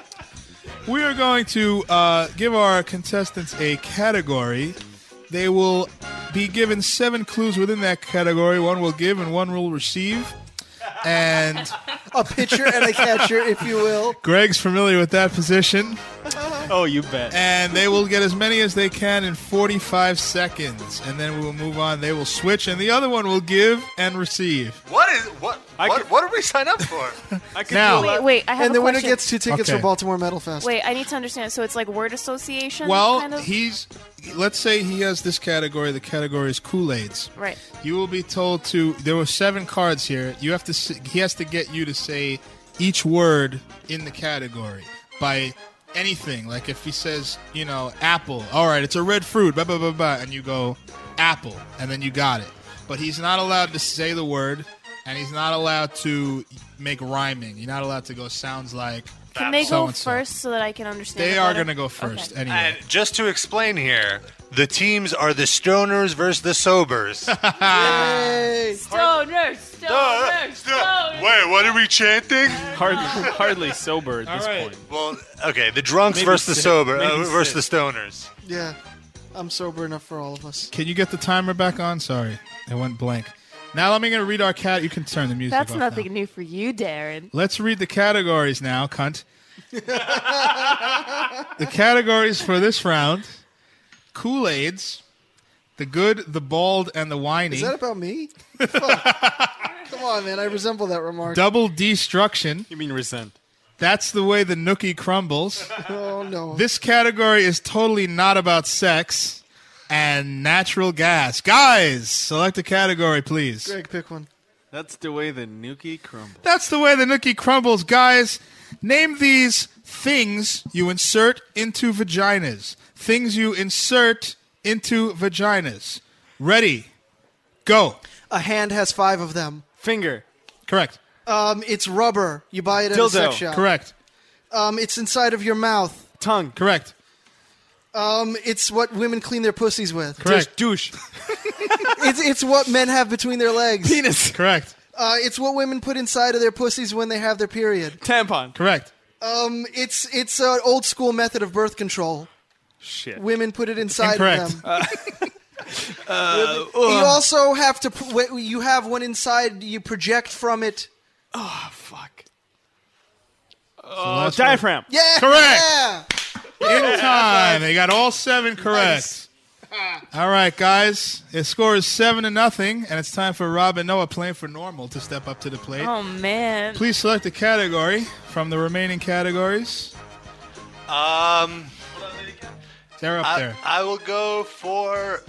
We are going to uh, give our contestants a category. They will be given seven clues within that category. One will give and one will receive. And
a pitcher and a catcher, if you will.
Greg's familiar with that position.
Oh, you bet.
And they will get as many as they can in 45 seconds. And then we will move on. They will switch, and the other one will give and receive.
What is what? what, what did we sign up for?
I
could
now,
Wait, wait. I have
and
a
the winner
question.
gets two tickets
Okay.
for Baltimore Metal Fest.
Wait, I need to understand. So it's like word association.
well,
kind of?
he's. Let's say he has this category. The category is Kool Aids.
right.
You will be told to. There were seven cards here. You have to. s- He has to get you to say each word in the category by anything. Like if he says, you know, apple. All right, it's a red fruit. Blah blah blah blah. And you go apple, and then you got it. But he's not allowed to say the word, and he's not allowed to make rhyming. You're not allowed to go sounds like.
Can they go
so-and-so.
first so that I can understand?
They
it
are
better?
going to go first
Okay.
anyway.
And just to explain here, the teams are the stoners versus the sobers.
Stoner, stoner, stoner.
Wait, what are we chanting?
Hardly, hardly sober at this point.
Well, Okay, the drunks
Maybe
versus the
sit.
sober uh,
Maybe
versus
sit.
the stoners.
Yeah, I'm sober enough for all of us.
Can you get the timer back on? Sorry, it went blank. Now I'm going to read our cat. You can turn the music
That's
off
nothing
now.
new for you, Darren.
Let's read the categories now, cunt. the categories for this round: Kool Aids, The good, the bald, and the whiny.
Is that about me? Fuck. Come on, man. I resemble that remark.
Double destruction.
You mean resent?
That's the way the nookie crumbles.
Oh no.
This category is totally not about sex and natural gas. Guys, select a category, please.
Greg, pick one.
That's the way the Nuki crumbles.
That's the way the nookie crumbles, guys. Name these things you insert into vaginas. Things you insert into vaginas. Ready, go.
A hand has five of them.
Finger.
Correct.
Um, it's rubber. You buy it at a sex shop.
Correct.
Um, it's inside of your mouth.
Tongue.
Correct.
Um, it's what women clean their pussies with.
Correct. Douche.
it's it's what men have between their legs.
Penis.
Correct.
Uh, it's what women put inside of their pussies when they have their period.
Tampon.
Correct.
Um, it's it's an old school method of birth control.
Shit.
Women put it inside
Incorrect.
of them.
Uh,
you also have to pr- wait, you have one inside. You project from it.
Oh fuck!
Oh,
diaphragm.
Yeah.
Correct. In time. They got all seven correct. All right, guys. The score is seven to nothing, and it's time for Rob and Noah playing for normal to step up to the plate.
Oh man.
Please select a category from the remaining categories.
Um,
They're up
I,
there.
I will go for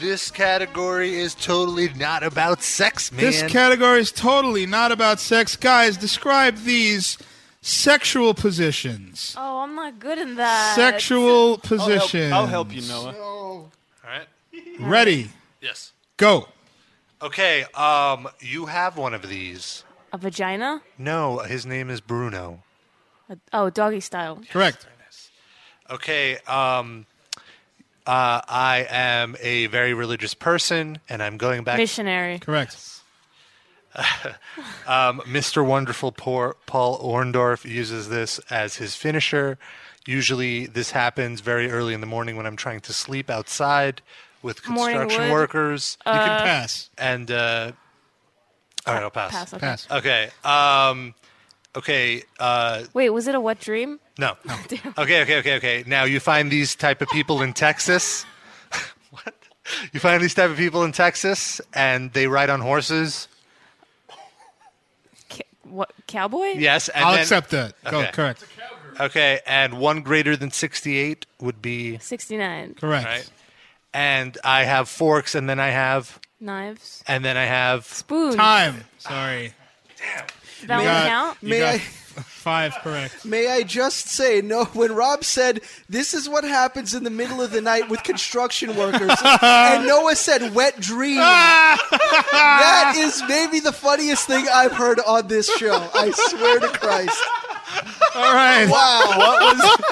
this category is totally not about sex, man.
This category is totally not about sex. Guys, describe these sexual positions.
Oh, I'm not good in that. Oh,
Sexual positions.
I'll help you, Noah.
All
right.
Ready?
Yes.
Go.
Okay. Um, you have one of these.
A vagina?
No, his name is Bruno.
A- Oh, doggy style.
Correct.
Okay. Um, uh, I am a very religious person, and I'm going back.
Missionary.
Correct.
um, Mr. Wonderful Por- Paul Orndorff uses this as his finisher. Usually, this happens very early in the morning when I'm trying to sleep outside with
Morning
construction
wood.
workers.
You can Uh, pass.
And uh, all right, I'll pass.
pass, okay. Pass.
Okay. Um, okay. Uh,
Wait, was it a wet dream?
no.
Oh,
okay. Okay. Okay. Okay. Now you find these type of people in Texas. what? You find these type of people in Texas, and they ride on horses.
What cowboy?
Yes, and
I'll
then-
accept that. Go.
Okay.
Correct.
Okay, and one greater than 68 would be
69.
Right. And I have forks, and then I have,
Knives.
and then I have
Spoons.
Time. Sorry.
That
You
one
got-
count?
you
May
got
I-
five correct.
May I just say, no, when Rob said, this is what happens in the middle of the night with construction workers, and Noah said, wet dream, that is maybe the funniest thing I've heard on this show. I swear to Christ.
All right.
Wow.
What was?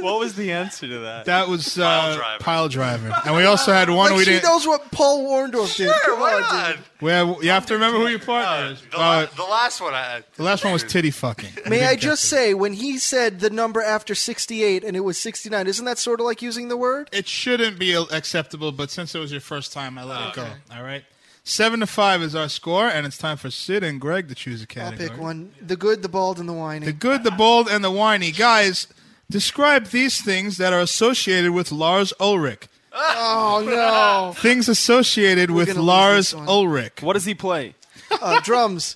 what was the answer to that?
That was uh, pile, driver. and we also had one
like
we
she
didn't.
knows what Paul Warndorf did. Come on, dude.
Well, you have to remember who your partner is.
the,
Uh,
the last one. I,
the last one was titty fucking. We
May I
didn't get
just say, when he said the number after 68 and it was 69, isn't that sort of like using the word?
It shouldn't be acceptable, but since it was your first time, I let it go. All right. Seven to five is our score, and it's time for Sid and Greg to choose a
I'll
category.
pick one. The good, the bald, and the whiny.
The good, the bold, and the whiny. Guys, describe these things that are associated with Lars Ulrich.
oh, no.
Things associated with
gonna lose
Lars
this one.
Ulrich.
What does he play?
Uh, drums.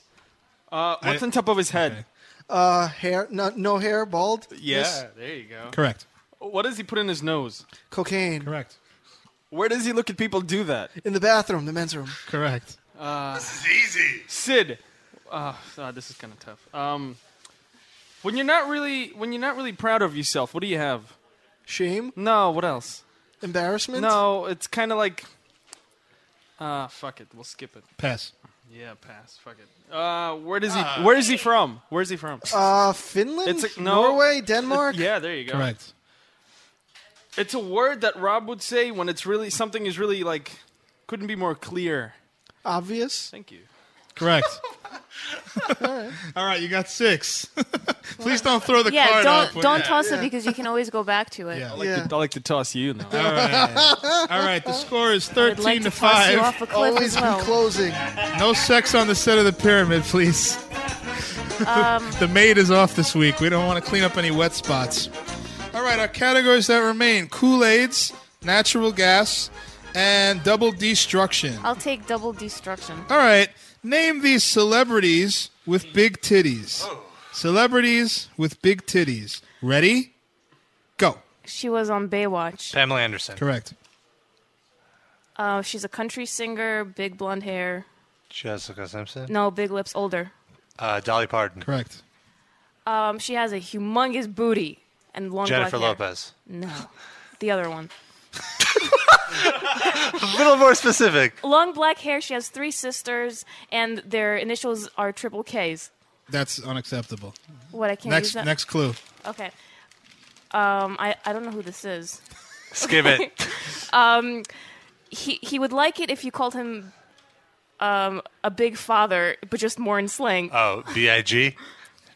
Uh, what's on top of his head?
Uh, hair, no, no hair, bald.
Yeah,
Yes.
there you go.
Correct.
What does he put in his nose?
Cocaine.
Correct.
Where does he look at people do that?
In the bathroom, the men's room.
Correct.
Uh, this is easy. Sid, oh, God, this is kind of tough. Um, when you're not really when you're not really proud of yourself, what do you have?
Shame.
No. What else?
Embarrassment.
No, it's kind of like. Ah, fuck it. We'll skip it.
Pass.
Yeah, pass. Fuck it. Uh, where does he? where is he from? Where is he from?
Uh, Finland,
It's a- no.
Norway, Denmark.
yeah, there you go.
Correct.
It's a word that Rob would say when it's really something is really like couldn't be more clear.
Obvious.
Thank you.
Correct. All right, you got six. Please don't throw the
yeah,
card
don't
up when-
don't toss it because you can always go back to it.
Yeah.
I like, to, I like to toss you now.
All right. All right. The score is
would
thirteen
like
to
to toss
five.
you off a cliff Always as be well.
closing.
No sex on the set of the pyramid, please.
Um,
the maid is off this week. We don't want to clean up any wet spots. All right. Our categories that remain: Kool Aids, Natural Gas, and Double Destruction.
I'll take double destruction.
All right, name these celebrities with big titties. Celebrities with big titties. Ready? Go.
She was on Baywatch.
Pamela Anderson.
Correct.
Uh, she's a country singer, big blonde hair.
Jessica Simpson.
No, big lips, older.
Uh, Dolly Parton.
Correct.
Um, she has a humongous booty and long
Jennifer
black hair.
Lopez.
No, the other one.
A little more specific.
Long black hair. She has three sisters, and their initials are triple K's.
That's unacceptable.
What I can't
next
use that?
next clue.
Okay. Um, I, I don't know who this is.
Skip it.
um, he he would like it if you called him um, a big father, but just more in slang.
Oh, B.I.G.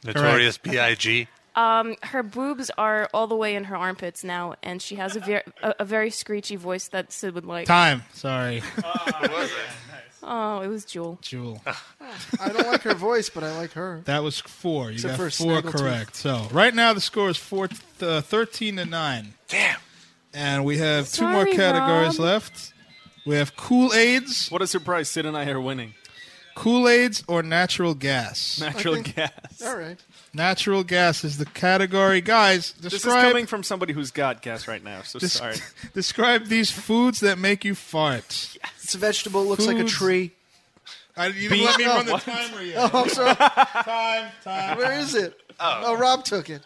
Notorious B.I.G.
Um, her boobs are all the way in her armpits now, and she has a, ver- a, a very screechy voice that Sid would like.
Time. Sorry.
Oh, it was Jewel.
Jewel.
I don't like her voice, but I like her.
That was four. You
Except
got
for
four
Snaggletooth.
correct. So right now the score is four, th- uh, 13 to nine. Damn. And we have two more
Sorry,
categories
Rob.
left. We have Kool Aids,
What a surprise! Sid and I are winning.
Kool Aids, or natural gas.
Natural gas.
All right.
Natural gas is the category, guys.
This is
Describe
coming from somebody who's got gas right now. So
Dis-
sorry.
describe these foods that make you fart.
It's a vegetable. Looks like a
Foods.
tree.
I, you didn't let me run the timer yet.
Oh, I'm sorry.
time, time.
Where is it? Oh, Rob took it.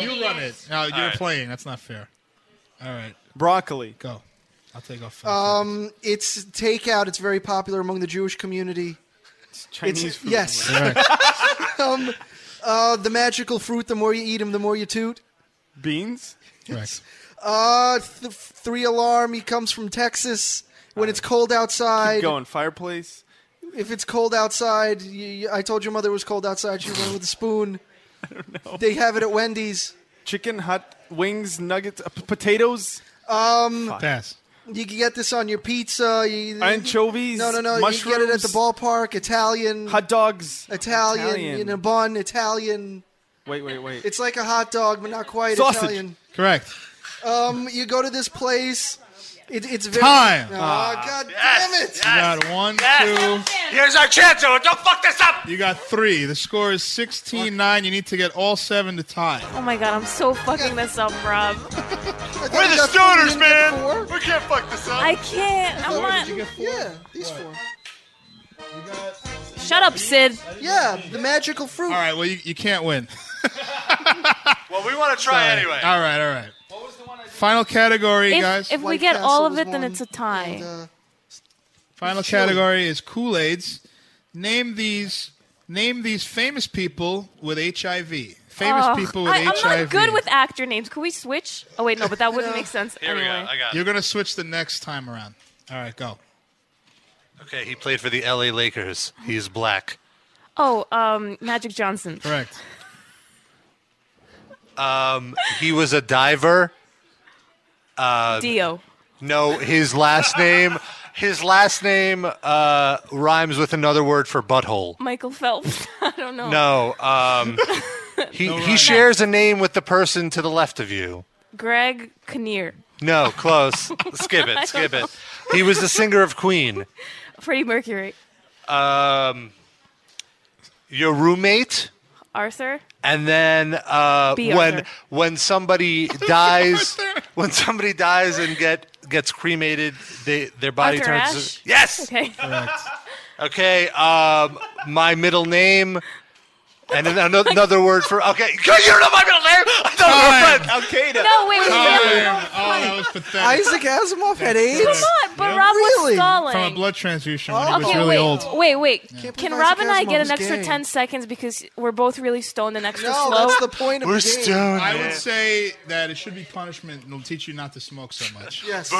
You run it. No, Uh, you're
All right.
playing. That's not fair. All right.
Broccoli.
Go. I'll take off.
Um, it's takeout. It's very popular among the Jewish community. It's
Chinese food.
Yes. um, uh, the magical fruit. The more you eat them, the more you toot.
Beans.
Correct.
Uh, th- three alarm. He comes from Texas. When it's cold outside.
Keep going. Fireplace.
If it's cold outside, you, you- I told your mother it was cold outside. She went with a spoon. They have it at Wendy's.
Chicken hot wings, nuggets, uh, p- potatoes.
Um,
Pass.
You can get this on your pizza. You,
Anchovies,
No, no, no. You can get it at the ballpark. Italian
hot dogs.
Italian,
Italian.
in a bun. Italian.
Wait, wait, wait.
It's like a hot dog, but not quite
Sausage.
Italian.
Correct.
Um, you go to this place. It, it's very,
Time.
Oh,
Ah.
God
You got one, two.
Here's our
chance, Owen. Don't fuck this up. You got three. The score is 16 9. You need to get all seven to tie.
Oh my god, I'm so fucking this up, Rob.
We're
we
the
got three, we didn't
stoners, man.
We can't fuck this
I can't. I'm not.
Yeah, these four.
Shut up, Sid.
Yeah, the magical fruit.
All right, well, you, you can't win.
Well, we want to try
Sorry.
anyway.
All right, all right. Final category,
if
guys.
if we get all of it, then it's a tie.
uh,
Final category is Kool Aids. Name these. Name these famous people with HIV. Famous
Oh,
people with
I,
HIV.
I'm not good with actor names. Could we switch? Oh wait, no, but that wouldn't make sense anyway.
You're gonna switch the next time around. All right, go.
Okay, he played for the L.A. Lakers. He's black.
Oh, um, Magic Johnson.
Correct.
Um, he was a diver. Uh,
Dio.
No, his last name. His last name uh, rhymes with another word for butthole.
Michael Phelps. I don't know.
No. Um, he he shares a name with the person to the left of you.
Greg Kinnear.
No, close. skip
I don't
it. Skip
know.
it. He was the singer of Queen.
Freddie Mercury.
Um, your roommate,
Arthur.
and then uh,
Be
when
Arthur.
when somebody dies, when somebody dies and get gets cremated, they their body
Arthur
turns.
Ashe?
Yes.
Okay.
Okay. Um, my middle name. And then another, another word for okay. You don't know my middle name. I thought we were friends. Al Qaeda.
No, wait, wait,
Oh, that was pathetic.
Isaac Asimov had AIDS. Oh,
Come on, but Rob was stalling.
From a blood transfusion when he was
Okay,
really
wait,
old.
wait, wait. Can
believe
Rob and I
Isaac
get
Asimov's
an extra
gay.
ten seconds because we're both really stoned and extra
No,
slow?
that's the point of We're the game. stoned,
I
man.
would say that it should be punishment. and It'll teach you not to smoke so much.
Yes.
But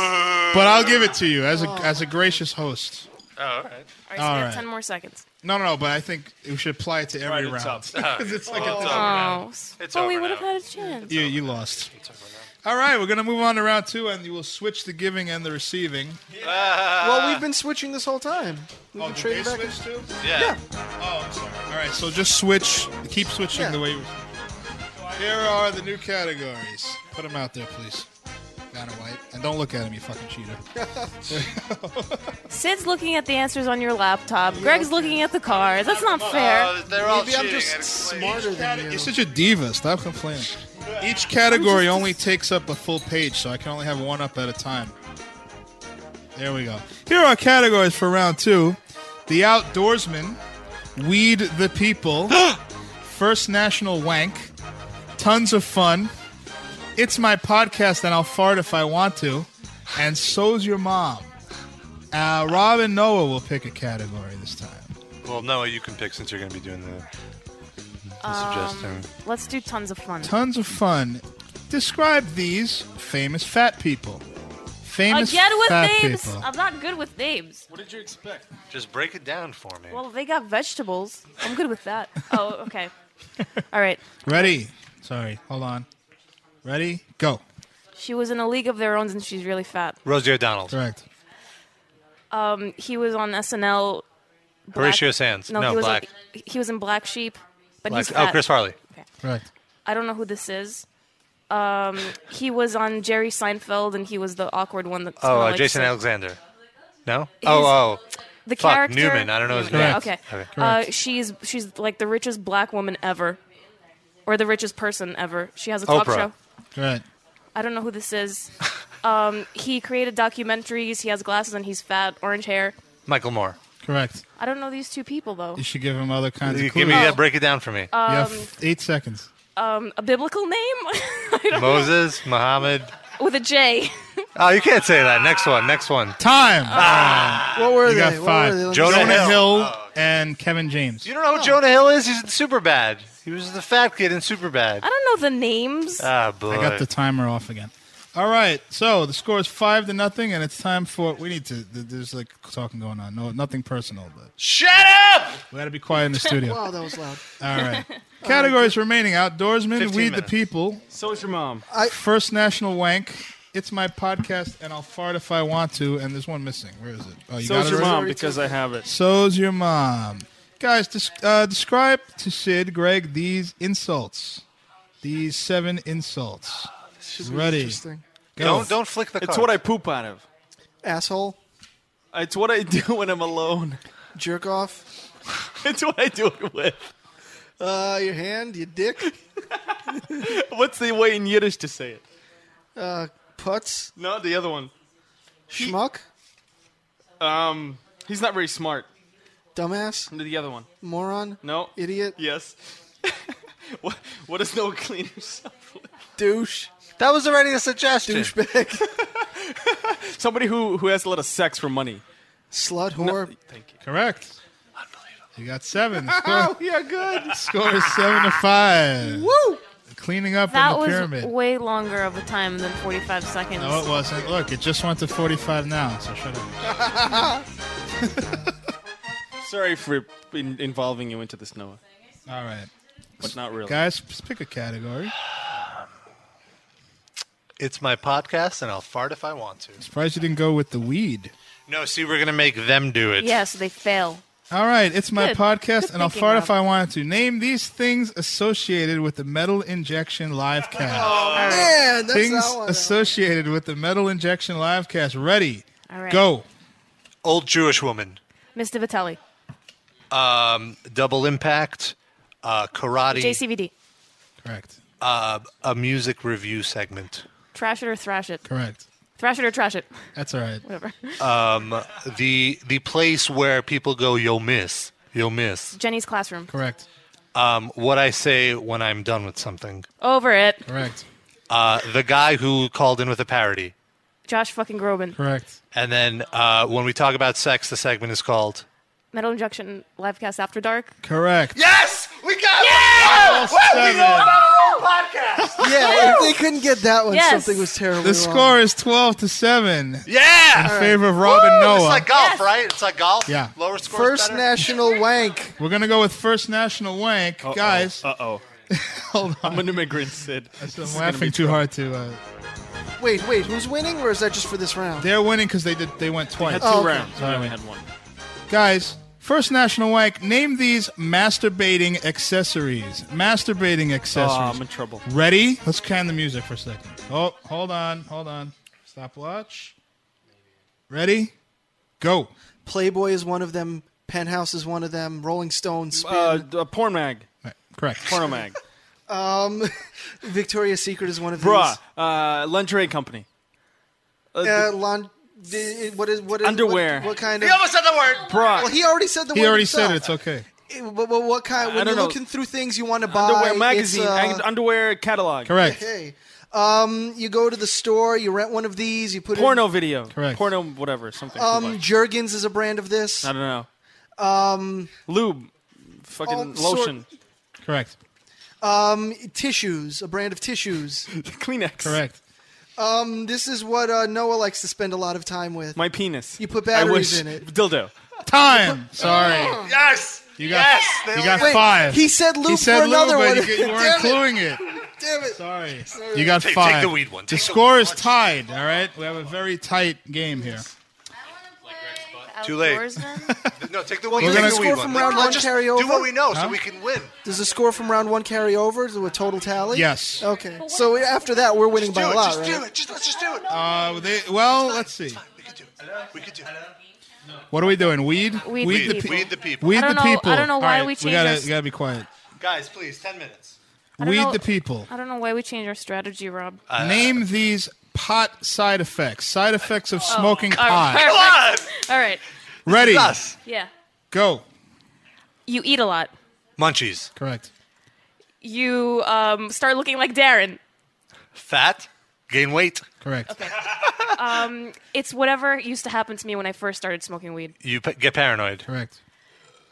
I'll give it to you as
Oh.
a as a gracious host.
Oh, all right.
All right, so we have ten more seconds.
No, no, no. But I think we should apply it to every
Right, it's
round.
up.
'Cause it's like a
Oh.
tough
It's over now.
round.
It's
But we would have had a chance.
You, you lost. All right, we're gonna move on to round two, and you will switch the giving and the receiving.
well, we've been switching this whole time. We've
Oh,
been
did
trading
they
back. and-
switch too?
Yeah.
Oh, I'm sorry. All right, so just switch. Keep switching
Yeah.
the way you were. switching. Here are the new categories. Put them out there, please. Dynamite. And don't look at him, you fucking cheater.
Sid's looking at the answers on your laptop. Greg's looking at the car. That's not
Uh,
fair.
Maybe I'm just smarter than you. You're such a diva. Stop complaining. Each category only takes up a full page, so I can only have one up at a time. There we go. Here are categories for round two The Outdoorsman, Weed the People, First National Wank, Tons of Fun, It's My Podcast and I'll Fart If I Want to, and So's Your Mom. Uh, Rob and Noah will pick a category this time.
Well, Noah, you can pick since you're going to be doing the, the
Um,
suggestion.
let's do tons of fun.
Tons of fun. Describe these famous fat people. Famous
Again Uh, with
fat
names.
people.
I'm not good with names.
What did you expect?
Just break it down for me.
Well, they got vegetables. I'm good with that. Oh, okay. All right.
Ready? Sorry, hold on. Ready? Go.
She was in a league of their own, and she's really fat.
Rosie O'Donnell.
Correct.
Um, he was on SNL. Black-
Horatio Sands. No,
he was
Black.
On, he was in Black Sheep, but
Black-
he's
oh,
fat.
Chris Farley.
Right.
I don't know who this is. Um, he was on Jerry Seinfeld, and he was the awkward one that.
Oh,
smelled
uh,
like
Jason
soap.
Alexander. No?
He's-
Oh, oh.
The
Fuck,
character
Newman. I don't know his
Newman,
name.
yeah, okay. Uh, she's she's like the richest black woman ever, or the richest person ever. She has a talk
Oprah.
show.
Right.
I don't know who this is. Um, he created documentaries. He has glasses and he's fat, orange hair.
Michael Moore.
Correct.
I don't know these two people though.
You should give him other kinds
You
of clues.
give me that. Break it down for me.
You have
Um,
eight seconds.
Um, a biblical name I don't know.
Moses, Muhammad.
with a J.
Oh, you can't say that. Next one. Next one.
Time.
Oh.
Ah.
What
you got five.
Jonah, Hill. Oh,
and Kevin James.
You don't
Oh.
know who Jonah Hill is? He's in Superbad. He was the fat kid in Superbad.
I don't know the names.
Ah, boy.
I got the timer off again. All right, so the score is five to nothing, and it's time for we need to. th- There's like talking going on. No, nothing personal, but
shut up.
We got to be quiet in the studio.
wow, that was loud. Um,
All right. Categories remaining: outdoorsman,
15
weed the
minutes.
people, Oh,
So is your mom.
first national wank. It's my podcast, and I'll fart if I want to. And there's one missing. Where is it? Oh,
so is
it
your
already?
mom because I have it.
So's your mom. Guys, des- uh, describe to Sid, Greg, these insults. These seven insults.
be
Ready?
interesting.
Go.
It's what I poop out of.
Asshole,
It's what I do when I'm alone.
jerk off.
it's what I do it with.
Uh, your hand, your dick.
What's the way in Yiddish to say it?
Uh, putz.
No, the other one.
Schmuck.
Um, he's not very smart.
Dumbass.
The other one.
Moron.
No.
Idiot.
Yes. what, what does Noah clean himself with?
Douche.
That was already a suggestion.
Douchebag.
Somebody who, who has a lot of sex for money.
Slut whore.
thank you.
Correct. You got seven. The
Oh,
score,
we are good.
score is seven to five.
Woo!
Cleaning up
That
in the
was
pyramid.
way longer of a time than 45 seconds.
no, it wasn't. Look, it just went to 45 now, so shut up.
Sorry for in, involving you into this, Noah.
All right.
But not really.
Guys, just pick a category.
It's my podcast, and I'll fart if I want to.
Surprised you didn't go with the weed.
No, see, we're gonna make them do it.
Yeah, so they fail.
All right, it's my
Good.
podcast,
Good
and I'll
thinking,
fart
Rob.
if I wanted to. Name these things associated with the metal injection live cast.
Oh, man, that's
things
that one.
associated with the metal injection live cast. Ready?
All right.
Go.
Old Jewish woman.
Mr. Vitelli.
Um, double impact. Uh, karate.
JCVD.
Correct.
Uh, a music review segment.
Trash it or thrash it.
Correct.
Thrash it or trash it.
That's all right.
Whatever.
Um, the the place where people go, you'll miss, you'll miss.
Jenny's classroom.
Correct.
Um, what I say when I'm done with something.
Over it.
Correct.
Uh, the guy who called in with a parody.
Josh fucking Groban.
Correct.
And then uh, when we talk about sex, the segment is called.
Metal Injection Livecast After Dark.
Correct.
Yes, we got
it. Wow,
we
know
about our own podcast.
Yeah, if they couldn't get that one,
Yes.
something was terrible.
The score is 12 to 7.
Yeah!
In favor of Robin
Woo!
Noah.
It's like golf, right? It's like golf.
Yeah.
Lower score.
First national wank.
We're going to go with First National Wank. Guys,
Uh oh.
Hold on.
I'm an immigrant, Sid.
I'm laughing too hard to. Uh,
Wait, wait, who's winning, or is that just for this round?
they're winning because they did. They went
We
twice.
had two
Oh,
rounds. We
All
only
right.
had one.
Guys, First National Wank, name these masturbating accessories. Masturbating accessories.
Oh, I'm in trouble.
Ready? Let's can the music for a second. Oh, hold on, hold on. Stopwatch. Ready? Go.
Playboy is one of them. Penthouse is one of them. Rolling Stone. Spin.
Uh, d- porn mag.
Correct.
Porno mag.
Um, Victoria's Secret is one of
Bruh.
these.
Uh, lingerie company. Uh,
Uh, lon- d- what is what is
Underwear.
What, what kind of?
He almost said the word. Bruh.
Well, he already said the
He
word.
already said it.
himself.
It's okay.
Eh, But, but what kind?
I don't
When you're
know.
looking through things you want to buy,
underwear
it's,
magazine.
uh,
ag- underwear catalog.
Okay. Um, you go to the store. You rent one of these. You put it in-
Porno video. Correct. Porno whatever. Something.
Um, Jergens is a brand of this.
I don't know.
Um,
Lube. Fucking
all sort-
lotion.
Correct.
um, tissues, a brand of tissues.
Kleenex.
Correct.
Um, this is what uh, Noah likes to spend a lot of time with.
My penis.
You put
I
batteries
wish-
in it. Oh.
Dildo.
Time. Sorry.
Yes.
You got. You got five.
He said
He
loop
said
for another
lube,
one.
but you, you weren't including it.
Damn it.
Sorry. You got
Take- take
five.
the weed one.
The
Take the
score is tied. All right. We have a very tight game here.
Too late. no, take the
Well,
weed.
does
take the
the score
weed
from
one.
round
Let's
one
just
carry over?
Do what we know
Huh?
so we can win.
Does the score from round one carry over to a total tally?
Yes.
Okay. So after that, we're winning by
do
a
it.
lot,
just
right?
do it. Just let's just do it.
Uh, they, well, let's see.
we could do it.
What are we doing? Weed.
Weed the people. Weed the people.
Weed
I don't
the
know- I
people.
don't know
All
why
right,
we
We
changed
gotta,
our
you gotta be quiet.
Guys, please, ten minutes.
I don't
Weed
know-
the people.
I don't know why we changed our strategy, Rob.
Uh,
Name these pot side effects. Side effects of
Oh,
smoking
all right,
pot.
perfect. All right.
Ready?
Yeah.
Go.
You eat a lot.
Munchies.
Correct.
You um, start looking like Darren.
Fat. Gain weight.
Correct.
Um, it's whatever used to happen to me when I first started smoking weed.
You p- get paranoid.
Correct.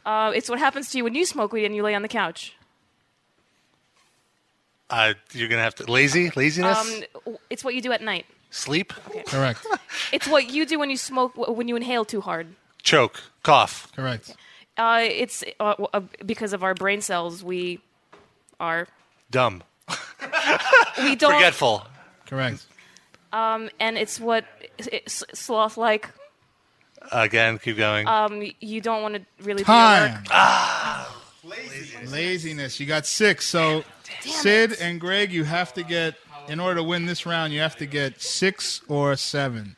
Uh, it's what happens to you when you smoke weed and you lay on the couch.
Uh, you're gonna have to lazy, laziness,
Um, it's what you do at night.
sleep,
correct,
It's what you do when you smoke when you inhale too hard.
choke, cough,
correct,
Uh, it's uh, w- uh, because of our brain cells we are
dumb,
we don't
forgetful.
Correct.
Um, and it's what it's sloth like.
Again, keep going.
Um, you don't want to really do your
Time. Ah.
work.
Laziness. You got six. So, Sid and Greg, you have to get, in order to win this round, you have to get six or 7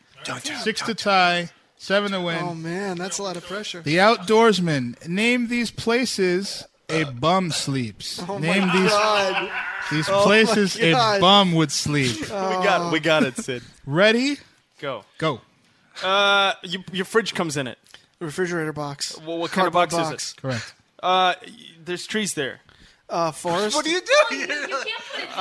six to tie, seven to win.
Oh man, that's a lot of pressure.
The Outdoorsman. Name these places a bum sleeps.
Oh
Name
my
these
God.
these
Oh my
places a
God.
bum would sleep.
We got we got it, Sid.
Ready?
Go.
Go.
Uh, you, your fridge comes in it.
Refrigerator box.
Well, what kind of box,
Cardboard
is it?
Correct.
Uh, y- there's trees there.
Uh, forest.
What do you
do?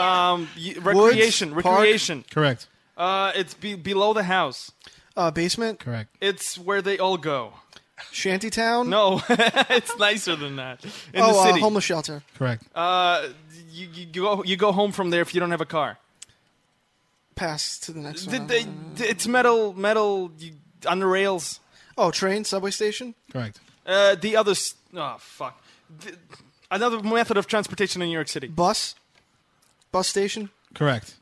Um, y-
Woods,
recreation,
park.
recreation.
Correct.
Uh, it's be- below the house.
Uh, basement.
Correct.
It's where they all go.
Shantytown.
No, it's nicer than that. In
oh,
the city.
Uh, homeless shelter.
Correct.
Uh, you, you go you go home from there if you don't have a car.
Pass to the next
Did
one.
they- it's metal metal you, on the rails.
Oh, train, subway station.
Correct.
Uh, the other s- oh fuck. Th- another method of transportation in New York City.
Bus. Bus station.
Correct.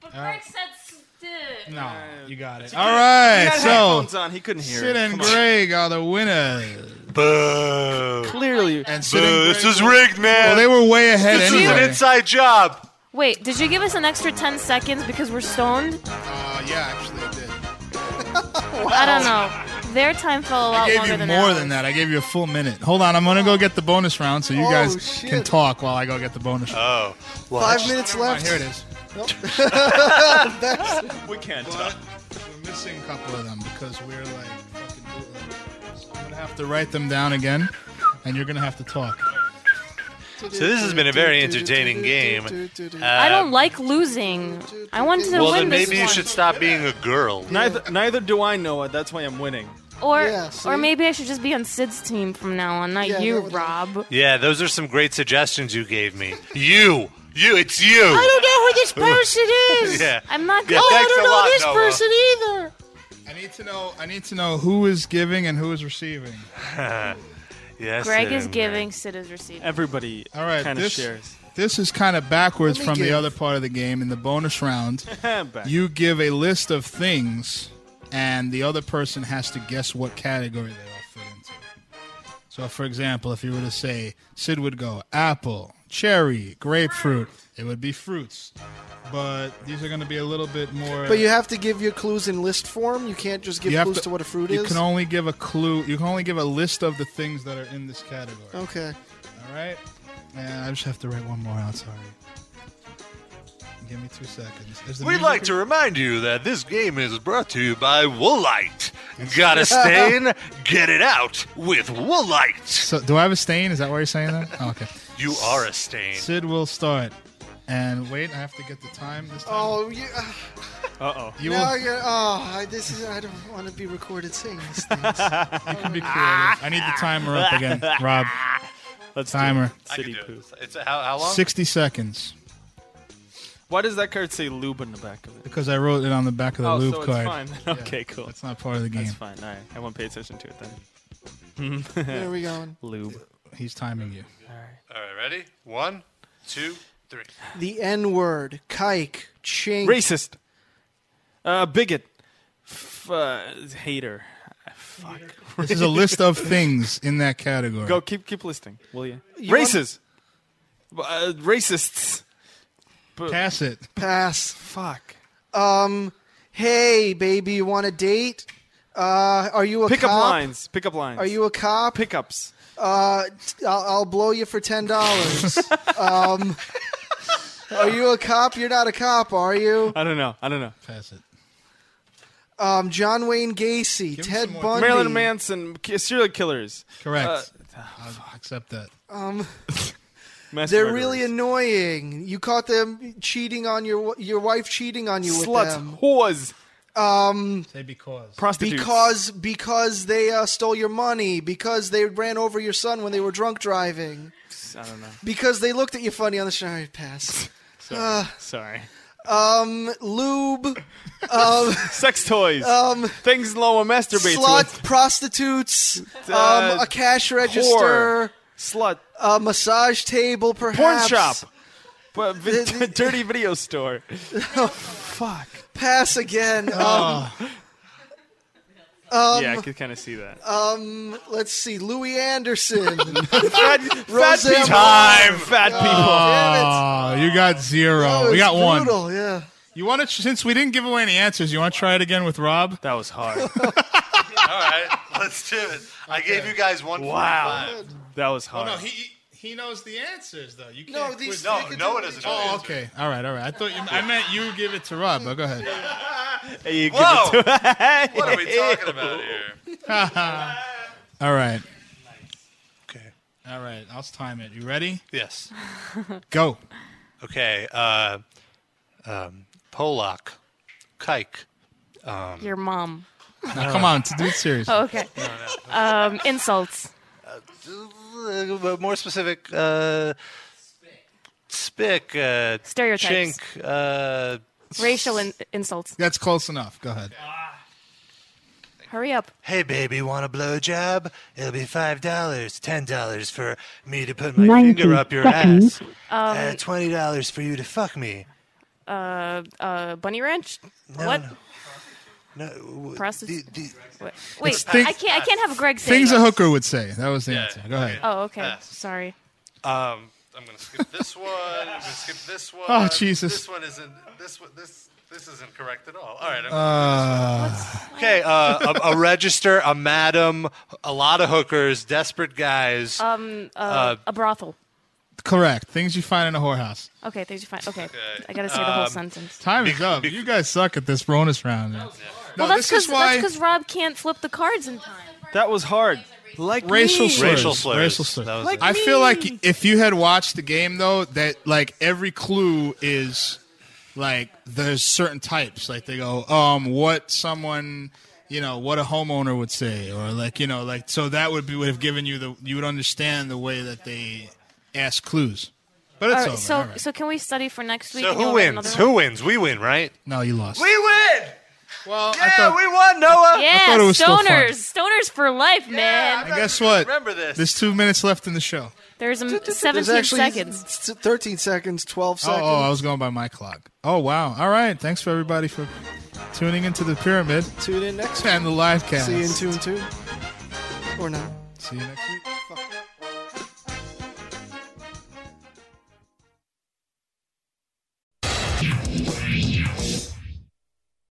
But
All right.
Greg said stick.
No, you got it.
He
All
got-
right,
he had
so
headphones on, he couldn't hear
Sid
it.
and
Come on.
Greg are the winners.
Boo.
Clearly,
and
Boo,
Sid and
this
Greg
is
were-
rigged, man.
Well, they were way ahead
This is
anyway.
an inside job.
Wait, did you give us an extra ten seconds because we're stoned?
Uh, yeah, actually, I did.
I don't know. Their time fell a lot
I gave
longer
you
than
more
ours.
than that. I gave you a full minute. Hold on, I'm gonna go get the bonus round so you
Oh,
guys
shit.
can talk while I go get the bonus.
Oh,
Five minutes left.
Here it is.
Nope.
we can't
talk. We're missing a couple of them because we're like fucking bootleggers. I'm gonna have to write them down again, and you're gonna have to talk.
So this has been a very entertaining game.
I
Uh,
don't like losing. I want to
well,
win
then
this
maybe you
one.
should stop being a girl.
Neither neither do I, Noah. That's why I'm winning.
Or
Yeah, see?
or maybe I should just be on Sid's team from now on, not
Yeah,
you,
that would-
Rob.
Yeah, those are some great suggestions you gave me. You, you, it's you.
I don't know who this person
is. Yeah.
I'm not
Yeah,
good.
Oh, I thanks don't a know lot, this Noah. person
either.
I need to know. I need to know who is giving and who is receiving.
yes.
Greg
Sid
is
and
giving, Sid is receiving.
Everybody
All right,
kind of
this
shares.
this is kind of backwards
Let me
from the
give.
other part of the game. In the bonus round,
Back.
you give a list of things, and the other person has to guess what category they all fit into. So, for example, if you were to say Sid would go apple, cherry, grapefruit. It would be fruits. But these are going to be a little bit more.
But you have to give your clues in list form. You can't just give
You have
clues to, what a fruit
you
is.
can only give a clue. You can only give a list of the things that are in this category.
okay.
All right. And I just have to write one more out. Sorry. Give me two seconds. Is the
We'd
music-
like to remind you that this game is brought to you by Woolite. Got a stain? Get it out with Woolite.
So, do I have a stain? Is that why you're saying that? Oh, okay.
You are a stain.
Sid will start. And wait, I have to get the time this time.
Oh, you, uh,
Uh oh. You
now
will.
you're. Oh, I, this is. I don't want to be recorded saying these things. Ah!
You can be creative. I need the timer up again, Rob.
Ah. Let's
do it.
timer.
I can do it. It's how, how long?
Sixty seconds.
Why does that card say lube in the back of it?
Because I wrote it on the back of the
oh,
loop
so
card.
it's fine. okay, cool. That's
not part of the game.
That's fine. All right, I won't pay attention to it then.
Where are we going?
Lube.
He's timing you.
All right, ready? One, two, three.
The N word, kike, chink.
Racist. Uh, bigot. F- uh, hater. Ah, Fuck.
This is a list of things in that category.
Go keep keep listing, will you?
You
Races. Uh, racists. Bu-
Pass it.
Pass.
Fuck.
Um, hey, baby, you want a date? Uh, are you a
Pickup
cop?
lines. Pickup lines.
Are you a cop?
Pickups.
Uh, t- I'll, I'll blow you for ten dollars. um, are you a cop? You're not a cop, are you?
I don't know. I don't know.
Pass it.
Um, John Wayne Gacy, Ted Bundy,
Marilyn Manson. ki- Serial killers.
Correct.
Uh,
I'll accept that.
Um,
Mass
they're
murderers.
really annoying. You caught them cheating on your your wife, cheating on you with
Sluts.
them.
Whores.
Um,
Say because.
Prostitutes.
Because because they uh, stole your money. Because they ran over your son when they were drunk driving.
I don't know.
Because they looked at you funny on the shower pass.
Sorry.
Uh,
Sorry.
um, lube. Um,
Sex toys.
Um,
Things Loa masturbates
slut,
with.
prostitutes,
Uh,
um, a cash
whore,
register,
slut,
a uh, massage table,
Porn
perhaps.
shop. But vi- dirty video store. Fuck.
Pass again. Um, um,
yeah, I could kind of see that.
um, let's see, Louis Anderson,
fat,
Roseanne
people.
Barr.
Time, fat
Oh,
people.
Oh, you got
That
zero.
was
We got one.
brutal, Yeah.
You want to? Since we didn't give away any answers, you want to try it again with Rob?
That was hard.
All right, let's do it. I gave you guys one.
Wow. That was hard.
Oh, he he knows the answers though. You
No, can't these- quiz-
No, Noah doesn't know.
Oh, okay. All right, all right. I thought you. I meant you give it to Rob. But go ahead.
you
give it to- Whoa! What are we talking about
here? all right. Okay. All right. I'll time it. You ready?
Yes.
Go.
Okay. Uh, um, Polak, Kike. Um,
Your mom.
Now, come on, to do it serious.
Oh, okay. Um, insults.
uh, more specific. Uh, spick. Uh,
Stereotypes.
Chink. Uh,
Racial in- insults.
That's close enough. Go ahead.
Hurry up.
hey, baby, want a blowjob? It'll be five dollars, ten dollars for me to put my
90
finger up your
seconds.
ass,
Um,
and twenty dollars for you to fuck me.
Uh, uh, bunny ranch. what?
No. w-
Prostitute. What? Wait,
It's thi-
I can't. I can't have Greg say
Things
that.
a hooker would say. That was the answer. Go ahead.
Oh, okay. Sorry.
Um, I'm gonna skip this one. I'm gonna skip this one.
Oh, Jesus.
This one isn't. This one. This this isn't correct at all. All right. I'm
Uh,
okay. Uh, a, a register, a madam, a lot of hookers, desperate guys.
Um, uh,
Uh,
a brothel.
correct. Things you find in a whorehouse.
Okay, things you find. Okay, I gotta say the whole
Um,
sentence.
Time is up. You guys suck at this bonus round. man. No,
well, that's
this is
because
why-
Rob can't flip the cards in time.
That was hard. Like
racial
me.
slurs.
Racial slurs.
Racial slurs.
That was
Like it.
I feel like if you had watched the game though, that like every clue is like there's certain types. Like they go, um, what someone you know, what a homeowner would say, or like you know, like so that would be would have given you the you would understand the way that they ask clues. But it's
All right,
over.
so
All right.
so can we study for next week?
so
and you'll
who
have another
wins?
one?
Who wins? We win, right?
No, you lost.
We win.
Well,
yeah,
thought-
we won, Noah.
Yeah,
thought it was still fun.
stoners, stoners for life, man.
And guess what?
Remember this.
There's two minutes left in the show.
There's um,
There's
17
actually
seconds.
s- Thirteen seconds. Twelve
Oh,
seconds.
oh, I was going by my clock. Oh, wow. All right. Thanks for everybody for tuning into the pyramid.
Tune in next
and the live cast.
See you in tune two, or not.
See you next week.